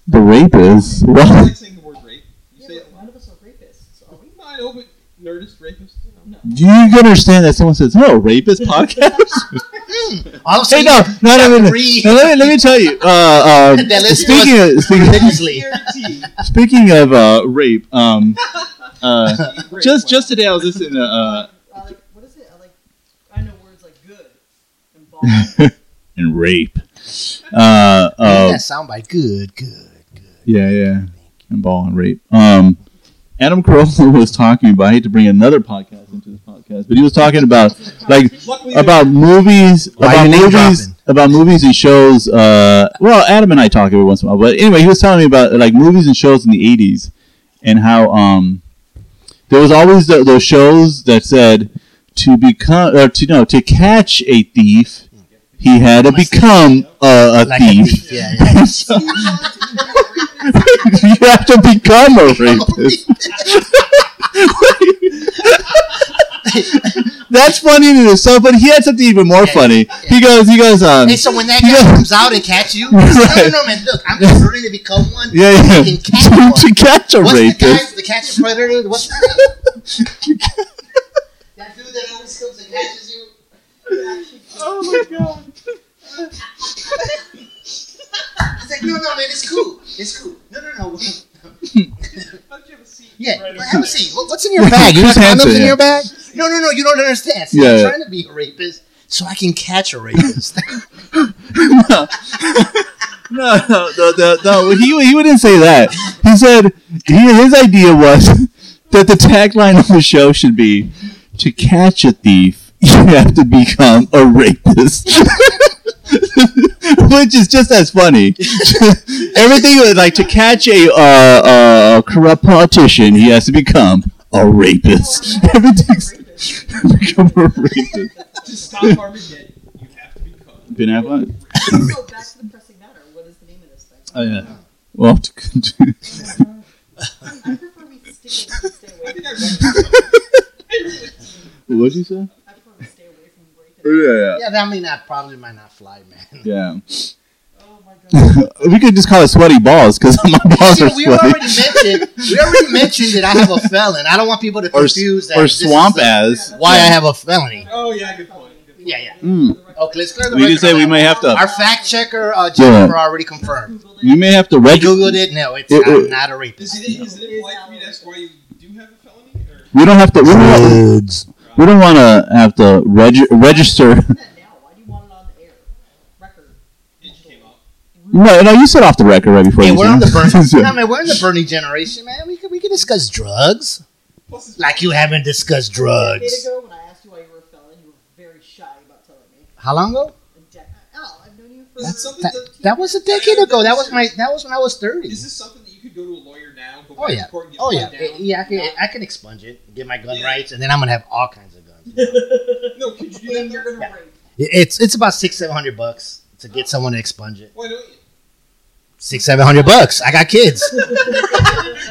[SPEAKER 1] The rape is.
[SPEAKER 2] I
[SPEAKER 1] What?
[SPEAKER 2] like saying the word rape. You
[SPEAKER 3] Yeah,
[SPEAKER 2] say it.
[SPEAKER 3] but none of us are rapists, are we?
[SPEAKER 2] I know, but nerdist, rapist, you know.
[SPEAKER 3] No.
[SPEAKER 1] Do you understand that someone says, "No, rapist podcast"?
[SPEAKER 4] Hmm. I'll
[SPEAKER 1] hey, no, no, no, no, no.
[SPEAKER 4] Three.
[SPEAKER 1] No, let, me, let me tell you. Uh, um,
[SPEAKER 4] That list
[SPEAKER 1] speaking of, speaking of,
[SPEAKER 4] religiously.
[SPEAKER 2] Guarantee.
[SPEAKER 1] speaking of uh, rape, um, uh,
[SPEAKER 2] Great
[SPEAKER 1] just
[SPEAKER 2] one.
[SPEAKER 1] just today I was listening to uh,
[SPEAKER 3] I like, what is it? I like, I know words like good and bald.
[SPEAKER 1] and rape. Uh, uh,
[SPEAKER 4] that soundbite. Good, good, good.
[SPEAKER 1] Yeah, yeah. And ball and rape. Um, Adam Carolla was talking about, I hate to bring another podcast into this podcast, but he was talking about, like,
[SPEAKER 2] Luckily,
[SPEAKER 1] about movies,
[SPEAKER 4] Why
[SPEAKER 1] about
[SPEAKER 4] you name
[SPEAKER 1] movies,
[SPEAKER 4] dropping?
[SPEAKER 1] about movies and shows. Uh, well, Adam and I talk every once in a while, but anyway, he was telling me about like movies and shows in the '80s and how um, there was always tho- those shows that said to become or to no to catch a thief, he had to become a, a
[SPEAKER 4] Like a
[SPEAKER 1] thief.
[SPEAKER 4] thief. Yeah, yeah.
[SPEAKER 1] So- you have to become a rapist. That's funny to itself, but he had something even more
[SPEAKER 4] Yeah,
[SPEAKER 1] funny. He goes, he goes, um,
[SPEAKER 4] Hey, so when that guy comes out and catch you, no, no, no, man, look, I'm converting to become one.
[SPEAKER 1] yeah, yeah,
[SPEAKER 4] You can catch one.
[SPEAKER 1] to catch a
[SPEAKER 4] What's the
[SPEAKER 1] rapist.
[SPEAKER 4] guy? The catch predator? What's that? that dude that always comes and catches you.
[SPEAKER 2] oh my god!
[SPEAKER 4] It's like, no, no, man, it's cool. It's cool. No, no, no.
[SPEAKER 2] Why don't you have a seat?
[SPEAKER 4] Yeah,
[SPEAKER 2] Right
[SPEAKER 4] have
[SPEAKER 2] over
[SPEAKER 4] a seat. What- What's in your bag?
[SPEAKER 1] bag?
[SPEAKER 4] You
[SPEAKER 1] You
[SPEAKER 4] got
[SPEAKER 1] got
[SPEAKER 4] condoms
[SPEAKER 1] condoms
[SPEAKER 4] in
[SPEAKER 1] yeah.
[SPEAKER 4] your bag? No, no, no. You don't understand. See, I'm
[SPEAKER 1] Yeah.
[SPEAKER 4] trying to be a rapist so I can catch a rapist.
[SPEAKER 1] No, no, no, no, no. He, he wouldn't say that. He said he, his idea was that the tagline of the show should be to catch a thief, you have to become a rapist. Which is just as funny. Everything was like to catch a uh, uh, corrupt politician, he has to become a rapist. Everything's become a rapist.
[SPEAKER 2] To stop Armageddon, you have to become.
[SPEAKER 1] Been have fun.
[SPEAKER 3] so back to the pressing matter. What is the name of this thing?
[SPEAKER 1] Oh yeah. Well, to,
[SPEAKER 3] I prefer we stick away, stay
[SPEAKER 2] I
[SPEAKER 3] away.
[SPEAKER 2] think I read this.
[SPEAKER 1] what did you say?
[SPEAKER 3] I prefer we stay away from
[SPEAKER 1] Yeah,
[SPEAKER 3] breaking.
[SPEAKER 1] yeah.
[SPEAKER 4] yeah, that may not probably might not fly, man.
[SPEAKER 1] Yeah.
[SPEAKER 3] Oh my god.
[SPEAKER 1] we could just call it sweaty balls because my balls
[SPEAKER 4] See,
[SPEAKER 1] are
[SPEAKER 4] we
[SPEAKER 1] sweaty.
[SPEAKER 4] already mentioned. We already mentioned that I have a felon. I don't want people to
[SPEAKER 1] Or,
[SPEAKER 4] confuse that.
[SPEAKER 1] or
[SPEAKER 4] this is
[SPEAKER 1] swamp
[SPEAKER 4] a-
[SPEAKER 1] ass.
[SPEAKER 4] Why I have a felony?
[SPEAKER 2] Oh yeah, good point. Good point.
[SPEAKER 4] Yeah, yeah.
[SPEAKER 1] Mm.
[SPEAKER 4] Okay, let's clear the
[SPEAKER 1] We
[SPEAKER 4] record
[SPEAKER 1] did say
[SPEAKER 4] on
[SPEAKER 1] we
[SPEAKER 4] that
[SPEAKER 1] may have
[SPEAKER 4] one.
[SPEAKER 1] to.
[SPEAKER 4] Our fact checker, uh,
[SPEAKER 1] Yeah.
[SPEAKER 4] Jennifer, already confirmed.
[SPEAKER 3] Googled
[SPEAKER 1] We
[SPEAKER 3] it.
[SPEAKER 1] may have to
[SPEAKER 4] I
[SPEAKER 1] reg-
[SPEAKER 4] googled it. No, it's
[SPEAKER 1] It-
[SPEAKER 4] not,
[SPEAKER 1] it-
[SPEAKER 4] not a
[SPEAKER 2] Is
[SPEAKER 4] rapist.
[SPEAKER 2] it is it impolite for me to ask why you do have a felony? Or
[SPEAKER 1] We don't have to. We don't, we don't want to have to reg- register.
[SPEAKER 3] Why do you want that now? Why do you want it on the air? Record.
[SPEAKER 2] it just came out?
[SPEAKER 1] No, no, you said off the record right before.
[SPEAKER 4] Yeah,
[SPEAKER 1] you
[SPEAKER 4] we're on the
[SPEAKER 1] said-
[SPEAKER 4] Bernie. no, man, we're in the Bernie generation, man. We can we can discuss drugs
[SPEAKER 2] Plus, it's
[SPEAKER 4] like you haven't discussed
[SPEAKER 3] A decade
[SPEAKER 4] drugs.
[SPEAKER 3] ago, when I asked you why you were a felon, you were very shy about telling me.
[SPEAKER 4] How long ago?
[SPEAKER 3] A dec- Oh, I've known you for.
[SPEAKER 2] Is it something
[SPEAKER 4] That,
[SPEAKER 2] that,
[SPEAKER 4] that was a decade ago. That was my that was when I was thirty.
[SPEAKER 2] is this something that you could go to a lawyer now? Go
[SPEAKER 4] Oh
[SPEAKER 2] back
[SPEAKER 4] yeah.
[SPEAKER 2] to court and get
[SPEAKER 4] Oh yeah.
[SPEAKER 2] pled
[SPEAKER 4] Eh,
[SPEAKER 2] down?
[SPEAKER 4] Yeah, I can I can expunge it, get my gun rights, and then I'm gonna have all kinds of guns.
[SPEAKER 2] No, could you do that?
[SPEAKER 3] And you're gonna rape.
[SPEAKER 4] It- It's it's about six seven hundred bucks to get someone to expunge it.
[SPEAKER 2] Why don't you?
[SPEAKER 4] Six seven hundred bucks. I got kids.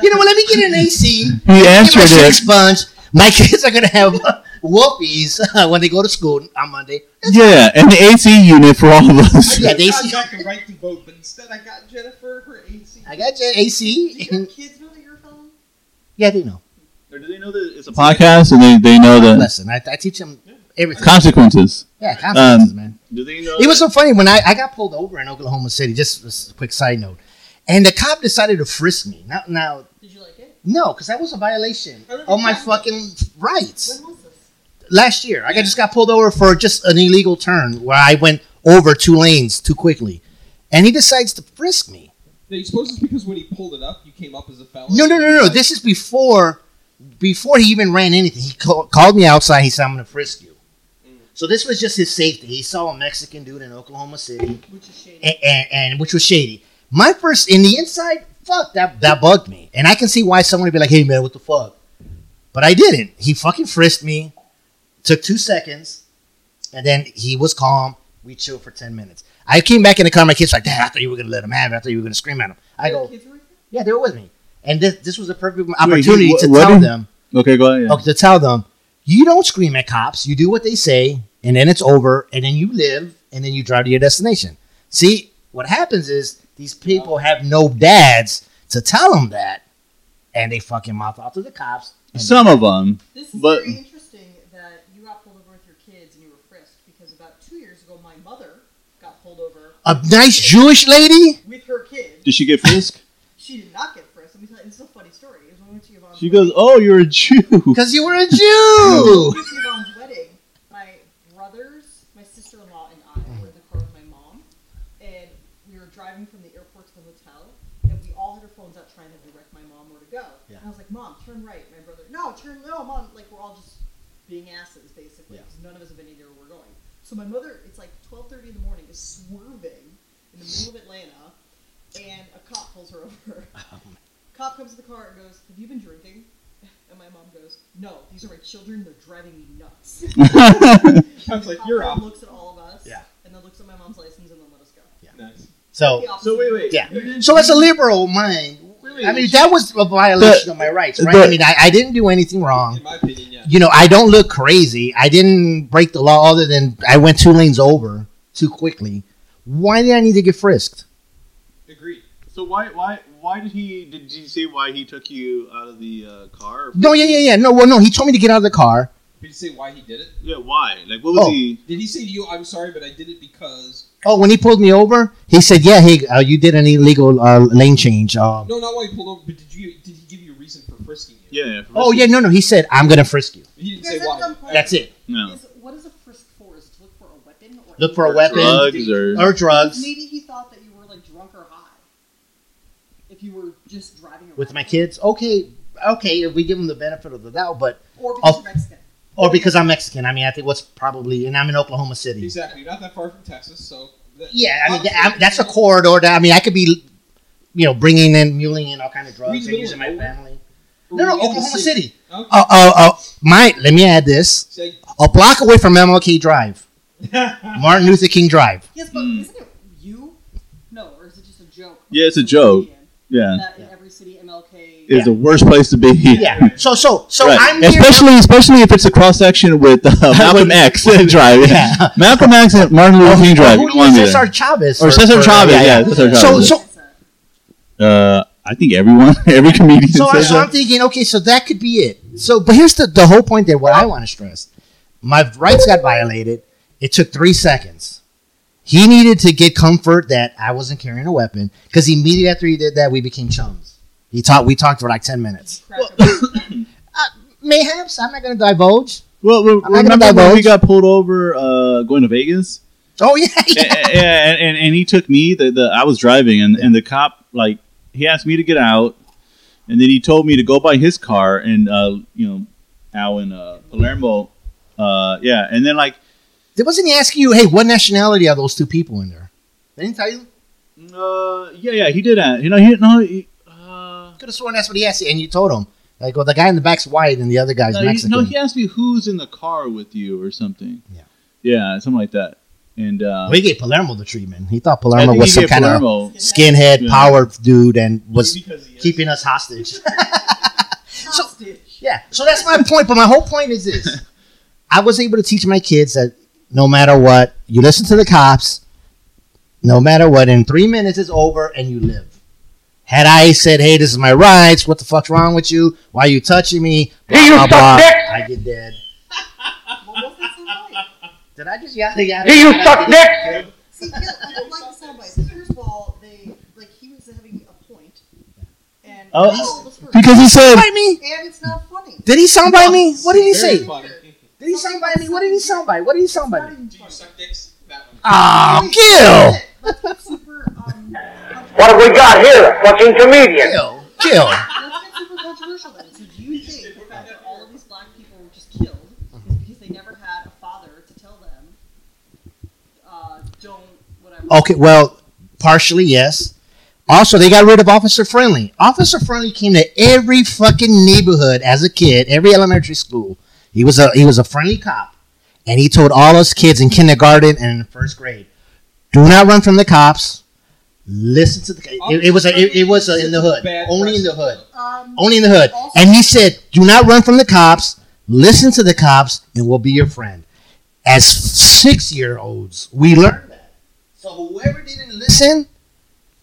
[SPEAKER 4] you know what? Let me get an AC.
[SPEAKER 1] He
[SPEAKER 4] Get my
[SPEAKER 1] answered
[SPEAKER 4] shit
[SPEAKER 1] it.
[SPEAKER 4] expunged. My kids are gonna have whoopies uh, when they go to school on Monday.
[SPEAKER 1] Yeah, and the AC unit for all of us.
[SPEAKER 4] Yeah,
[SPEAKER 2] I
[SPEAKER 4] they
[SPEAKER 2] got
[SPEAKER 4] see-
[SPEAKER 2] back the right to vote, but instead I got Jennifer her AC.
[SPEAKER 4] I got your
[SPEAKER 3] Do
[SPEAKER 4] AC.
[SPEAKER 3] your kids know that you're a felon?
[SPEAKER 4] yeah, they know.
[SPEAKER 1] Or do they know that it's a podcast and they, they know the
[SPEAKER 4] Listen, I, I teach them everything.
[SPEAKER 1] consequences?
[SPEAKER 4] Yeah, consequences, man.
[SPEAKER 1] Do they know?
[SPEAKER 4] It was so funny when I, I got pulled over in Oklahoma City. Just, just a quick side note, and the cop decided to frisk me. Now, now,
[SPEAKER 3] Did you like it?
[SPEAKER 4] no, because that was a violation of my fucking rights.
[SPEAKER 3] When was this?
[SPEAKER 4] Last year, I got- just got pulled over for just an illegal turn where I went over two lanes too quickly, and he decides to frisk me.
[SPEAKER 2] Now you suppose it's because when he pulled it up, you came up as a felon.
[SPEAKER 4] No, no, no, no. This is before, before he even ran anything. He call, called me outside. He said, "I'm going to frisk you." So this was just his safety. He saw a Mexican dude in Oklahoma City.
[SPEAKER 3] Which is shady.
[SPEAKER 4] and, and, and which was shady. My first in the inside, fuck that that bugged me, and I can see why someone would be like, "Hey man, what the fuck?" But I didn't. He fucking frisked me, took two seconds, and then he was calm. We chilled for ten minutes. I came back in the car. My kids were like, "Dad, I thought you were gonna let him have. it. I thought you were gonna scream at him." I
[SPEAKER 3] Your
[SPEAKER 4] go,
[SPEAKER 3] kids were with you?
[SPEAKER 4] "Yeah, they were with me." And this, this was a perfect
[SPEAKER 1] he-
[SPEAKER 4] opportunity
[SPEAKER 1] wha-
[SPEAKER 4] to
[SPEAKER 1] what
[SPEAKER 4] tell
[SPEAKER 1] did-
[SPEAKER 4] them,
[SPEAKER 1] Okay, go ahead. yeah.
[SPEAKER 4] okay, to tell them, you don't scream at cops. You do what they say, and then it's over, and then you live, and then you drive to your destination. See, what happens is these people have no dads to tell them that, and they fucking mouth off to the cops. And
[SPEAKER 1] Some of them.
[SPEAKER 3] This is
[SPEAKER 1] But-
[SPEAKER 3] very interesting
[SPEAKER 6] you got pulled over with your kids and you were frisked because about two years ago, my mother got pulled over
[SPEAKER 4] A nice Jewish lady?
[SPEAKER 6] with her kid.
[SPEAKER 7] Did she get frisked?
[SPEAKER 6] She did not get frisked. Let me tell you, it's a funny story. It was when we went to Yvonne's
[SPEAKER 7] She goes, "Oh, you're a Jew."
[SPEAKER 4] Because you were a Jew.
[SPEAKER 6] Chrissy Vaughn's wedding, my brothers, my sister in law, and I were in the car with my mom, and we were driving from the airport to the hotel, and we all had our phones out trying to direct my mom where to go.
[SPEAKER 4] Yeah.
[SPEAKER 6] And I was like, Mom, turn right. My brother, No, turn no, Mom. Like, we're all just being asses, basically,
[SPEAKER 4] Yeah.
[SPEAKER 6] 'cause none of us have any idea where we're going. So my mother, it's like 12.30 in the morning, is swerving in the middle of Atlanta, and a cop pulls her over.
[SPEAKER 4] Oh,
[SPEAKER 6] Cop comes to the car and goes, Have you been drinking? And my mom goes, No, these are my children. They're driving me nuts.
[SPEAKER 2] Sounds like
[SPEAKER 6] Cop
[SPEAKER 2] you're
[SPEAKER 6] then
[SPEAKER 2] up.
[SPEAKER 6] looks at all of us.
[SPEAKER 4] Yeah.
[SPEAKER 6] And then looks at my mom's license and then let us go.
[SPEAKER 2] Nice.
[SPEAKER 4] So,
[SPEAKER 6] The officer-
[SPEAKER 2] Oh, So wait, wait.
[SPEAKER 4] Yeah.
[SPEAKER 2] You didn't-
[SPEAKER 4] so as a liberal mind,
[SPEAKER 2] wait, wait,
[SPEAKER 4] I mean,
[SPEAKER 2] you-
[SPEAKER 4] that was a violation
[SPEAKER 7] But-
[SPEAKER 4] of my rights, right?
[SPEAKER 7] but-
[SPEAKER 4] I mean, I, I didn't do anything wrong.
[SPEAKER 2] in my opinion, yeah.
[SPEAKER 4] You know, I don't look crazy. I didn't break the law other than I went two lanes over too quickly. Why did I need to get frisked?
[SPEAKER 2] Agreed.
[SPEAKER 7] So why why why did he did you say why he took you out of the uh, car?
[SPEAKER 4] No, yeah, yeah, yeah. No, well, no. He told me to get out of the car.
[SPEAKER 2] Did he say why he did it?
[SPEAKER 7] Yeah, why? Like what was
[SPEAKER 4] Oh.
[SPEAKER 7] he?
[SPEAKER 2] Did he say to you, "I'm sorry, but I did it because"?
[SPEAKER 4] Oh, when he pulled me over, he said, "Yeah, hey, uh, you did an illegal uh, lane change." Um,
[SPEAKER 2] No, not why he pulled over. But did you? Did he give you a reason for frisking you?
[SPEAKER 7] Yeah. yeah for
[SPEAKER 4] oh, yeah, no, no. He said, "I'm gonna frisk you."
[SPEAKER 2] He didn't
[SPEAKER 6] Because
[SPEAKER 2] say
[SPEAKER 6] at
[SPEAKER 2] why.
[SPEAKER 6] some point-
[SPEAKER 4] That's it.
[SPEAKER 7] No.
[SPEAKER 6] Is, what is a frisk for? Is to look for a weapon? Or
[SPEAKER 4] Look for a weapon.
[SPEAKER 7] Drugs or-
[SPEAKER 4] Or drugs
[SPEAKER 6] Maybe he thought that you were like drunk or high. If you were just driving around.
[SPEAKER 4] with my kids. Okay, okay. If we give him the benefit of the doubt, but
[SPEAKER 6] Or because
[SPEAKER 4] Oh.
[SPEAKER 6] you're Mexican.
[SPEAKER 4] or because I'm Mexican, I mean, I think what's probably, and I'm in Oklahoma City.
[SPEAKER 2] Exactly. You're not that far from Texas, so. That,
[SPEAKER 4] Yeah, I mean,
[SPEAKER 2] Obviously,
[SPEAKER 4] I'm, that's a corridor. That, I mean, I could be, you know, bringing in, muling in all kind of
[SPEAKER 2] We
[SPEAKER 4] drugs
[SPEAKER 2] do
[SPEAKER 4] and using my
[SPEAKER 2] it.
[SPEAKER 4] family.
[SPEAKER 2] we're
[SPEAKER 4] No, no,
[SPEAKER 2] in the
[SPEAKER 4] Oklahoma City.
[SPEAKER 2] Okay.
[SPEAKER 4] Uh, uh, uh, my, let me add this:
[SPEAKER 2] Say,
[SPEAKER 4] a block away from MLK Drive, Martin Luther King Drive.
[SPEAKER 6] Yes, but
[SPEAKER 7] Mm.
[SPEAKER 6] isn't it you? No, or is it just a joke?
[SPEAKER 7] Yeah, it's a joke.
[SPEAKER 6] Comedian
[SPEAKER 7] Yeah.
[SPEAKER 6] That in
[SPEAKER 4] Yeah.
[SPEAKER 6] every city, MLK.
[SPEAKER 7] It's the worst place to be.
[SPEAKER 4] Yeah. So, so, so
[SPEAKER 7] Right.
[SPEAKER 4] I'm near-
[SPEAKER 7] especially especially if it's a cross section with uh, Malcolm X Drive.
[SPEAKER 4] Yeah. Oh,
[SPEAKER 7] Malcolm X and Martin Luther King Drive. You
[SPEAKER 4] Who
[SPEAKER 7] don't wanna
[SPEAKER 4] was
[SPEAKER 7] be there.
[SPEAKER 4] Cesar Chavez?
[SPEAKER 7] Or Cesar Chavez, yeah, Cesar
[SPEAKER 4] So,
[SPEAKER 7] Chavez.
[SPEAKER 4] so,
[SPEAKER 7] Uh, I think everyone, every comedian
[SPEAKER 4] so, I,
[SPEAKER 7] says
[SPEAKER 4] so I'm
[SPEAKER 7] that.
[SPEAKER 4] thinking, okay, so that could be it. So, but here's the, the whole point that what I want to stress: my rights got violated. It took three seconds. He needed to get comfort that I wasn't carrying a weapon because immediately after he did that, we became chums. He talked. We talked for like ten minutes. Uh, Mayhaps I'm not going to divulge.
[SPEAKER 7] Well, well
[SPEAKER 4] I'm not gonna
[SPEAKER 7] remember when
[SPEAKER 4] divulge.
[SPEAKER 7] we got pulled over uh, going to Vegas?
[SPEAKER 4] Oh yeah,
[SPEAKER 7] yeah,
[SPEAKER 4] yeah.
[SPEAKER 7] and, and, and he took me. The, the I was driving, and, and the cop like he asked me to get out, and then he told me to go by his car, and uh, you know, Al in uh, Palermo, uh, yeah, and then like
[SPEAKER 4] wasn't he asking you, hey, what nationality are those two people in there? They didn't tell you.
[SPEAKER 7] uh, yeah, yeah, he did that. You know, he no, he, uh,
[SPEAKER 4] Could have sworn that's what he asked you, and you told him. Like, well, the guy in the back's white, and the other guy's
[SPEAKER 7] no, he,
[SPEAKER 4] Mexican.
[SPEAKER 7] no, he asked me who's in the car with you or something.
[SPEAKER 4] Yeah.
[SPEAKER 7] yeah, something like that, and uh,
[SPEAKER 4] We gave Palermo the treatment. He thought
[SPEAKER 7] I
[SPEAKER 4] Palermo
[SPEAKER 7] think
[SPEAKER 4] was
[SPEAKER 7] he
[SPEAKER 4] some
[SPEAKER 7] gave
[SPEAKER 4] kind of
[SPEAKER 7] Palermo.
[SPEAKER 4] skinhead,
[SPEAKER 7] Yeah.
[SPEAKER 4] powered dude, and was
[SPEAKER 2] because he is.
[SPEAKER 4] keeping us hostage.
[SPEAKER 6] So, Hostage.
[SPEAKER 4] yeah, so that's my point. But my whole point is this: I was able to teach my kids that no matter what, you listen to the cops. No matter what, in three minutes it's over, and you live. Had I said, "Hey, this is my rights. What the fuck's wrong with you? Why are you touching me?" Blah, blah, blah. I get dead.
[SPEAKER 6] What was that sound like?
[SPEAKER 4] Did I just yada yada? you suck
[SPEAKER 6] See, yeah, I don't like the sound bites. First of all, they like he was having a point, and
[SPEAKER 7] Oh,
[SPEAKER 6] all of us were-
[SPEAKER 7] Because he said,
[SPEAKER 4] by me?
[SPEAKER 6] and it's not funny.
[SPEAKER 4] Did he sound by me? What did he
[SPEAKER 2] Very
[SPEAKER 4] say?
[SPEAKER 2] funny.
[SPEAKER 4] Did he sound by me? What did he sound by? What did he sound by? me?
[SPEAKER 2] Do you suck dicks? That one.
[SPEAKER 4] Oh,
[SPEAKER 6] Kill.
[SPEAKER 4] kill!
[SPEAKER 6] Super, um,
[SPEAKER 8] What have we got here? A fucking comedian.
[SPEAKER 4] Kill! Kill!
[SPEAKER 6] Let's get super controversial then. So do you think the fact that all of these black people were just killed
[SPEAKER 4] Mm-hmm.
[SPEAKER 6] is because they never had a father to tell them, uh, don't whatever?
[SPEAKER 4] Okay, well, partially yes. Also, they got rid of Officer Friendly. Officer Friendly came to every fucking neighborhood as a kid, every elementary school. He was a he was a friendly cop, and he told all us kids in kindergarten and in first grade, "Do not run from the cops. Listen to the." It, it was a, it, it was a, in the hood, only in the hood.
[SPEAKER 6] Um,
[SPEAKER 4] only in the hood. And he said, "Do not run from the cops. Listen to the cops, and we'll be your friend." As six-year-olds, we learned that. So whoever didn't listen,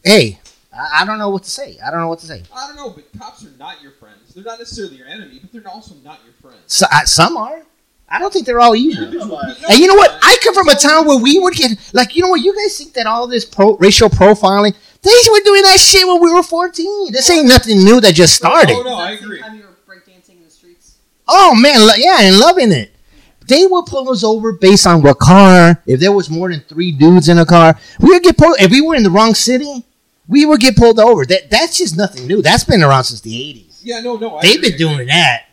[SPEAKER 4] hey, I, I don't know what to say. I don't know what to say.
[SPEAKER 2] I don't know, but cops are not your friends. They're not necessarily your enemy, but they're also not your friends.
[SPEAKER 4] So, I, some are. I don't think they're all evil.
[SPEAKER 2] No,
[SPEAKER 4] And you know what? I come from a town where we would get like, you know what? You guys think that all this pro- racial profiling? They were doing that shit when we were fourteen. This ain't nothing new that just
[SPEAKER 2] Oh,
[SPEAKER 4] started.
[SPEAKER 2] no, I
[SPEAKER 6] Is that the
[SPEAKER 2] agree.
[SPEAKER 6] Time you were breakdancing in the streets.
[SPEAKER 4] Oh man, lo- yeah, and loving it. They would pull us over based on what car. If there was more than three dudes in a car, we would get pulled. If we were in the wrong city, we would get pulled over. That that's just nothing new. That's been around since the eighties.
[SPEAKER 2] yeah, no, no. I
[SPEAKER 4] They've
[SPEAKER 2] agree.
[SPEAKER 4] been doing that,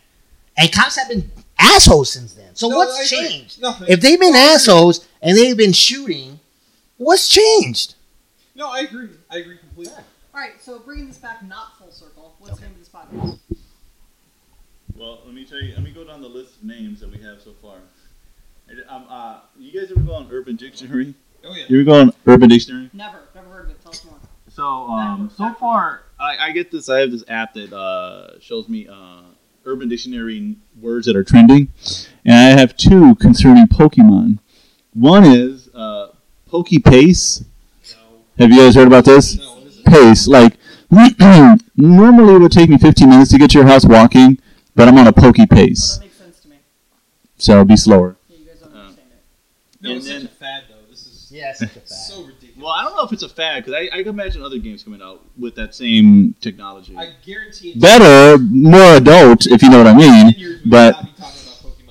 [SPEAKER 4] and cops have been assholes since then. So
[SPEAKER 2] No, I
[SPEAKER 4] what's
[SPEAKER 2] agree.
[SPEAKER 4] changed?
[SPEAKER 2] Nothing.
[SPEAKER 4] if they've been assholes and they've been shooting, what's changed?
[SPEAKER 2] no, I agree. I agree completely.
[SPEAKER 6] All right, so bringing this back not full circle. What's the name of this podcast?
[SPEAKER 1] Well, let me tell you. Let me go down the list of names that we have so far. And, Um, uh, you guys ever go on Urban Dictionary?
[SPEAKER 2] Oh yeah.
[SPEAKER 1] You ever go on Urban Dictionary?
[SPEAKER 6] Never, never heard of it. Tell us more.
[SPEAKER 1] So, um, so far, I, I get this. I have this app that uh, shows me uh, Urban Dictionary words that are trending, and I have two concerning Pokemon. One is uh, Pokepace. Have you guys heard about this?
[SPEAKER 2] No, what is it?
[SPEAKER 1] Pace, like normally it would take me 15 minutes to get to your house walking, but I'm on a Poke
[SPEAKER 6] Oh,
[SPEAKER 1] Pace,
[SPEAKER 6] that makes sense to me.
[SPEAKER 1] so it'll be slower.
[SPEAKER 6] Yeah, you guys don't
[SPEAKER 1] Um,
[SPEAKER 6] understand it.
[SPEAKER 2] No,
[SPEAKER 1] And
[SPEAKER 2] it's
[SPEAKER 1] then-
[SPEAKER 2] such a fad though. This is
[SPEAKER 4] Yes, it's a
[SPEAKER 2] so ridiculous.
[SPEAKER 1] Well, I don't know if it's a fad because I, I can imagine other games coming out with that same technology.
[SPEAKER 2] I guarantee. in
[SPEAKER 1] Better, more adult, if you know what I mean.
[SPEAKER 2] 10 years, we will
[SPEAKER 1] but-
[SPEAKER 2] not be talking about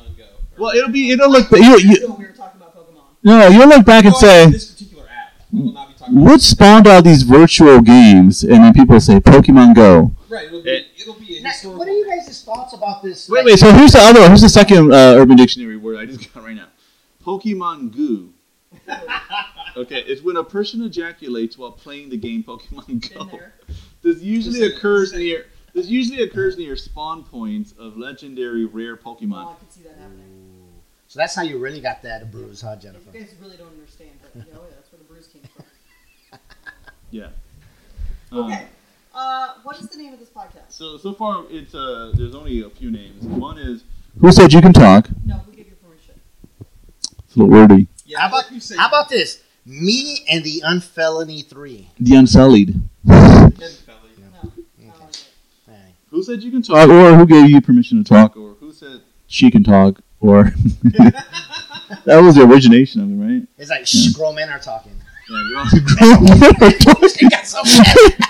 [SPEAKER 2] Pokemon Go.
[SPEAKER 1] Well, it'll be it'll look you, you
[SPEAKER 6] So we were talking about Pokemon.
[SPEAKER 1] no you'll look back and
[SPEAKER 2] No,
[SPEAKER 1] say
[SPEAKER 2] this particular app. we will not be talking
[SPEAKER 1] what spawned all these virtual games, and then people say Pokemon Go.
[SPEAKER 2] about Right. It'll be.
[SPEAKER 1] It-
[SPEAKER 2] it'll be a
[SPEAKER 4] Now,
[SPEAKER 2] historical.
[SPEAKER 4] what are you guys' thoughts about this?
[SPEAKER 1] Wait,
[SPEAKER 4] like-
[SPEAKER 1] wait. So here's the other one. Here's the second uh, Urban Dictionary word I just got right now. Pokemon Goo. okay, it's when a person ejaculates while playing the game Pokemon
[SPEAKER 6] Been
[SPEAKER 1] Go.
[SPEAKER 6] there.
[SPEAKER 1] This usually
[SPEAKER 2] Just saying,
[SPEAKER 1] occurs
[SPEAKER 2] just saying.
[SPEAKER 1] near. This usually occurs near spawn points of legendary rare
[SPEAKER 6] Oh, I
[SPEAKER 1] Pokemon.
[SPEAKER 6] could see that happening.
[SPEAKER 4] So that's how you really got that bruise, huh,
[SPEAKER 6] You
[SPEAKER 4] Jennifer?
[SPEAKER 6] guys really don't understand, but you know, that's where the bruise came from.
[SPEAKER 1] Yeah. Um,
[SPEAKER 6] Oh, Okay. Uh, what is the name of this podcast?
[SPEAKER 1] so so far it's uh there's only a few names. One is. Who said you can talk?
[SPEAKER 6] No, who gave you permission?
[SPEAKER 1] It's a little wordy.
[SPEAKER 2] Yeah,
[SPEAKER 4] How about
[SPEAKER 2] like you say,
[SPEAKER 4] how about this? Me and the unfelony three.
[SPEAKER 1] The Unsullied.
[SPEAKER 2] Ken Felly.
[SPEAKER 6] No. I don't like it.
[SPEAKER 4] Alright.
[SPEAKER 1] Who said you can talk? Uh, Or who gave you permission to talk? Or who said she can talk? Or that was the origination of it, right?
[SPEAKER 4] It's like shh, grown men are talking.
[SPEAKER 1] Yeah, you're
[SPEAKER 4] It got so mad.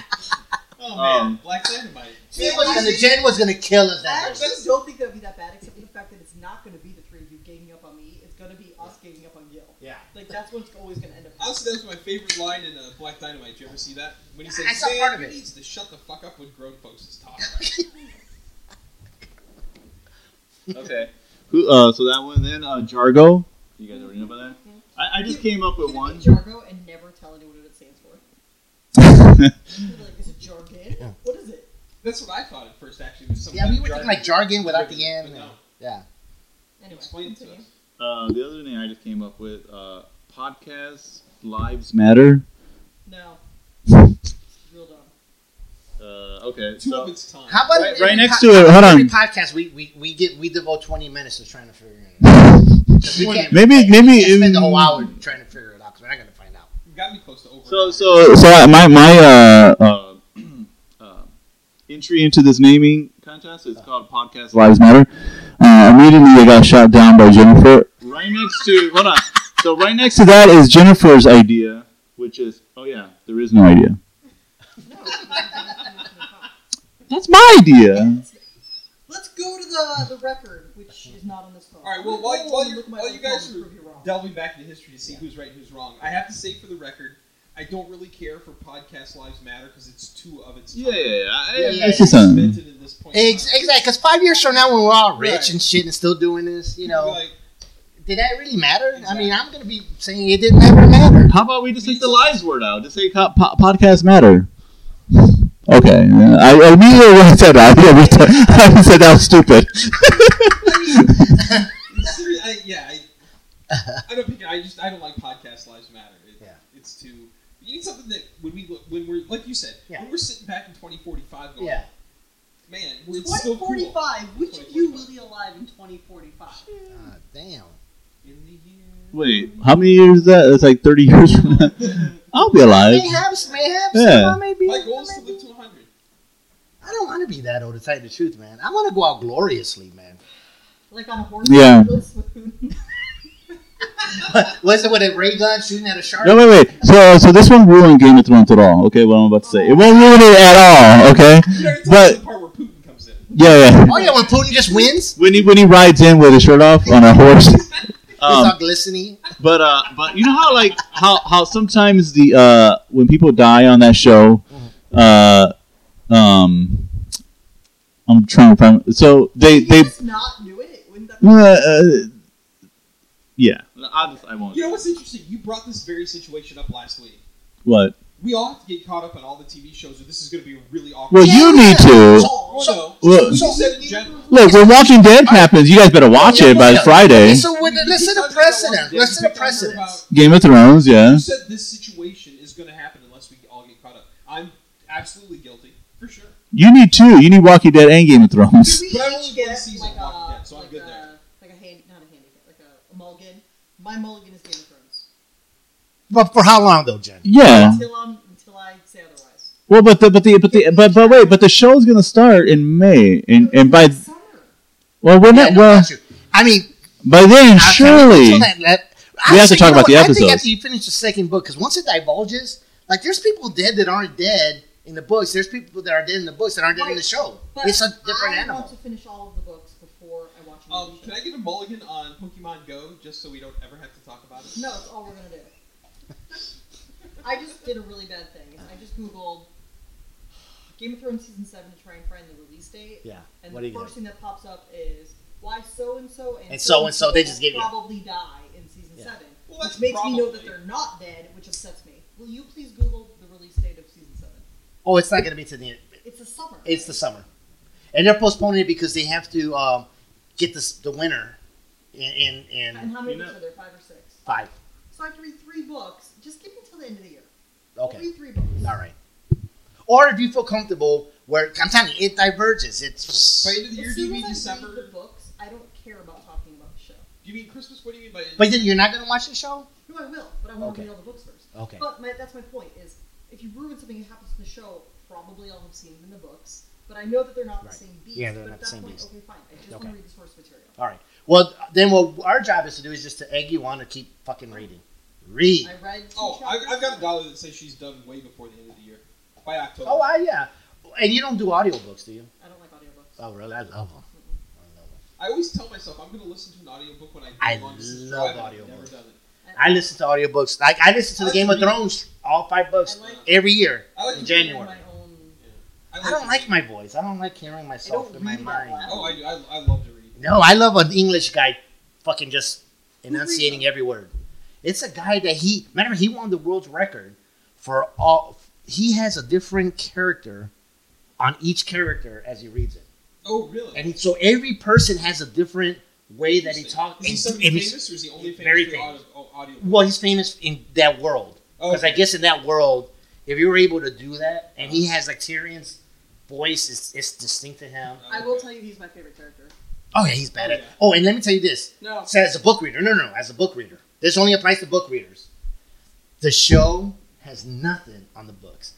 [SPEAKER 2] Oh man,
[SPEAKER 1] Um,
[SPEAKER 2] Black Dynamite.
[SPEAKER 4] Jen was gonna- Jen was gonna kill us.
[SPEAKER 6] I
[SPEAKER 4] That day.
[SPEAKER 6] actually don't think that would be that bad, except for the fact that it's not going to be the three of you ganging up on me. It's going to be us ganging up on Gil.
[SPEAKER 4] Yeah.
[SPEAKER 6] Like, that's what's always going to end up
[SPEAKER 2] Honestly, that was my favorite line in uh, Black Dynamite. Did you ever see that? When he says,
[SPEAKER 4] I saw
[SPEAKER 2] "Sam
[SPEAKER 4] part of it."
[SPEAKER 2] needs to shut the fuck up when grown folks is talking."
[SPEAKER 1] okay. Who? Uh, so that one, then uh, Jargo. You guys already know about that. I, I just came up with
[SPEAKER 6] Can it be
[SPEAKER 1] one.
[SPEAKER 6] Jargo and never tell anyone what it stands for. You'd be like, is it jargon?
[SPEAKER 4] Yeah.
[SPEAKER 6] What is it?
[SPEAKER 2] That's what I thought at first. Actually, was some
[SPEAKER 4] Yeah,
[SPEAKER 2] kind
[SPEAKER 4] we
[SPEAKER 2] of
[SPEAKER 4] were thinking
[SPEAKER 2] jargon.
[SPEAKER 4] like jargon without the end.
[SPEAKER 2] But no.
[SPEAKER 4] Yeah.
[SPEAKER 6] Anyway,
[SPEAKER 2] Explain it to
[SPEAKER 6] continue.
[SPEAKER 2] us.
[SPEAKER 1] Uh, the other name I just came up with. Uh, podcasts lives matter.
[SPEAKER 6] No. Real dumb.
[SPEAKER 1] Uh, okay.
[SPEAKER 2] Two
[SPEAKER 1] So
[SPEAKER 2] of its time.
[SPEAKER 4] How about
[SPEAKER 1] Right-
[SPEAKER 4] if
[SPEAKER 1] right
[SPEAKER 4] every
[SPEAKER 1] next to it, hold
[SPEAKER 4] every
[SPEAKER 1] on.
[SPEAKER 4] podcast we, we, we get we devote twenty minutes to trying to figure it out. 'Cause we can't-
[SPEAKER 1] maybe
[SPEAKER 4] we
[SPEAKER 1] maybe
[SPEAKER 4] can't spend a whole hour trying to figure it out because we're not gonna find out.
[SPEAKER 2] You got me close to over.
[SPEAKER 1] So so so I- my my uh, uh, uh, entry into this naming contest is called Podcast Lives Matter. Uh, immediately I got shot down by Jennifer. Right next to hold on. So right next to that is Jennifer's idea, which is oh yeah, there is no idea. That's my idea.
[SPEAKER 6] Let's go to Uh, the, the record, which is not on this phone.
[SPEAKER 2] All right, well, while-
[SPEAKER 6] Go
[SPEAKER 2] while
[SPEAKER 6] and
[SPEAKER 2] you-
[SPEAKER 6] look at my
[SPEAKER 2] while
[SPEAKER 6] old
[SPEAKER 2] you guys
[SPEAKER 6] phone and prove you wrong.
[SPEAKER 2] delving back into history to see who's right and who's wrong, I have to say for the record, I don't really care for podcast lives matter because it's two of its time.
[SPEAKER 1] Yeah, yeah, yeah. I-
[SPEAKER 4] Yeah,
[SPEAKER 1] I-
[SPEAKER 4] yeah,
[SPEAKER 1] it's
[SPEAKER 4] yeah.
[SPEAKER 1] just something.
[SPEAKER 2] Invented at this point. in
[SPEAKER 4] Ex-
[SPEAKER 2] time.
[SPEAKER 4] exactly. Because five years from now, when we're all rich
[SPEAKER 2] Right.
[SPEAKER 4] and shit and still doing this, you know,
[SPEAKER 2] Like,
[SPEAKER 4] did that really matter? I mean, I'm gonna be saying it didn't ever matter.
[SPEAKER 1] How about we just take the lives word out? Just say co- po- podcast matter. Okay, yeah, I I immediately when I said that, I immediately said- I said that was stupid.
[SPEAKER 2] Seriously, I, yeah, I, I don't think I just I don't like podcast lives matter. It,
[SPEAKER 4] Yeah.
[SPEAKER 2] it's too. You need something that when we when we're like you said
[SPEAKER 4] Yeah.
[SPEAKER 2] when we're sitting back in 2045 going,
[SPEAKER 4] Yeah.
[SPEAKER 2] man, it's still cool.
[SPEAKER 6] 2045. Which of you will be alive in 2045?
[SPEAKER 4] Ah, damn.
[SPEAKER 2] In the year.
[SPEAKER 1] Wait, how many years is that? That's like 30 years from now. I'll be alive.
[SPEAKER 4] Mayhaps, mayhaps.
[SPEAKER 1] Yeah.
[SPEAKER 4] Yeah. Maybe,
[SPEAKER 2] My goal is to live to 100.
[SPEAKER 4] I don't want to be that old. To tell you the truth, man, I want to go out gloriously, man.
[SPEAKER 6] like on a horse.
[SPEAKER 1] Yeah.
[SPEAKER 6] Real smooth.
[SPEAKER 4] Listen, with a ray gun shooting at a shark.
[SPEAKER 1] No, wait, wait. So, so this won't ruin Game of Thrones at all. Okay, what I'm about to say, it won't ruin it at all. Okay,
[SPEAKER 2] You know, it's
[SPEAKER 1] But-
[SPEAKER 2] the part where Putin comes in.
[SPEAKER 1] yeah, yeah.
[SPEAKER 4] Oh yeah, when Putin just wins,
[SPEAKER 1] When he when he rides in with his shirt off on a horse.
[SPEAKER 4] it's
[SPEAKER 1] Um,
[SPEAKER 4] all glistening.
[SPEAKER 1] but uh, but you know how like how how sometimes the uh when people die on that show, uh, um, I'm trying to remember. So they
[SPEAKER 6] If you
[SPEAKER 1] they
[SPEAKER 6] just not do it. Wouldn't
[SPEAKER 1] uh,
[SPEAKER 6] that be
[SPEAKER 1] uh, yeah. I just I won't.
[SPEAKER 2] You know what's interesting? You brought this very situation up last week.
[SPEAKER 1] What?
[SPEAKER 2] We all have to get caught up on all the TV shows, or this is going to be really awkward.
[SPEAKER 1] Well, you need to.
[SPEAKER 2] Oh, no.
[SPEAKER 1] Well-
[SPEAKER 2] You said in general.
[SPEAKER 1] Look, when Walking Dead happens, you guys better watch it by
[SPEAKER 4] Yeah.
[SPEAKER 1] Friday.
[SPEAKER 4] So with, let's set a precedent. Let's set a precedent.
[SPEAKER 1] Game of Thrones, yeah.
[SPEAKER 2] You said this situation is going to happen unless we all get caught up. I'm absolutely guilty, for sure.
[SPEAKER 1] You need two. You need Walking Dead and Game of
[SPEAKER 6] Did
[SPEAKER 1] Thrones.
[SPEAKER 6] we
[SPEAKER 2] But I've
[SPEAKER 6] each
[SPEAKER 2] only
[SPEAKER 6] get
[SPEAKER 2] won a season
[SPEAKER 6] like
[SPEAKER 2] of
[SPEAKER 6] a,
[SPEAKER 2] Walking Dead, so I'm
[SPEAKER 6] like
[SPEAKER 2] good
[SPEAKER 6] a,
[SPEAKER 2] there.
[SPEAKER 6] Like a hand, not a handicap, like a, a mulligan. My mulligan is Game of Thrones.
[SPEAKER 4] But for how long though, Jen?
[SPEAKER 1] Yeah.
[SPEAKER 6] Until I'm, until I say otherwise.
[SPEAKER 1] Well, but the but the but the but, but wait, but the show's gonna start in May, and and by
[SPEAKER 6] Summer.
[SPEAKER 1] well, we're
[SPEAKER 4] Yeah,
[SPEAKER 1] not
[SPEAKER 4] no,
[SPEAKER 1] well
[SPEAKER 4] that's true. I mean,
[SPEAKER 1] by then
[SPEAKER 4] I-
[SPEAKER 1] surely.
[SPEAKER 4] until that- that-
[SPEAKER 1] We have to
[SPEAKER 4] actually,
[SPEAKER 1] talk
[SPEAKER 4] you know
[SPEAKER 1] about the
[SPEAKER 4] what? I think
[SPEAKER 1] episodes.
[SPEAKER 4] after you finish the second book, because once it divulges, like there's people dead that aren't dead in the books. There's people that are dead in the books that aren't dead in the
[SPEAKER 6] Right.
[SPEAKER 4] show.
[SPEAKER 6] But
[SPEAKER 4] it's a different
[SPEAKER 6] I
[SPEAKER 4] animal.
[SPEAKER 6] want to finish all of the books before I watch a
[SPEAKER 2] Um,
[SPEAKER 6] movie
[SPEAKER 2] can I
[SPEAKER 6] show.
[SPEAKER 2] get a mulligan on Pokemon Go just so we don't ever have to talk about it?
[SPEAKER 6] No, it's all we're gonna do. I just did a really bad thing. is I just googled Game of Thrones season seven to try and find the release date.
[SPEAKER 4] Yeah.
[SPEAKER 6] And
[SPEAKER 4] What
[SPEAKER 6] the
[SPEAKER 4] do you
[SPEAKER 6] first
[SPEAKER 4] get?
[SPEAKER 6] thing that pops up is why so and so and
[SPEAKER 4] And so-and-so, they just
[SPEAKER 6] will
[SPEAKER 4] give you-
[SPEAKER 6] probably die in season
[SPEAKER 4] Yeah.
[SPEAKER 6] seven,
[SPEAKER 2] Well,
[SPEAKER 6] which
[SPEAKER 2] that's
[SPEAKER 6] makes me know that
[SPEAKER 2] probably-
[SPEAKER 6] they're not dead, which upsets me. Will you please Google the release date of season seven?
[SPEAKER 4] Oh, it's not going to be to the.
[SPEAKER 6] It's the summer.
[SPEAKER 4] It's the summer, and they're postponing it because they have to um, get this the winter in in,
[SPEAKER 6] and
[SPEAKER 4] in
[SPEAKER 6] how many
[SPEAKER 1] You know-
[SPEAKER 6] books are there? Five or six.
[SPEAKER 4] five.
[SPEAKER 6] So I have to read three books. Just give me till the end of the year. I'll
[SPEAKER 4] Okay,
[SPEAKER 6] read three books.
[SPEAKER 4] all right. Or if you feel comfortable, where I'm telling you, it diverges.
[SPEAKER 2] By
[SPEAKER 4] It's
[SPEAKER 2] end of the year,
[SPEAKER 6] As
[SPEAKER 2] do you
[SPEAKER 6] soon
[SPEAKER 2] mean
[SPEAKER 6] as I read the
[SPEAKER 2] December?
[SPEAKER 6] books, I don't care about talking about the show.
[SPEAKER 2] Do you mean Christmas? What do you mean by end?
[SPEAKER 4] but then you're not going to watch the show.
[SPEAKER 6] No, I will, but I want
[SPEAKER 4] Okay.
[SPEAKER 6] to read all the books first.
[SPEAKER 4] Okay.
[SPEAKER 6] But my, that's my point is, if you ruin something that happens in the show, probably I'll have seen it in the books. But I know that they're not
[SPEAKER 4] Right.
[SPEAKER 6] the same beast.
[SPEAKER 4] Yeah, they're
[SPEAKER 6] but
[SPEAKER 4] not
[SPEAKER 6] at
[SPEAKER 4] the
[SPEAKER 6] that
[SPEAKER 4] same
[SPEAKER 6] point,
[SPEAKER 4] beast.
[SPEAKER 6] Okay, fine. I just
[SPEAKER 4] Okay.
[SPEAKER 6] want to read the source material.
[SPEAKER 4] All right. Well, then what our job is to do is just to egg you on to keep fucking reading. Read.
[SPEAKER 6] I read. two
[SPEAKER 2] oh, I,
[SPEAKER 6] chapters.
[SPEAKER 2] I've got a dollar that says she's done way before the end of the year. By October.
[SPEAKER 4] Oh, I, yeah. And you don't do audiobooks, do you?
[SPEAKER 6] I don't like audiobooks.
[SPEAKER 4] Oh, really? I love them. I love 'em.
[SPEAKER 2] I always tell myself I'm going to listen to an audiobook when I do
[SPEAKER 4] I
[SPEAKER 2] long distance
[SPEAKER 4] love
[SPEAKER 2] drive, and I've never
[SPEAKER 4] audiobooks.
[SPEAKER 2] done it.
[SPEAKER 4] I listen to audiobooks. Like I listen to the
[SPEAKER 2] I
[SPEAKER 4] Game of
[SPEAKER 2] read.
[SPEAKER 4] Thrones, all five books
[SPEAKER 6] I like-
[SPEAKER 4] every year.
[SPEAKER 2] I like
[SPEAKER 4] In
[SPEAKER 2] to-
[SPEAKER 6] I read
[SPEAKER 4] January.
[SPEAKER 6] My own.
[SPEAKER 4] I don't like my voice. I don't like hearing myself
[SPEAKER 6] don't
[SPEAKER 4] in my
[SPEAKER 6] read out
[SPEAKER 4] mind.
[SPEAKER 6] loud.
[SPEAKER 2] Oh, I do. I, I love to read.
[SPEAKER 4] No, I love an English guy, fucking just
[SPEAKER 6] reads
[SPEAKER 4] enunciating every word. It's a guy that he remember he won the world record for all. He has a different character on each character as he reads it.
[SPEAKER 2] Oh, really?
[SPEAKER 4] And so every person has a different way that he
[SPEAKER 2] Interesting.
[SPEAKER 4] talks.
[SPEAKER 2] Is he
[SPEAKER 4] and-
[SPEAKER 2] somebody
[SPEAKER 4] and he's-
[SPEAKER 2] famous, or is he only famous
[SPEAKER 4] very
[SPEAKER 2] for
[SPEAKER 4] famous.
[SPEAKER 2] Audio, audio?
[SPEAKER 4] well, he's famous in that world.
[SPEAKER 2] Oh,
[SPEAKER 4] Because I guess in that world, if you were able to do that, and he has like Tyrion's voice, it's, it's distinct to him.
[SPEAKER 6] I will tell you, he's my favorite character.
[SPEAKER 4] Oh, yeah, he's bad
[SPEAKER 2] Oh,
[SPEAKER 4] at
[SPEAKER 2] yeah.
[SPEAKER 4] Oh, and let me tell you this.
[SPEAKER 6] No.
[SPEAKER 4] So as a book reader, no, no, as a book reader. This only applies to book readers. The show has nothing on the books.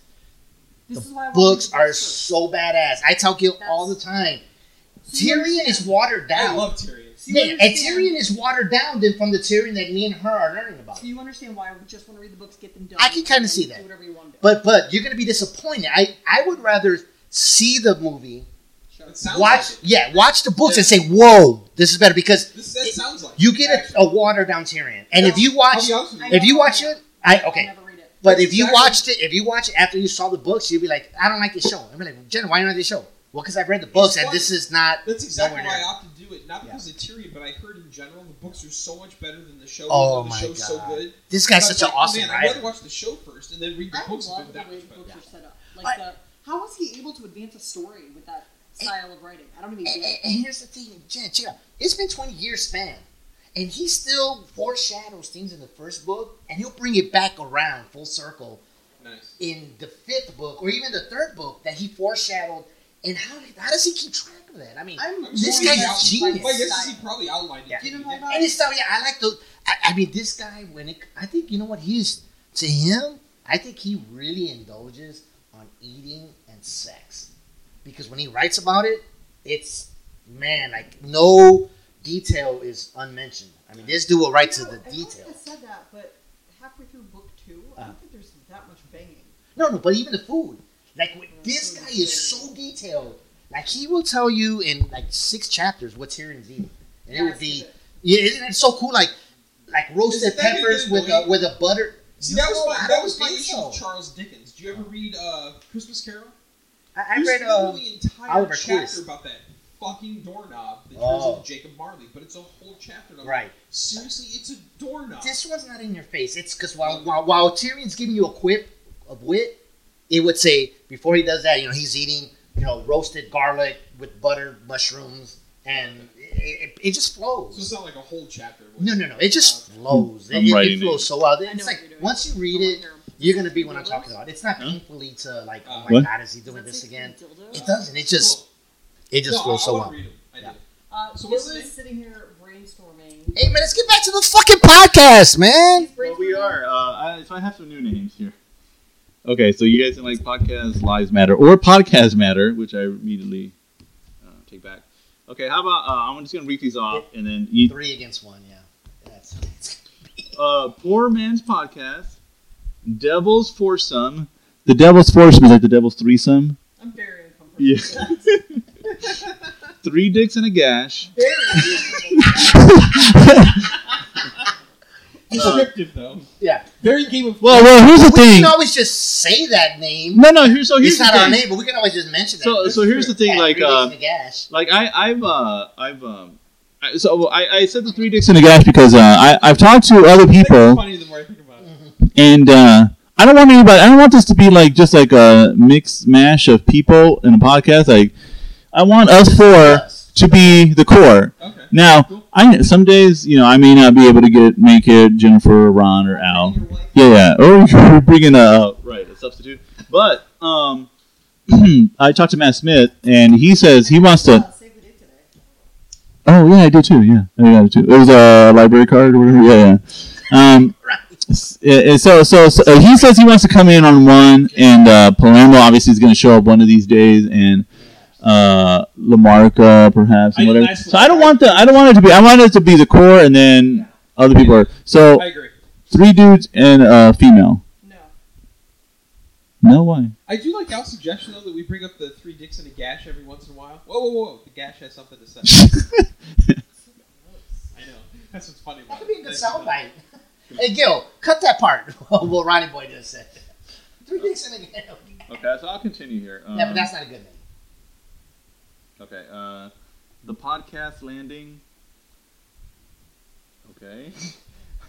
[SPEAKER 6] This is why I want to read
[SPEAKER 4] Books
[SPEAKER 6] the
[SPEAKER 4] are
[SPEAKER 6] books first.
[SPEAKER 4] so badass. I tell Gil
[SPEAKER 6] That's-
[SPEAKER 4] all the time.
[SPEAKER 6] So you
[SPEAKER 4] Tyrion is watered
[SPEAKER 2] I
[SPEAKER 4] down.
[SPEAKER 2] love Tyrion.
[SPEAKER 6] So you
[SPEAKER 4] Yeah, and
[SPEAKER 6] understand-
[SPEAKER 4] Tyrion is watered down than from the Tyrion that me and her are learning about.
[SPEAKER 6] So you understand why I would just want to read the books, get them done.
[SPEAKER 4] I can kinda
[SPEAKER 6] and
[SPEAKER 4] see
[SPEAKER 6] do
[SPEAKER 4] that.
[SPEAKER 6] whatever you want to do.
[SPEAKER 4] But but you're gonna be disappointed. I I would rather see the movie,
[SPEAKER 6] Sure.
[SPEAKER 2] It sounds
[SPEAKER 4] watch
[SPEAKER 2] Like it.
[SPEAKER 4] yeah, watch the books and say, whoa, this is better because
[SPEAKER 2] This, that
[SPEAKER 4] it-
[SPEAKER 2] sounds like
[SPEAKER 4] you
[SPEAKER 2] it,
[SPEAKER 4] get
[SPEAKER 2] actually.
[SPEAKER 4] a, a watered down Tyrion, and if you watch
[SPEAKER 2] I'll be honest with you.
[SPEAKER 6] I-
[SPEAKER 4] if you watch it, I okay.
[SPEAKER 6] I'll never read it.
[SPEAKER 4] But if you
[SPEAKER 2] Exactly.
[SPEAKER 4] watched it, if you watch it after you saw the books, you'd be like, I don't like this show. I'd be like, Jen, why you don't like this show? Well, because I've read the books, and
[SPEAKER 2] funny.
[SPEAKER 4] this is not.
[SPEAKER 2] That's exactly
[SPEAKER 4] Nowhere
[SPEAKER 2] why I
[SPEAKER 4] near.
[SPEAKER 2] opted to do it. Not
[SPEAKER 4] Yeah.
[SPEAKER 2] because of Tyrion, but I heard in general the books are so much better than the show. even
[SPEAKER 4] Oh
[SPEAKER 2] though the
[SPEAKER 4] my
[SPEAKER 2] show's so
[SPEAKER 4] God.
[SPEAKER 2] good.
[SPEAKER 4] This guy's
[SPEAKER 2] I was
[SPEAKER 4] such an
[SPEAKER 2] like, oh,
[SPEAKER 4] awesome
[SPEAKER 2] man, I'd rather
[SPEAKER 4] writer.
[SPEAKER 2] watch the show first and then read the
[SPEAKER 6] I
[SPEAKER 2] books.
[SPEAKER 6] love
[SPEAKER 2] if
[SPEAKER 6] the
[SPEAKER 2] that
[SPEAKER 6] way
[SPEAKER 2] much
[SPEAKER 6] the
[SPEAKER 2] better.
[SPEAKER 6] books are set up. Like the, how was he able to advance a story with that style of writing? I don't even get
[SPEAKER 4] And,
[SPEAKER 6] it.
[SPEAKER 4] and here's the thing, Jen, check it out. It's been 20 years span, and he still foreshadows things in the first book, and he'll bring it back around full circle
[SPEAKER 2] Nice.
[SPEAKER 4] in the fifth book or even the third book that he foreshadowed. And how, how does he keep track of that? I mean,
[SPEAKER 6] I'm
[SPEAKER 4] This
[SPEAKER 6] really
[SPEAKER 4] guy's
[SPEAKER 6] out by
[SPEAKER 4] genius.
[SPEAKER 2] My guess is
[SPEAKER 6] style.
[SPEAKER 2] he probably outlined it.
[SPEAKER 4] Yeah.
[SPEAKER 2] to
[SPEAKER 6] You know
[SPEAKER 2] me,
[SPEAKER 6] my
[SPEAKER 2] didn't
[SPEAKER 6] vibe?
[SPEAKER 4] And it's so yeah, I like the. I, I mean, this guy when it, I think you know what he is to him. I think he really indulges on eating and sex because when he writes about it, it's man like no detail is unmentioned. I mean, this dude will right to
[SPEAKER 6] You
[SPEAKER 4] the
[SPEAKER 6] know, I must
[SPEAKER 4] detail. Uh-huh.
[SPEAKER 6] have said that, but halfway through book two, I don't think there's that much banging.
[SPEAKER 4] No, no, but even the food. Like with, this guy is so detailed. Like he will tell you in like six chapters what Tyrion's eating, and it
[SPEAKER 6] Yeah, I
[SPEAKER 4] would
[SPEAKER 6] see
[SPEAKER 4] be
[SPEAKER 6] that.
[SPEAKER 4] yeah, isn't it so cool? Like like roasted
[SPEAKER 2] Is that
[SPEAKER 4] peppers
[SPEAKER 2] even
[SPEAKER 4] with a
[SPEAKER 2] really-
[SPEAKER 4] with a butter.
[SPEAKER 2] See, that was
[SPEAKER 4] No,
[SPEAKER 2] my
[SPEAKER 4] I
[SPEAKER 2] that
[SPEAKER 4] don't
[SPEAKER 2] was my
[SPEAKER 4] think
[SPEAKER 2] issue
[SPEAKER 4] so.
[SPEAKER 2] with Charles Dickens. Do you ever read uh, Christmas Carol?
[SPEAKER 4] I, I
[SPEAKER 2] There's
[SPEAKER 4] read uh,
[SPEAKER 2] literally an entire
[SPEAKER 4] Oliver
[SPEAKER 2] chapter
[SPEAKER 4] Twist.
[SPEAKER 2] about that fucking doorknob that turns
[SPEAKER 4] Oh.
[SPEAKER 2] into Jacob Marley, but it's a whole chapter. And I'm
[SPEAKER 4] right.
[SPEAKER 2] Like, Seriously, it's a doorknob.
[SPEAKER 4] This one's not in your face. It's because while, while while Tyrion's giving you a quip of wit, it would say before he does that, you know, he's eating you know roasted garlic with buttered mushrooms, and it, it, it just flows.
[SPEAKER 2] so it's not like a whole chapter. of what-
[SPEAKER 4] No, no, no. It just
[SPEAKER 2] Uh,
[SPEAKER 4] flows. It,
[SPEAKER 1] I'm
[SPEAKER 4] it,
[SPEAKER 1] writing
[SPEAKER 4] it flows
[SPEAKER 1] it.
[SPEAKER 4] so well.
[SPEAKER 6] I know
[SPEAKER 4] It's
[SPEAKER 6] what
[SPEAKER 4] like
[SPEAKER 6] you're doing.
[SPEAKER 4] once you read
[SPEAKER 6] I
[SPEAKER 4] it,
[SPEAKER 6] wanna hear-
[SPEAKER 4] you're gonna be what I'm
[SPEAKER 6] Dildos?
[SPEAKER 4] talking about. It's not
[SPEAKER 1] Huh?
[SPEAKER 4] painfully to like, oh my
[SPEAKER 1] What?
[SPEAKER 4] god, is he doing this
[SPEAKER 6] Does that say
[SPEAKER 4] again?
[SPEAKER 6] dildo?
[SPEAKER 4] It doesn't. It just,
[SPEAKER 2] Cool.
[SPEAKER 4] it just
[SPEAKER 2] No,
[SPEAKER 4] flows
[SPEAKER 2] I,
[SPEAKER 4] so
[SPEAKER 2] I wanna
[SPEAKER 4] well.
[SPEAKER 2] read 'em. I
[SPEAKER 4] Yeah.
[SPEAKER 2] did.
[SPEAKER 6] Uh,
[SPEAKER 2] So
[SPEAKER 6] so
[SPEAKER 2] what's
[SPEAKER 6] Dylan
[SPEAKER 2] the name?
[SPEAKER 6] is sitting here brainstorming.
[SPEAKER 4] Hey man, let's get back to the fucking podcast, man.
[SPEAKER 1] Well, we are. Uh, I, so I have some new names here. Okay, so you guys can like podcast lives matter or podcast matter, which I immediately uh, take back. Okay, how about uh, I'm just gonna read these off and then eat.
[SPEAKER 4] Three against one, yeah. That's, that's
[SPEAKER 1] Uh, Poor man's podcast, Devil's foursome. The Devil's foursome is like the Devil's threesome.
[SPEAKER 6] I'm very uncomfortable.
[SPEAKER 1] Yeah.
[SPEAKER 6] with that.
[SPEAKER 1] Three dicks and a gash.
[SPEAKER 6] Very uncomfortable. with that.
[SPEAKER 2] Descriptive though.
[SPEAKER 4] yeah.
[SPEAKER 2] Very Game of
[SPEAKER 1] Well, well, here's the
[SPEAKER 4] We
[SPEAKER 1] thing.
[SPEAKER 4] can always just say that name.
[SPEAKER 1] No, no. Here's so here's
[SPEAKER 4] It's
[SPEAKER 1] the
[SPEAKER 4] not our
[SPEAKER 1] thing.
[SPEAKER 4] name, but we can always just mention that.
[SPEAKER 1] So, so here's the thing.
[SPEAKER 4] Yeah,
[SPEAKER 1] Like,
[SPEAKER 4] three
[SPEAKER 1] uh,
[SPEAKER 4] days in the gash.
[SPEAKER 1] like I, I've, uh, I've, um, I, so I, I said the three dicks and a gash because uh, I, I've talked to other
[SPEAKER 2] I think it's
[SPEAKER 1] people
[SPEAKER 2] funny the more I think about it.
[SPEAKER 1] and uh, I don't want anybody. I don't want this to be like just like a mixed mash of people in a podcast. Like, I want us four
[SPEAKER 4] Us.
[SPEAKER 1] to be the core.
[SPEAKER 2] Okay.
[SPEAKER 1] Now, I some days, you know, I may not be able to get make it Jennifer, or Ron, or Al.
[SPEAKER 6] Your wife.
[SPEAKER 1] Yeah, yeah. Or you're bringing a uh, right a substitute. But um, I talked to Matt Smith, and he says he wants to.
[SPEAKER 6] Uh, save the date today.
[SPEAKER 1] Oh yeah, I did too. Yeah, I got it too. It was a library card or whatever. Yeah, yeah. Um, s- uh, uh, so so, so uh, he says he wants to come in on one, and uh, Palermo obviously is going to show up one of these days, and uh, Lamarca perhaps, and
[SPEAKER 2] I-
[SPEAKER 1] whatever.
[SPEAKER 2] that's-
[SPEAKER 1] So I don't want the I don't want it to be I want it to be the core, and then other people are
[SPEAKER 4] Oh.
[SPEAKER 1] so
[SPEAKER 2] I agree.
[SPEAKER 1] three dudes and a female.
[SPEAKER 6] No.
[SPEAKER 1] No why?
[SPEAKER 2] I do like Al's suggestion though that we bring up the three dicks and a gash every once in a while. Whoa, whoa, whoa! The gash has something to say.
[SPEAKER 6] So gross.
[SPEAKER 2] I know. That's what's funny. About
[SPEAKER 4] That could be a
[SPEAKER 2] it.
[SPEAKER 4] good
[SPEAKER 2] Thanks.
[SPEAKER 4] soundbite. hey, Gil, cut that part. what Ronnie Boy just said. Three dicks in a gash.
[SPEAKER 1] Okay, so I'll continue here. Um,
[SPEAKER 4] Yeah, but that's not a good name.
[SPEAKER 1] okay. Uh, the podcast landing. Okay.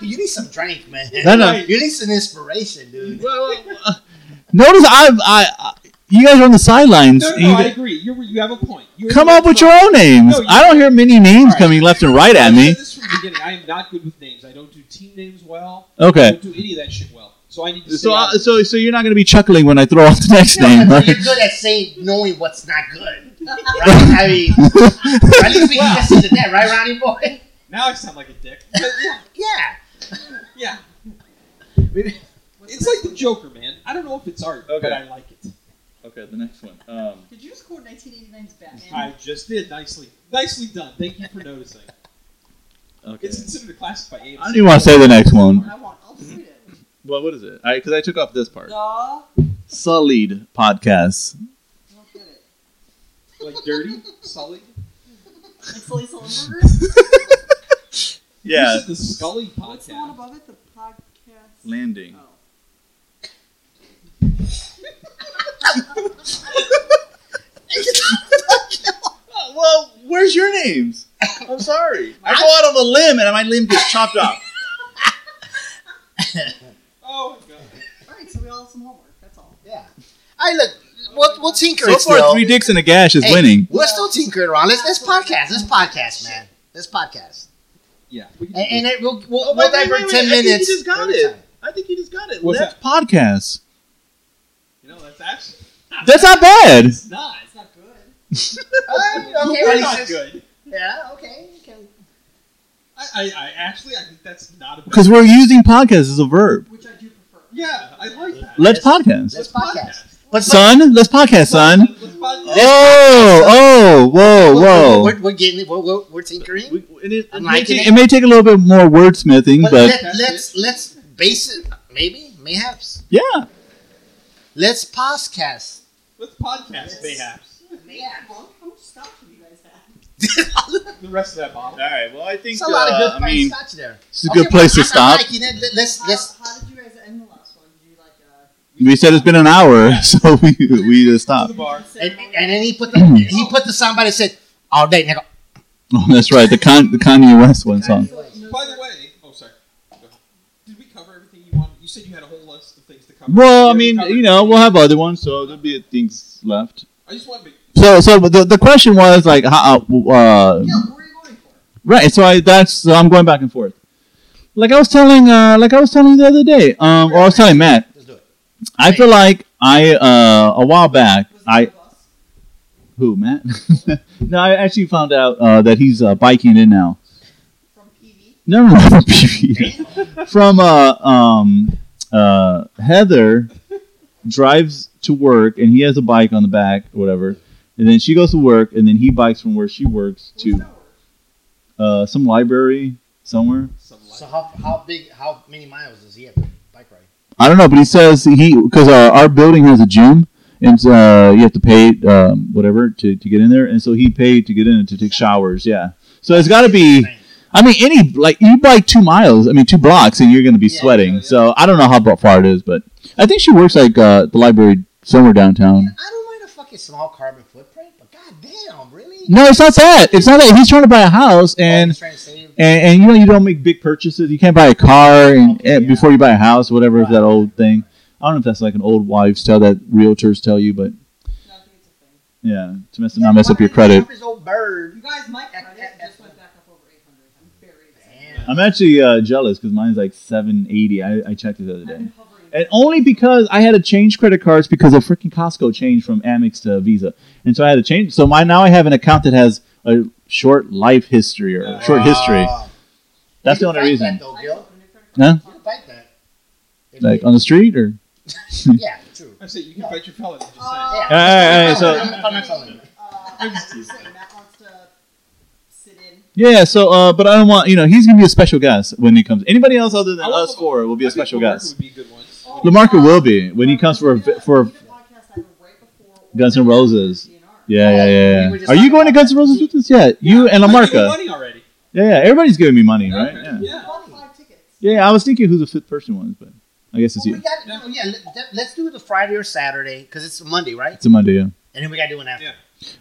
[SPEAKER 4] You need some drink, man.
[SPEAKER 1] No, no.
[SPEAKER 4] You need some inspiration, dude.
[SPEAKER 1] Notice I've I, I you guys are on the sidelines.
[SPEAKER 2] No, no,
[SPEAKER 1] You-
[SPEAKER 2] no, I agree. You you have a point. You
[SPEAKER 1] come up with your
[SPEAKER 2] own.
[SPEAKER 1] own names.
[SPEAKER 2] No, you-
[SPEAKER 1] I don't hear many names
[SPEAKER 4] Alright.
[SPEAKER 1] coming left and right at
[SPEAKER 2] I
[SPEAKER 1] me.
[SPEAKER 2] said this from the beginning. I am not good with names. I don't do team names well. I
[SPEAKER 1] Okay.
[SPEAKER 2] don't do any of that shit well. So I need to.
[SPEAKER 1] So
[SPEAKER 2] stay
[SPEAKER 1] I,
[SPEAKER 2] out of
[SPEAKER 1] so so you're not going to be chuckling when I throw out the next
[SPEAKER 4] No,
[SPEAKER 1] name,
[SPEAKER 4] no,
[SPEAKER 1] right?
[SPEAKER 4] You're good at saying knowing what's not good. Right? I mean, at least we can just sit to that, right, Ronnie Boy?
[SPEAKER 2] it. now I sound like a dick. But yeah,
[SPEAKER 4] Yeah.
[SPEAKER 2] yeah.
[SPEAKER 6] What's
[SPEAKER 2] It's
[SPEAKER 6] the-
[SPEAKER 2] like the Joker, man. I don't know if it's art,
[SPEAKER 1] Okay.
[SPEAKER 2] but I like it.
[SPEAKER 1] Okay, the next one. Um,
[SPEAKER 6] Did you just quote 1989's Batman?
[SPEAKER 2] I just did nicely. Nicely done. Thank you for noticing.
[SPEAKER 1] okay.
[SPEAKER 2] It's considered a classic by AMC.
[SPEAKER 1] I don't even want to say the next one.
[SPEAKER 6] I want. I'll just read it.
[SPEAKER 1] Well, what is it? I because I took off this part.
[SPEAKER 6] Duh.
[SPEAKER 1] Sullied podcast.
[SPEAKER 6] I don't get it.
[SPEAKER 2] like dirty, sully.
[SPEAKER 6] Like Sully Sullenberger?
[SPEAKER 1] Yeah.
[SPEAKER 2] This is the Scully
[SPEAKER 6] What's the one
[SPEAKER 2] podcast.
[SPEAKER 6] above it? The podcast.
[SPEAKER 1] Landing.
[SPEAKER 6] Oh.
[SPEAKER 1] Uh, well, where's your names? I'm sorry. I go out on a limb and my limb gets chopped off.
[SPEAKER 2] Oh my god.
[SPEAKER 6] All right, so we all have some homework. That's all.
[SPEAKER 4] Yeah. I look. We'll, we'll tinker.
[SPEAKER 1] So
[SPEAKER 4] it
[SPEAKER 1] far,
[SPEAKER 4] still.
[SPEAKER 1] three dicks and a gash is
[SPEAKER 4] Hey,
[SPEAKER 1] winning.
[SPEAKER 4] We're still tinkering, Ron. Let's, let's podcast. Let's podcast, man. Let's podcast.
[SPEAKER 2] Yeah. we can
[SPEAKER 4] And, and it, we'll, we'll,
[SPEAKER 1] Oh,
[SPEAKER 4] we'll
[SPEAKER 1] wait, wait,
[SPEAKER 4] divert
[SPEAKER 1] wait,
[SPEAKER 4] 10
[SPEAKER 1] wait. I think
[SPEAKER 4] minutes.
[SPEAKER 1] you just got
[SPEAKER 4] every
[SPEAKER 1] it.
[SPEAKER 4] time.
[SPEAKER 1] I think you just got it.
[SPEAKER 2] What's
[SPEAKER 1] Left podcast.
[SPEAKER 2] You know that's actually
[SPEAKER 1] That's not bad.
[SPEAKER 2] it's not. It's not good.
[SPEAKER 4] Uh, okay,
[SPEAKER 2] We're
[SPEAKER 4] Ronnie
[SPEAKER 2] not
[SPEAKER 4] says-
[SPEAKER 2] good.
[SPEAKER 4] Yeah, okay. okay.
[SPEAKER 2] I, I, I actually I think that's not a bad-
[SPEAKER 1] Because we're using podcast as a verb.
[SPEAKER 6] Which I do prefer.
[SPEAKER 2] Yeah, I like that.
[SPEAKER 1] Let's podcast.
[SPEAKER 4] Let's podcast. But, but
[SPEAKER 1] Son, let's podcast, son.
[SPEAKER 2] Let's podcast.
[SPEAKER 1] Oh, oh, whoa,
[SPEAKER 4] We're-
[SPEAKER 1] whoa.
[SPEAKER 4] We're, we're getting we're, we're, we're tinkering.
[SPEAKER 1] We- and it, it,
[SPEAKER 4] I'm
[SPEAKER 1] may
[SPEAKER 4] liking
[SPEAKER 1] take,
[SPEAKER 4] it.
[SPEAKER 1] it may take a little bit more wordsmithing,
[SPEAKER 4] but
[SPEAKER 1] but,
[SPEAKER 4] let, let's let's base it maybe mayhaps.
[SPEAKER 1] yeah.
[SPEAKER 4] Let's podcast.
[SPEAKER 2] Let's podcast, mayhaps.
[SPEAKER 6] Man, how much stuff have you guys had?
[SPEAKER 2] The rest of that bottle.
[SPEAKER 1] right. Well, I think
[SPEAKER 4] There's a lot of good fine scotch there.
[SPEAKER 1] it's a good place to stop.
[SPEAKER 4] Let's
[SPEAKER 6] How,
[SPEAKER 4] let's
[SPEAKER 6] how did you guys end the last one? Did you like uh?
[SPEAKER 1] We said it's been an hour, so we we just
[SPEAKER 2] To
[SPEAKER 1] stopped.
[SPEAKER 2] the bar.
[SPEAKER 6] sit
[SPEAKER 4] and,
[SPEAKER 6] around
[SPEAKER 4] and then he put the,
[SPEAKER 1] Hmm.
[SPEAKER 4] he put the sound by that said all day. And I go,
[SPEAKER 1] Oh, that's right. The con the Kanye West one song.
[SPEAKER 6] with- no
[SPEAKER 2] By the
[SPEAKER 6] shirt?
[SPEAKER 2] way, oh sorry. Go ahead. Did we cover everything you wanted? You said you had a whole list of things to cover.
[SPEAKER 1] Well, I
[SPEAKER 2] Did we
[SPEAKER 1] mean,
[SPEAKER 2] cover
[SPEAKER 1] you know,
[SPEAKER 2] everything?
[SPEAKER 1] we'll have other ones, so there'll be things left.
[SPEAKER 2] I just want to be.
[SPEAKER 1] So, so the, the question was like, how, uh,
[SPEAKER 6] Yeah, what were you going for?
[SPEAKER 1] right? So I that's so I'm going back and forth. Like I was telling, uh, like I was telling the other day, um, or I was telling Matt.
[SPEAKER 4] let's do it.
[SPEAKER 1] I feel like I uh, a while back,
[SPEAKER 6] Was it
[SPEAKER 1] I
[SPEAKER 6] one of us?
[SPEAKER 1] who Matt? no, I actually found out uh, that he's uh, biking in now.
[SPEAKER 6] from PV?
[SPEAKER 1] No, no, no, from PB. from uh, um, uh, Heather drives to work, and he has a bike on the back, or whatever. And then she goes to work, and then he bikes from where she works
[SPEAKER 6] What's
[SPEAKER 1] to
[SPEAKER 6] that word?
[SPEAKER 1] uh, some library somewhere.
[SPEAKER 2] Some light.
[SPEAKER 4] So how how big how many miles does he have to bike ride?
[SPEAKER 1] I don't know, but he says he because our, our building has a gym, and uh, you have to pay um, whatever to, to get in there, and so he paid to get in and to take showers. Yeah, so it's got to be. I mean, any like you bike two miles, I mean two blocks, and you're going to be
[SPEAKER 4] Yeah,
[SPEAKER 1] sweating.
[SPEAKER 2] yeah, yeah.
[SPEAKER 1] So I don't know how bu- far it is, but I think she works like uh, the library somewhere downtown.
[SPEAKER 4] I don't mind a fucking small carbon footprint, but goddamn, really?
[SPEAKER 1] No, it's not that. It's not that he's trying to buy a house, and
[SPEAKER 4] Always trying to save.
[SPEAKER 1] and, and you know you don't make big purchases. You can't buy a car and,
[SPEAKER 4] Okay,
[SPEAKER 1] and
[SPEAKER 4] yeah.
[SPEAKER 1] before you buy a house, whatever is
[SPEAKER 4] Right.
[SPEAKER 1] that old thing. I don't know if that's like an old wives' tale that realtors tell you, but
[SPEAKER 6] No, I think it's a thing.
[SPEAKER 1] yeah, to mess not mess up your credit.
[SPEAKER 4] This old bird.
[SPEAKER 6] You guys, my
[SPEAKER 4] Yeah,
[SPEAKER 6] credit
[SPEAKER 4] yeah,
[SPEAKER 6] just went back up over 800. I'm very excited.
[SPEAKER 4] Damn.
[SPEAKER 1] I'm actually uh, jealous because mine's like 780. I, I checked it the other
[SPEAKER 6] I've
[SPEAKER 1] day.
[SPEAKER 6] been hovering.
[SPEAKER 1] And only because I had to change credit cards because of freaking Costco changed from Amex to Visa, and so I had to change. So my now I have an account that has a short life history or short history.
[SPEAKER 4] Wow.
[SPEAKER 1] That's the
[SPEAKER 4] You
[SPEAKER 1] only
[SPEAKER 4] can fight
[SPEAKER 1] reason.
[SPEAKER 4] That, though,
[SPEAKER 6] I
[SPEAKER 4] Gil.
[SPEAKER 6] opened a credit card.
[SPEAKER 4] You
[SPEAKER 6] Huh?
[SPEAKER 4] can fight that. If
[SPEAKER 1] Like
[SPEAKER 4] you-
[SPEAKER 1] on the street or
[SPEAKER 4] yeah, true.
[SPEAKER 2] I said you can fight your felony. Just
[SPEAKER 6] Uh,
[SPEAKER 2] saying.
[SPEAKER 4] Yeah.
[SPEAKER 1] Hey, hey, hey, so-
[SPEAKER 4] I'm- I'm not telling you.
[SPEAKER 6] Uh,
[SPEAKER 2] I'm
[SPEAKER 6] I'm
[SPEAKER 2] just
[SPEAKER 6] just
[SPEAKER 2] teasing.
[SPEAKER 6] Matt wants to sit in.
[SPEAKER 1] yeah. So, uh, but I don't want you know he's gonna be a special guest when he comes. Anybody else other
[SPEAKER 2] I
[SPEAKER 1] than
[SPEAKER 2] want-
[SPEAKER 1] us four will be
[SPEAKER 2] I
[SPEAKER 1] a
[SPEAKER 2] think
[SPEAKER 1] special
[SPEAKER 2] Lamarck
[SPEAKER 1] guest.
[SPEAKER 2] Would be a good one.
[SPEAKER 6] Oh,
[SPEAKER 1] Lamarca
[SPEAKER 6] yeah.
[SPEAKER 1] will be when he
[SPEAKER 6] Lamarca
[SPEAKER 1] comes for a
[SPEAKER 6] did
[SPEAKER 1] vi- for a-
[SPEAKER 6] did podcast I did right before or
[SPEAKER 1] Guns N'
[SPEAKER 6] right
[SPEAKER 1] Roses.
[SPEAKER 6] after DNR.
[SPEAKER 1] Yeah, yeah, yeah.
[SPEAKER 4] We were
[SPEAKER 1] yeah.
[SPEAKER 4] just
[SPEAKER 1] Are you
[SPEAKER 4] talking
[SPEAKER 1] going to
[SPEAKER 4] about
[SPEAKER 1] Guns N' Roses with us? Yeah, you and
[SPEAKER 2] I gave you
[SPEAKER 1] Lamarca.
[SPEAKER 2] Money already.
[SPEAKER 1] Yeah, yeah. Everybody's giving me money, right?
[SPEAKER 2] Okay.
[SPEAKER 1] Yeah.
[SPEAKER 6] I
[SPEAKER 2] yeah.
[SPEAKER 6] bought five tickets.
[SPEAKER 1] Yeah, I was thinking who the fifth person was, but I guess it's you.
[SPEAKER 4] Well, we got, no, yeah, let, that- let's do the Friday or Saturday because it's Monday, right?
[SPEAKER 1] It's a Monday. Yeah.
[SPEAKER 4] And then we got to do an after.
[SPEAKER 2] Yeah.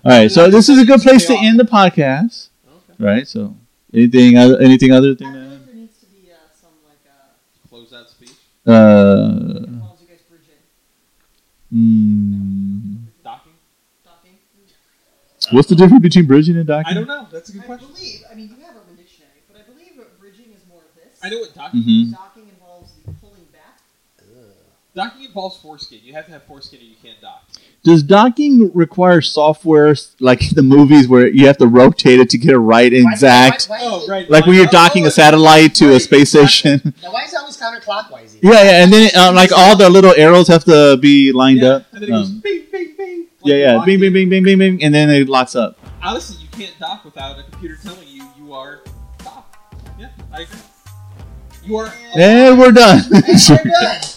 [SPEAKER 1] All right, so this is a good place to end the podcast,
[SPEAKER 2] Okay.
[SPEAKER 1] right? So, anything, other, anything other
[SPEAKER 6] I
[SPEAKER 1] than
[SPEAKER 6] feel like there needs to be uh, some like uh,
[SPEAKER 2] Close out speech.
[SPEAKER 1] that? Uh,
[SPEAKER 6] involves you guys bridging,
[SPEAKER 1] mm,
[SPEAKER 2] Docking.
[SPEAKER 6] docking.
[SPEAKER 1] what's the difference between bridging and
[SPEAKER 2] I don't
[SPEAKER 1] docking?
[SPEAKER 2] know. That's a good
[SPEAKER 6] I
[SPEAKER 2] question.
[SPEAKER 6] believe. I mean, you have Urban Dictionary, but I believe that bridging is more of this.
[SPEAKER 2] I know what docking.
[SPEAKER 1] hmm
[SPEAKER 6] Docking involves the pulling back.
[SPEAKER 2] Docking involves foreskin. You have to have foreskin or you can't dock.
[SPEAKER 1] Does docking require software s- like in the movies where you have to rotate it to get it right and exact?
[SPEAKER 4] Why, why, why,
[SPEAKER 2] Oh, right. oh,
[SPEAKER 1] Like when you're docking a satellite to a
[SPEAKER 4] Right,
[SPEAKER 1] space
[SPEAKER 4] exactly.
[SPEAKER 1] station.
[SPEAKER 4] now, why is it always counterclockwise?
[SPEAKER 1] yeah, yeah, and then uh, like all the little arrows have to be lined
[SPEAKER 2] yeah.
[SPEAKER 1] up.
[SPEAKER 2] And then it goes
[SPEAKER 1] Um,
[SPEAKER 2] bing, bing, bing. Like
[SPEAKER 1] yeah,
[SPEAKER 2] you're
[SPEAKER 1] yeah, bing,
[SPEAKER 2] docking.
[SPEAKER 1] bing, bing, bing, bing, bing, and then it locks up.
[SPEAKER 2] Honestly, you can't dock without a computer telling you you are docked. Yeah, I agree. You are.
[SPEAKER 1] And we're done.
[SPEAKER 4] Hey, we're done.